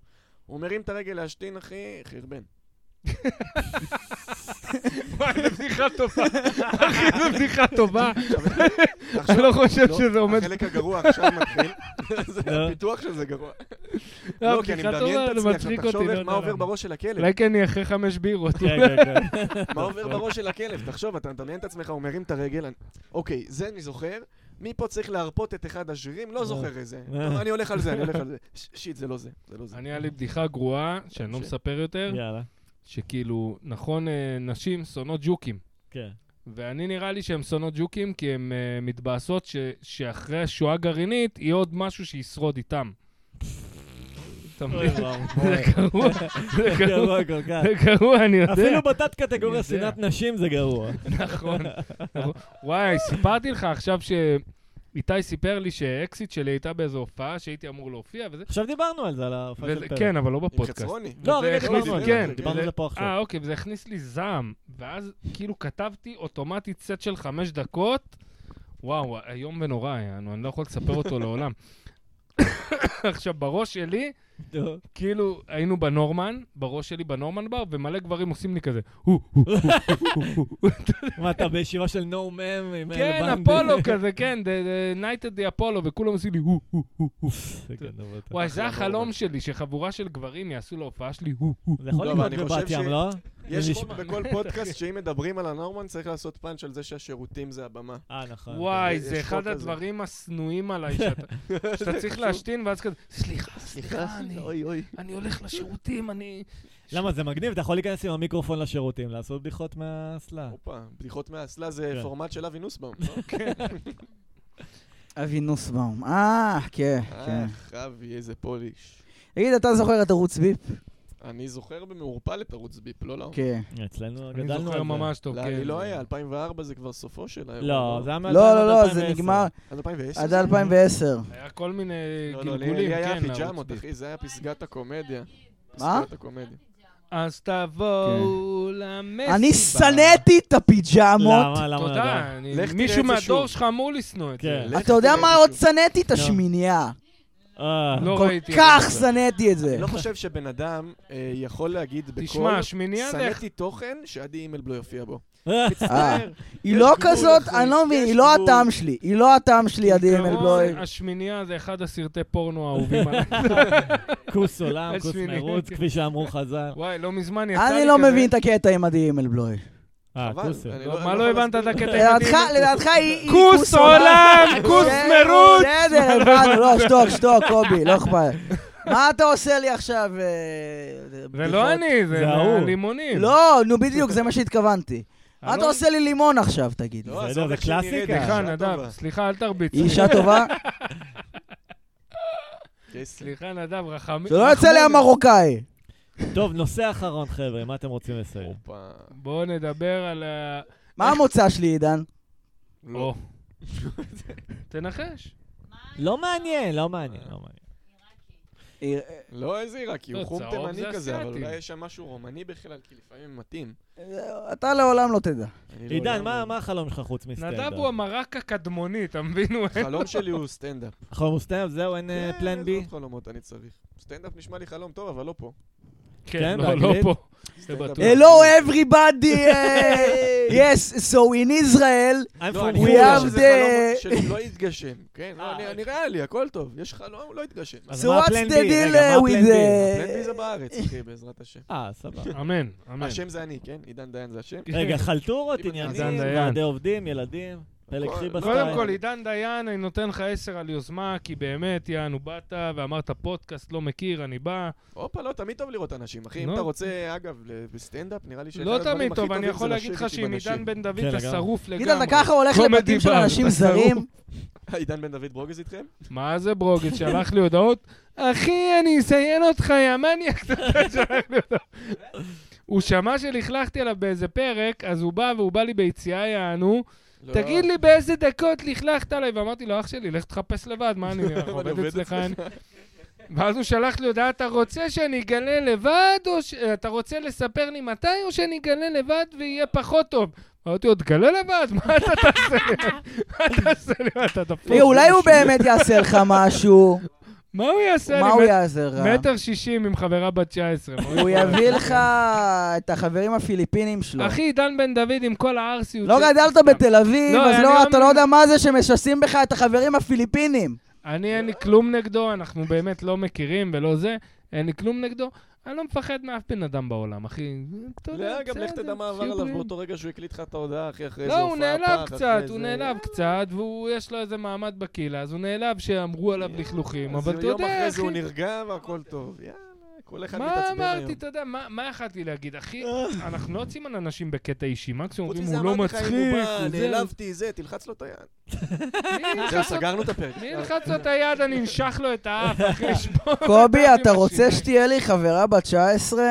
Speaker 3: הוא מרים את הרגל להשתין, אחי, חרבן.
Speaker 2: וואי, זו בדיחה טובה. אחי, זו בדיחה טובה. [LAUGHS]
Speaker 3: עכשיו,
Speaker 2: אני לא חושב שזה עומד...
Speaker 3: החלק הגרוע עכשיו
Speaker 2: [LAUGHS]
Speaker 3: מתחיל. זה
Speaker 1: לא.
Speaker 3: הפיתוח של זה גרוע.
Speaker 2: לא,
Speaker 3: לא, כי אני
Speaker 2: בדיחה
Speaker 3: מדמיין
Speaker 2: טובה,
Speaker 3: את
Speaker 2: זה
Speaker 3: עצמי,
Speaker 2: מצחיק
Speaker 3: עכשיו
Speaker 2: אותי,
Speaker 3: תחשוב
Speaker 2: לא
Speaker 3: איך-
Speaker 2: יודע
Speaker 3: מה עובר
Speaker 2: למה.
Speaker 3: בראש של הכלב.
Speaker 2: אולי כי אני אחרי חמש בירות.
Speaker 1: כן, כן, כן.
Speaker 3: מה עובר בראש של הכלב? תחשוב, אתה מדמיין את עצמך, הוא מרים את הרגל. אני- אוקיי, זה אני זוכר. מפה צריך להרפות את אחד השרירים, לא זוכר איזה. טוב, אני הולך על זה, אני הולך על זה. ש- שיט, זה לא זה, זה לא זה.
Speaker 2: אני, היה לי בדיחה גרועה, שאני לא
Speaker 3: ש-
Speaker 2: מספר [LAUGHS] יותר,
Speaker 1: כן. יאללה.
Speaker 2: שכאילו, נכון, אה, נשים שונאות ג'וקים.
Speaker 1: כן.
Speaker 2: ואני נראה לי שהן שונאות ג'וקים כי הן uh, מתבאסות ש, שאחרי השואה הגרעינית יהיה עוד משהו שישרוד איתם. אתה
Speaker 1: אוי,
Speaker 2: מבין?
Speaker 1: וואו.
Speaker 2: זה גרוע, זה גרוע,
Speaker 1: גרוע כל כך.
Speaker 2: זה גרוע, אני יודע.
Speaker 1: אפילו בתת קטגוריה
Speaker 2: אני יודע.
Speaker 1: שנאת נשים זה גרוע.
Speaker 2: נכון. נכון. וואי, סיפרתי לך עכשיו ש... איתי סיפר לי שאקסיט שלי הייתה באיזו הופעה שהייתי אמור להופיע וזה.
Speaker 1: עכשיו דיברנו על זה, על ההופעה של
Speaker 2: וזה-
Speaker 1: פרק.
Speaker 2: כן, אבל לא
Speaker 3: עם
Speaker 2: בפודקאסט.
Speaker 3: חצרוני.
Speaker 1: לא,
Speaker 2: וזה
Speaker 1: רגע,
Speaker 2: הכניס-
Speaker 1: דיברנו על
Speaker 3: כן,
Speaker 1: זה, דיברנו על זה פה עכשיו.
Speaker 2: אה, אוקיי, וזה הכניס לי זעם. ואז כאילו כתבתי אוטומטית סט של חמש דקות. וואו, איום ונורא היה, נו, אני לא יכול לספר אותו לעולם. [COUGHS] עכשיו, בראש שלי,
Speaker 1: טוב.
Speaker 2: כאילו, היינו בנורמן, בראש שלי בנורמן בר, ומלא גברים עושים לי כזה, הו, הו,
Speaker 1: כן,
Speaker 2: הו, הו, הו, הו.
Speaker 1: [LAUGHS] מה, אתה בישיבה של נו מם עם
Speaker 2: כן,
Speaker 1: אלה בנדי?
Speaker 2: אפולו כזה, כן, נייטד די אפולו, וכולם עושים לי, הו, הו, הו, הו.
Speaker 1: זה גנוב אותה.
Speaker 2: וואי, זה
Speaker 3: אחלה
Speaker 2: החלום
Speaker 3: נורמן.
Speaker 2: שלי, שחבורה של גברים יעשו להופעה שלי, הו, הו.
Speaker 1: זה יכול
Speaker 3: לא,
Speaker 1: לקרות
Speaker 3: אבל אני
Speaker 1: בבת
Speaker 3: חושב
Speaker 1: ים,
Speaker 3: ש-
Speaker 1: לא?
Speaker 3: יש
Speaker 1: נשמע-
Speaker 3: חוק בכל פודקאסט שאם מדברים על הנורמן צריך לעשות פאנץ' על זה שהשירותים זה הבמה.
Speaker 1: אה, נכון.
Speaker 2: וואי,
Speaker 3: יש
Speaker 2: זה
Speaker 3: חוק
Speaker 2: אחד
Speaker 3: כזה.
Speaker 2: הדברים השנואאים עליי, שאתה- שאתה צריך להשתין, ואז כזה, סליחה, סליחה, אני-
Speaker 3: אוי אוי.
Speaker 2: אני הולך לשירותים, אני...
Speaker 1: למה, זה מגניב, אתה יכול להיכנס עם המיקרופון לשירותים, לעשות בדיחות מהאסלה.
Speaker 3: הופה, בדיחות מהאסלה זה
Speaker 1: כן.
Speaker 3: פורמט של אבי נוסבאום. לא?
Speaker 4: אבי נוסבאום. אה, כן, כן.
Speaker 3: אך, אבי, איזה פוליש.
Speaker 4: תגיד, אתה זוכר את ערוץ ביפ?
Speaker 3: אני זוכר במעורפלת ערוץ ביפ, לא לעומק.
Speaker 4: כן.
Speaker 1: אצלנו
Speaker 2: אני
Speaker 1: גדלנו על זה.
Speaker 2: זוכר ממש טוב,
Speaker 3: לא,
Speaker 2: כן.
Speaker 3: אני לא היה, 2004 זה כבר סופו של האירוע.
Speaker 1: לא, זה היה
Speaker 4: לא,
Speaker 1: מ-2000
Speaker 4: לא,
Speaker 1: עד
Speaker 4: לא, זה
Speaker 1: 2010.
Speaker 4: נגמר
Speaker 3: עד 2010?
Speaker 4: עד 2010.
Speaker 2: היה כל מיני
Speaker 3: לא, לא, לי-
Speaker 2: גלגולים,
Speaker 3: לי היה
Speaker 2: כן.
Speaker 3: פיג'מות,
Speaker 2: לערוץ
Speaker 3: אחי, זה היה פסגת הקומדיה.
Speaker 4: מה?
Speaker 3: פסגת הקומדיה.
Speaker 2: בי. אז תבואו למסיבה.
Speaker 4: אני שנאתי את הפיג'מות.
Speaker 1: למה, למה? למה?
Speaker 2: תודה, אני-
Speaker 3: לך תראה
Speaker 2: מישהו
Speaker 3: את זה
Speaker 2: מהדור
Speaker 3: שוב.
Speaker 2: שלך אמור לשנוא את זה.
Speaker 1: כן.
Speaker 3: לך
Speaker 4: אתה יודע
Speaker 3: תראה
Speaker 4: מה
Speaker 3: את
Speaker 4: עוד
Speaker 3: זה שוב.
Speaker 4: שנאתי? את
Speaker 1: לא.
Speaker 4: השמינייה.
Speaker 1: אה,
Speaker 2: לא
Speaker 4: כל
Speaker 2: ראיתי את
Speaker 4: כך
Speaker 2: זה.
Speaker 4: שנאתי את זה.
Speaker 3: אני לא חושב שבן אדם אה, יכול להגיד בקול...
Speaker 2: תשמע, השמינייה זה...
Speaker 3: שנאתי תוכן שעדי אימל לא יופיע בו.
Speaker 1: אה,
Speaker 3: מצטער.
Speaker 4: היא
Speaker 3: יש
Speaker 4: לא
Speaker 3: גבול,
Speaker 4: כזאת,
Speaker 3: אחי,
Speaker 4: אני לא מבין,
Speaker 3: יש
Speaker 4: היא לא
Speaker 3: גבול.
Speaker 4: הטעם שלי. היא לא הטעם שלי, עדי
Speaker 2: בעיקרון,
Speaker 4: אמלבלוי.
Speaker 2: השמינייה זה אחד הסרטי פורנו האהובים עליי.
Speaker 1: כוס
Speaker 2: [LAUGHS]
Speaker 1: עולם, כוס
Speaker 2: השמיני,
Speaker 1: מרוץ,
Speaker 2: כן.
Speaker 1: כפי שאמרו חז"ל.
Speaker 2: וואי, לא מזמן יצא לי כזה...
Speaker 4: אני לא מבין את הקטע עם
Speaker 2: [LAUGHS]
Speaker 4: עדי אמלבלוי.
Speaker 1: אה,
Speaker 3: [LAUGHS] חבל,
Speaker 1: כוס.
Speaker 3: אני
Speaker 2: לא,
Speaker 3: לא-
Speaker 2: מה
Speaker 3: אני
Speaker 2: לא
Speaker 3: יכול
Speaker 2: הבנת את
Speaker 3: להסביר.
Speaker 2: הקטע?
Speaker 4: לדעתך,
Speaker 2: עם הדין?
Speaker 4: לדעתך היא... היא
Speaker 2: לא- כוס
Speaker 4: [LAUGHS]
Speaker 2: עולם, כוס
Speaker 4: כן,
Speaker 2: מרוץ. [LAUGHS]
Speaker 4: בסדר, הבנו, לא, שתוק, שתוק, קובי, לא אכפת. מה אתה עושה לי עכשיו? אה,
Speaker 2: זה
Speaker 4: בדיחות?
Speaker 2: לא אני, זה
Speaker 1: זה ההוא.
Speaker 2: הלימונים.
Speaker 4: לא, נו בדיוק, זה מה שהתכוונתי. מה
Speaker 2: אני
Speaker 4: אתה
Speaker 2: לא-
Speaker 4: עושה לי לימון עכשיו, תגיד לי?
Speaker 3: לא,
Speaker 1: בסדר,
Speaker 3: עזוב,
Speaker 1: זה
Speaker 3: איך שהיא נראית,
Speaker 1: קלאסיקה.
Speaker 3: אישה
Speaker 2: סליחה,
Speaker 3: טובה.
Speaker 2: נדב, סליחה, אל תרביץ.
Speaker 4: היא אישה
Speaker 2: [LAUGHS]
Speaker 4: טובה?
Speaker 3: קייס,
Speaker 2: סליחה, נדב, רחמים.
Speaker 4: שלא לא יוצא לי המרוקאי.
Speaker 1: טוב, נושא אחרון, חבר'ה, מה אתם רוצים לסיים?
Speaker 3: הופה.
Speaker 2: בואו נדבר על ה...
Speaker 4: מה המוצא שלי, עידן?
Speaker 3: [LAUGHS]
Speaker 2: לא. תנחש.
Speaker 1: לא מעניין, לא מעניין, לא מעניין.
Speaker 3: לא, איזה עיראקי, הוא
Speaker 2: לא,
Speaker 3: חום
Speaker 2: צהוב
Speaker 3: תימני
Speaker 2: זה
Speaker 3: כזה, אבל
Speaker 2: אסיאתי.
Speaker 3: אולי יש שם משהו רומני בכלל, כי לפעמים מתאים.
Speaker 4: אתה לעולם לא תדע.
Speaker 3: אני
Speaker 1: עידן,
Speaker 3: לא יודע
Speaker 1: מה מה החלום שלך חוץ מסטנדאפ?
Speaker 2: נדב הוא אמ- המרק הקדמוני, אתה מבין? הוא-
Speaker 3: החלום שלי הוא סטנדאפ.
Speaker 1: החלום הוא סטנדאפ, זהו, אין [LAUGHS] אה,
Speaker 3: כן,
Speaker 1: פלן
Speaker 3: איזה
Speaker 1: בי?
Speaker 3: עוד חלומות אני צריך. סטנדאפ נשמע לי חלום טוב, אבל לא פה.
Speaker 2: כן, לא,
Speaker 1: באנגלית?
Speaker 2: לא פה. זה
Speaker 3: סטנדאפ-
Speaker 1: אה,
Speaker 2: בטוח.
Speaker 1: לא,
Speaker 4: Hello [LAUGHS] everybody! אה, Yes, so in Israel,
Speaker 1: I'm
Speaker 3: לא,
Speaker 1: from
Speaker 3: אני
Speaker 4: We
Speaker 3: חושב
Speaker 1: חו"ל.
Speaker 4: have-
Speaker 3: שזה
Speaker 4: the-
Speaker 3: חלום שלא יתגשם. כן,
Speaker 1: אה,
Speaker 3: לא, אני-
Speaker 1: אוקיי.
Speaker 3: נראה לי, הכל טוב. יש חלום, הוא לא יתגשם.
Speaker 1: אז
Speaker 4: so
Speaker 1: מה
Speaker 4: what's
Speaker 1: הפלן
Speaker 4: the
Speaker 1: בי?
Speaker 4: deal
Speaker 1: רגע, מה
Speaker 4: אה, with
Speaker 1: הפלן בי?
Speaker 4: the...
Speaker 3: פלן בי זה בארץ, אחי, בעזרת השם.
Speaker 1: אה, סבבה.
Speaker 2: אמן, אמן.
Speaker 3: השם זה אני, כן? עידן דיין זה השם.
Speaker 1: רגע, חלטורות,
Speaker 3: עידן
Speaker 1: עניינים,
Speaker 2: דיין.
Speaker 1: ועדי עובדים, ילדים, פלג
Speaker 3: קודם
Speaker 1: חיבה
Speaker 2: קודם
Speaker 1: סטייל.
Speaker 2: כל, עידן דיין, אני נותן לך עשר על יוזמה, כי באמת, יענו, באת ואמרת פודקאסט לא מכיר, אני בא.
Speaker 3: הופה, לא, תמיד טוב לראות אנשים, אחי. אם
Speaker 2: נו.
Speaker 3: אתה רוצה, אגב, ל- בסטנדאפ, נראה לי שאחד
Speaker 2: לא
Speaker 3: הדברים
Speaker 2: תמיד
Speaker 3: הכי
Speaker 2: טוב, אני
Speaker 3: טובים זה
Speaker 2: יכול להגיד
Speaker 3: לשבת
Speaker 2: לך שעם
Speaker 3: עם
Speaker 2: עידן
Speaker 3: אנשים.
Speaker 2: בן דוד
Speaker 1: כן,
Speaker 2: אתה
Speaker 1: לגמרי.
Speaker 2: שרוף לגמרי.
Speaker 4: עידן, אתה ככה הולך
Speaker 2: לא
Speaker 4: לבתים של
Speaker 2: מדיבר,
Speaker 4: אנשים
Speaker 2: אתה
Speaker 4: זרים?
Speaker 3: אה, עידן בן דוד ברוגז איתכם?
Speaker 2: מה זה ברוגז? שלח לי הודעות, אחי, אני אסיין אותך, יא מניאק, [LAUGHS] אתה יודע, שלח לי הודעות. הוא שמע שלכלכתי עליו באיזה פרק, אז הוא בא והוא בא לי ביציאה יענו,
Speaker 3: לא.
Speaker 2: תגיד לי באיזה דקות לכלכת עליי, ואמרתי לו, אח שלי, לך תחפש לבד, מה
Speaker 3: [LAUGHS]
Speaker 2: אני
Speaker 3: אני
Speaker 2: עובד
Speaker 3: עובד
Speaker 2: אצלך? אין?" ואז הוא שלח לי הודעה, אתה רוצה שאני אגלה לבד, או ש- אתה רוצה לספר לי מתי, או שאני אגלה לבד ויהיה פחות טוב? אמרתי לו, תגלה לבד, מה אתה תעשה לי? מה אתה תעשה לי? מה אתה תפוס?
Speaker 4: אה, אולי הוא באמת יעשה לך משהו?
Speaker 2: מה הוא יעשה לי?
Speaker 4: מה הוא יעשה לך?
Speaker 2: מטר שישים עם חברה בת 19. מה יכול
Speaker 4: הוא יביא
Speaker 2: לעשות?
Speaker 4: לך את החברים הפיליפינים שלו.
Speaker 2: אחי, עידן בן דוד עם כל הארסיות.
Speaker 4: לא
Speaker 2: של-
Speaker 4: גדלת בתל אביב,
Speaker 2: לא,
Speaker 4: אז
Speaker 2: אני
Speaker 4: לא,
Speaker 2: לא
Speaker 4: אתה לא
Speaker 2: מבין.
Speaker 4: יודע מה זה שמשסים בך את החברים הפיליפינים.
Speaker 2: אני, אין לי כלום נגדו, אנחנו באמת לא מכירים ולא זה, אין לי כלום נגדו. אני לא מפחד מאף בן אדם בעולם, אחי. אתה יודע,
Speaker 3: לא, גם לך
Speaker 2: בסדר,
Speaker 3: תדע מה עבר
Speaker 2: שיהיו
Speaker 3: עליו
Speaker 2: בריאים.
Speaker 3: באותו רגע שהוא הקליט לך את ההודעה, אחי, אחרי איזה
Speaker 2: לא, הוא
Speaker 3: הופעה
Speaker 2: נעלב
Speaker 3: פח,
Speaker 2: קצת,
Speaker 3: אחרי
Speaker 2: הוא
Speaker 3: איזה-
Speaker 2: נעלב קצת, ויש לו איזה מעמד בקהילה, אז הוא נעלב שאמרו עליו לכלוכים,
Speaker 3: אז
Speaker 2: אבל אתה
Speaker 3: יום
Speaker 2: יודע,
Speaker 3: אחרי זה
Speaker 2: אחי,
Speaker 3: הוא נרגע והכל טוב. יאללה, כל אחד מתעצבן
Speaker 2: מה
Speaker 3: היום. אה.
Speaker 2: אמרתי, אתה יודע, מה מה יכלתי להגיד? אחי, אנחנו לא יוצאים על אנשים בקטע אישי, מקסימום
Speaker 3: חוץ
Speaker 2: אומרים,
Speaker 3: מזה
Speaker 2: הוא לא
Speaker 3: אמרתי לך,
Speaker 2: מצחיק,
Speaker 3: הנה הוא בא,
Speaker 2: הוא זה.
Speaker 3: נעלבתי, זה, תלחץ לו את היד.
Speaker 2: מי
Speaker 3: זהו,
Speaker 2: ילחץ לו-
Speaker 3: סגרנו את הפרק. אה,
Speaker 2: מי ילחץ לו את היד, אני אנשח לו את האף,
Speaker 3: [LAUGHS]
Speaker 2: אחי, שמונה
Speaker 4: קובי,
Speaker 2: אנשים
Speaker 4: אתה רוצה
Speaker 2: בשיניים.
Speaker 4: שתהיה לי חברה בת 19?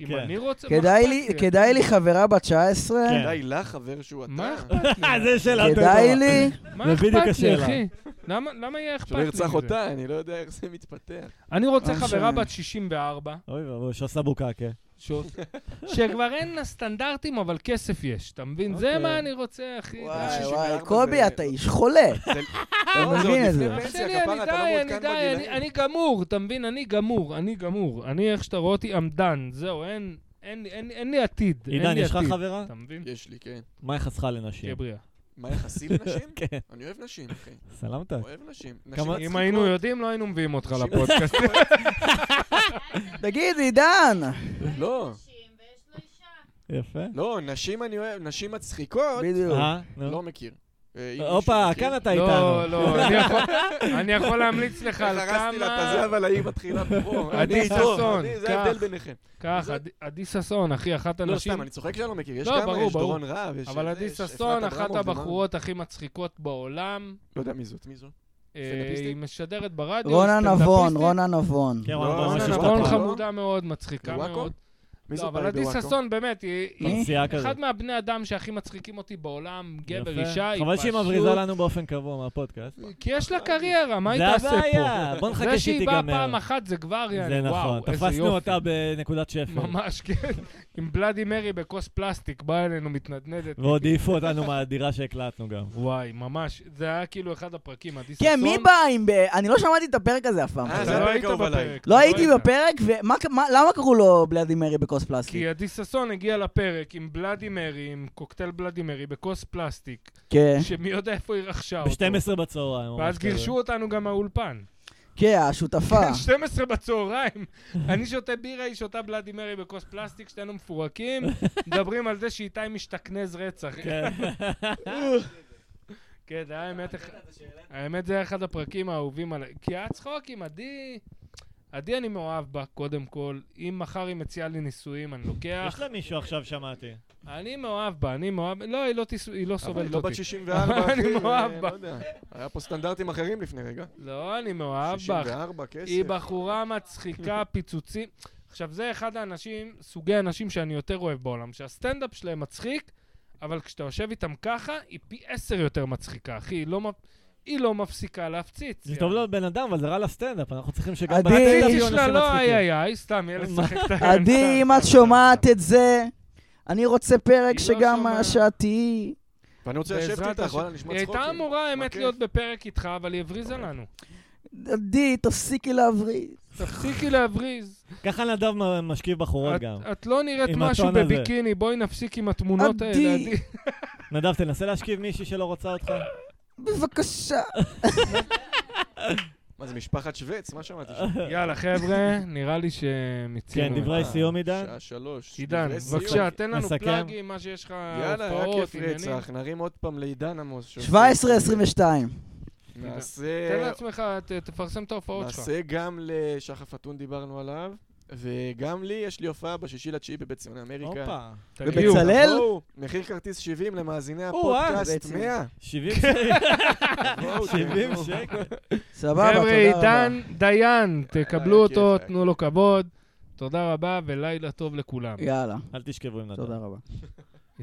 Speaker 2: אם
Speaker 1: כן.
Speaker 2: אני רוצה, מה
Speaker 4: כדאי
Speaker 2: אכפת
Speaker 4: לי- כדאי לי חברה בת 19?
Speaker 1: כן.
Speaker 3: די לך, חבר שהוא אתה.
Speaker 2: מה אכפת לי?
Speaker 1: אה, זה שאלה יותר טובה.
Speaker 4: כדאי לי?
Speaker 2: מה
Speaker 1: זה
Speaker 2: אכפת
Speaker 1: בדיוק
Speaker 2: לי,
Speaker 1: השאלה.
Speaker 2: אחי? למה למה יהיה אכפת
Speaker 3: שלא
Speaker 2: לי
Speaker 3: ירצח
Speaker 2: מזה?
Speaker 3: אותה, אני לא יודע איך זה מתפתח.
Speaker 2: [LAUGHS] אני רוצה
Speaker 4: אה,
Speaker 2: חברה
Speaker 4: ש-
Speaker 2: בת 64,
Speaker 1: אוי ואבוי, כן. שעשה בוקקה.
Speaker 2: ש- שכבר אין לה סטנדרטים, אבל כסף יש, אתה מבין? זה
Speaker 1: אוקיי.
Speaker 2: מה אני רוצה, אחי.
Speaker 4: וואי
Speaker 3: 64
Speaker 4: וואי,
Speaker 3: זה-
Speaker 4: קובי, אתה איש חולה.
Speaker 3: זה-
Speaker 4: אתה
Speaker 3: לא, זה עוד
Speaker 4: מבין את
Speaker 3: לפני
Speaker 4: זה.
Speaker 2: אח
Speaker 3: פנסיה,
Speaker 2: שלי, אני
Speaker 3: כפרה, אתה לא
Speaker 2: די, אני
Speaker 3: מעודכן
Speaker 2: די, אני-
Speaker 3: בגילאים.
Speaker 2: אני גמור, אתה מבין? אני גמור, אני גמור. אני, איך שאתה רואה אותי, עמדן, זהו, אין- אין אין- אין לי עתיד. אין
Speaker 1: עידן,
Speaker 2: לי
Speaker 1: יש לך
Speaker 2: עתיד.
Speaker 1: חברה?
Speaker 2: אתה מבין?
Speaker 3: יש לי, כן.
Speaker 1: מה יחסך לנשים?
Speaker 2: תהיה בריאה.
Speaker 3: מה
Speaker 2: [LAUGHS]
Speaker 3: יחסי לנשים?
Speaker 1: [LAUGHS] כן,
Speaker 3: אני אוהב נשים, אחי.
Speaker 1: סלמת?
Speaker 3: אוהב נשים.
Speaker 1: כמה-
Speaker 3: נשים
Speaker 2: אם
Speaker 3: מצחיקות.
Speaker 2: היינו יודעים, לא היינו מביאים אותך
Speaker 1: [LAUGHS]
Speaker 3: נשים-
Speaker 2: לפודקאסט.
Speaker 4: תגיד, עידן,
Speaker 3: לא,
Speaker 5: ויש לו אישה.
Speaker 1: יפה.
Speaker 3: לא, נשים אני אוהב, נשים מצחיקות,
Speaker 4: בדיוק.
Speaker 1: אה, נו.
Speaker 3: לא מכיר. אה, אם
Speaker 1: הופה,
Speaker 3: מישהו מכיר-
Speaker 1: כאן אתה
Speaker 2: לא,
Speaker 1: איתנו.
Speaker 2: לא, אני יכול- אני יכול להמליץ לך על
Speaker 3: הרסתי לה את הזה,
Speaker 2: כמה...
Speaker 3: אבל העיר מתחילה פה.
Speaker 2: עדי
Speaker 3: אני איתו,
Speaker 2: ששון,
Speaker 3: אני-
Speaker 2: כך.
Speaker 3: זה ההבדל ביניכם.
Speaker 2: כך, עדי- עדי ששון, אחי, אחת
Speaker 3: לא,
Speaker 2: הנשים...
Speaker 3: סתם, אני צוחק שאני לא מכיר. יש
Speaker 2: לא,
Speaker 3: כמה,
Speaker 2: ברור,
Speaker 3: יש
Speaker 2: ברור.
Speaker 3: דורון רהב, יש...
Speaker 2: אבל
Speaker 3: זה,
Speaker 2: עדי
Speaker 3: יש
Speaker 2: ששון,
Speaker 3: אפרת
Speaker 2: אחת
Speaker 3: אברמוב,
Speaker 2: הבחורות הכי מצחיקות בעולם.
Speaker 3: אמרנו. לא יודע מי זאת, מי זאת?
Speaker 2: אה,
Speaker 3: סטנדאפיסטית?
Speaker 2: היא משדרת ברדיו.
Speaker 4: רונה
Speaker 2: סטנדאפיסטית.
Speaker 4: נבון, רונה נבון.
Speaker 1: כן,
Speaker 3: לא,
Speaker 1: וואלה,
Speaker 3: לא,
Speaker 1: ממש
Speaker 3: לא,
Speaker 1: השתפרת.
Speaker 2: רון
Speaker 3: לא.
Speaker 2: חמודה מאוד, מצחיקה
Speaker 3: בוואקו?
Speaker 2: מאוד.
Speaker 3: מי
Speaker 2: לא,
Speaker 3: זאת
Speaker 2: אבל
Speaker 3: ברי
Speaker 2: עדי
Speaker 3: בוואקו? לא
Speaker 2: ששון, באמת, היא... היא-
Speaker 1: פרסייה כזאת.
Speaker 2: אחד מהבני אדם שהכי מצחיקים אותי בעולם, גבר,
Speaker 1: יפה.
Speaker 2: אישה, היא
Speaker 1: חבל שהיא
Speaker 2: פשוט-
Speaker 1: מבריזה לנו באופן קבוע מהפודקאסט.
Speaker 2: כי יש לה קריירה, מה היא
Speaker 1: זה
Speaker 2: תעשה פה?
Speaker 1: הבעיה, בוא נחכה
Speaker 2: זה שהיא באה
Speaker 1: שתיגמר.
Speaker 2: פעם אחת זה כבר,
Speaker 1: זה
Speaker 2: יעני,
Speaker 1: נכון,
Speaker 2: וואו, איזה
Speaker 1: תפסנו
Speaker 2: יופי.
Speaker 1: אותה בנקודת שפל.
Speaker 2: ממש, כן. עם בלאדי מרי בכוס פלסטיק, באה אלינו מתנדנדת.
Speaker 1: ועוד העיפו אותנו מהדירה שהקלטנו גם.
Speaker 2: וואי, ממש. זה היה כאילו אחד הפרקים, עדי ששון.
Speaker 4: כן, מי בא עם... ב- אני לא שמעתי את הפרק הזה אף פעם.
Speaker 3: אה, זה
Speaker 2: אתה לא
Speaker 3: הפרק
Speaker 2: היית
Speaker 3: האהוב עליי.
Speaker 2: בפרק.
Speaker 4: לא הייתי
Speaker 2: היית.
Speaker 4: בפרק, ולמה קראו לו בלדימרי בכוס פלסטיק?
Speaker 2: כי עדי ששון הגיע לפרק עם בלאדי מרי, עם קוקטייל בלאדי מרי בכוס פלסטיק,
Speaker 4: כן.
Speaker 2: שמי יודע איפה היא רכשה אותו.
Speaker 1: ב-12 בצהריים.
Speaker 2: ואז גירשו אותנו גם מהאולפן.
Speaker 4: כן, השותפה.
Speaker 2: [LAUGHS] כן, 12 בצהריים. [LAUGHS] אני שותה בירה, היא שותה בלאדי מרי בכוס פלסטיק, שנינו
Speaker 4: [LAUGHS]
Speaker 2: מפורקים, מדברים על זה שאיתי משתכנז רצח.
Speaker 3: כן.
Speaker 2: [LAUGHS] כן, זה היה האמת... אח- האמת זה היה אחד הפרקים האהובים עליי. כי היה צחוקים, עדי... עדי אני מאוהב בה, קודם כל. אם מחר היא מציעה לי נישואים, אני לוקח.
Speaker 1: יש לה מישהו עכשיו,
Speaker 2: כן.
Speaker 1: שמעתי.
Speaker 2: אני מאוהב בה, אני מאוהב... לא, היא לא תיסו- היא לא
Speaker 3: אבל
Speaker 2: סובלת
Speaker 3: היא לא בת
Speaker 2: אותי. [LAUGHS]
Speaker 3: 64, אחי.
Speaker 2: אני מאוהב
Speaker 3: אה,
Speaker 2: בה.
Speaker 3: לא יודע. היה פה סטנדרטים אחרים לפני רגע.
Speaker 2: לא, אני מאוהב בך.
Speaker 3: 64, כסף.
Speaker 2: היא בחורה
Speaker 3: [LAUGHS]
Speaker 2: מצחיקה, פיצוצים. עכשיו, זה אחד האנשים, סוגי האנשים שאני יותר אוהב בעולם, שהסטנדאפ שלהם מצחיק, אבל כשאתה יושב איתם ככה, היא פי עשר יותר מצחיקה, אחי. היא לא, מפ- היא לא מפסיקה להפציץ.
Speaker 1: זה טוב לא לבן אדם, אבל זה רע לסטנדאפ, אנחנו צריכים שגם
Speaker 4: עדי-
Speaker 1: בסטנדאפ
Speaker 2: הציצי
Speaker 1: יהיו
Speaker 2: שלה
Speaker 1: אנשים
Speaker 2: לא איי
Speaker 1: מצחיקים.
Speaker 2: איי איי, סתם, ילד
Speaker 1: מה?
Speaker 2: שחק
Speaker 4: [LAUGHS]
Speaker 2: את ה...
Speaker 4: עדי, אם את שומעת את זה, אני רוצה פרק
Speaker 2: היא לא
Speaker 4: שגם
Speaker 2: שומעת.
Speaker 4: שאת תהיי.
Speaker 3: ואני רוצה לשבת
Speaker 2: בעזרת
Speaker 3: איתך,
Speaker 2: השם.
Speaker 3: וואלה, נשמע
Speaker 2: היא
Speaker 3: צחוקים. אוקיי.
Speaker 2: הייתה אמורה, האמת,
Speaker 3: בכיף.
Speaker 2: להיות בפרק איתך, אבל היא הבריזה
Speaker 3: [LAUGHS]
Speaker 2: לנו.
Speaker 4: עדי, תפסיקי להבריא.
Speaker 2: תפסיקי להבריז.
Speaker 1: ככה נדב מ- משכיב בחורות
Speaker 2: את-
Speaker 1: גם.
Speaker 2: את לא נראית
Speaker 1: עם
Speaker 2: משהו
Speaker 1: הטון הזה.
Speaker 2: בביקיני, בואי נפסיק עם התמונות האלה.
Speaker 4: עדי.
Speaker 2: עדי.
Speaker 3: [LAUGHS]
Speaker 1: נדב, תנסה להשכיב מישהי שלא רוצה
Speaker 2: [LAUGHS]
Speaker 1: אותך.
Speaker 4: בבקשה.
Speaker 3: מה זה, משפחת שווץ? מה שמעתי
Speaker 1: אה,
Speaker 3: שם?
Speaker 2: יאללה, חבר'ה, נראה לי שמיצינו.
Speaker 1: כן,
Speaker 2: את
Speaker 1: דברי
Speaker 2: ה-
Speaker 1: סיום, עידן.
Speaker 3: אה, שעה שלוש.
Speaker 2: עידן,
Speaker 3: דברי סיום.
Speaker 2: בבקשה, תן לנו
Speaker 1: נסכם.
Speaker 2: פלאגים, מה שיש לך,
Speaker 3: יאללה, היה
Speaker 2: הופעות,
Speaker 3: כיף
Speaker 2: עניינים.
Speaker 3: רצח. נרים עוד פעם לעידן עמוס. שעושה-
Speaker 4: 17-22.
Speaker 2: תן
Speaker 3: נעשה...
Speaker 2: לעצמך, ת- תפרסם את ההופעות שלך.
Speaker 3: נעשה גם לשחף אתון דיברנו עליו, וגם לי יש לי הופעה בשישי לתשיעי בבית ציוני אמריקה.
Speaker 2: כן.
Speaker 1: הופה.
Speaker 2: תגיעו.
Speaker 4: ובצלאל.
Speaker 3: בואו, מחיר כרטיס 70 למאזיני
Speaker 1: או-אה,
Speaker 3: הפודקאסט
Speaker 4: בעצם.
Speaker 3: 100.
Speaker 1: 70
Speaker 2: [LAUGHS]
Speaker 1: שקל.
Speaker 3: בואו,
Speaker 1: 70
Speaker 3: תהנו.
Speaker 1: שקל.
Speaker 2: אוקיי.
Speaker 4: סבבה,
Speaker 2: חבר'ה,
Speaker 4: תודה רבה.
Speaker 2: עידן דיין, תקבלו
Speaker 3: היה כיף,
Speaker 2: אותו,
Speaker 3: היה
Speaker 2: תנו לו כבוד. תודה רבה ולילה טוב לכולם.
Speaker 4: יאללה,
Speaker 1: אל תשכבו עם נדב.
Speaker 4: תודה רבה.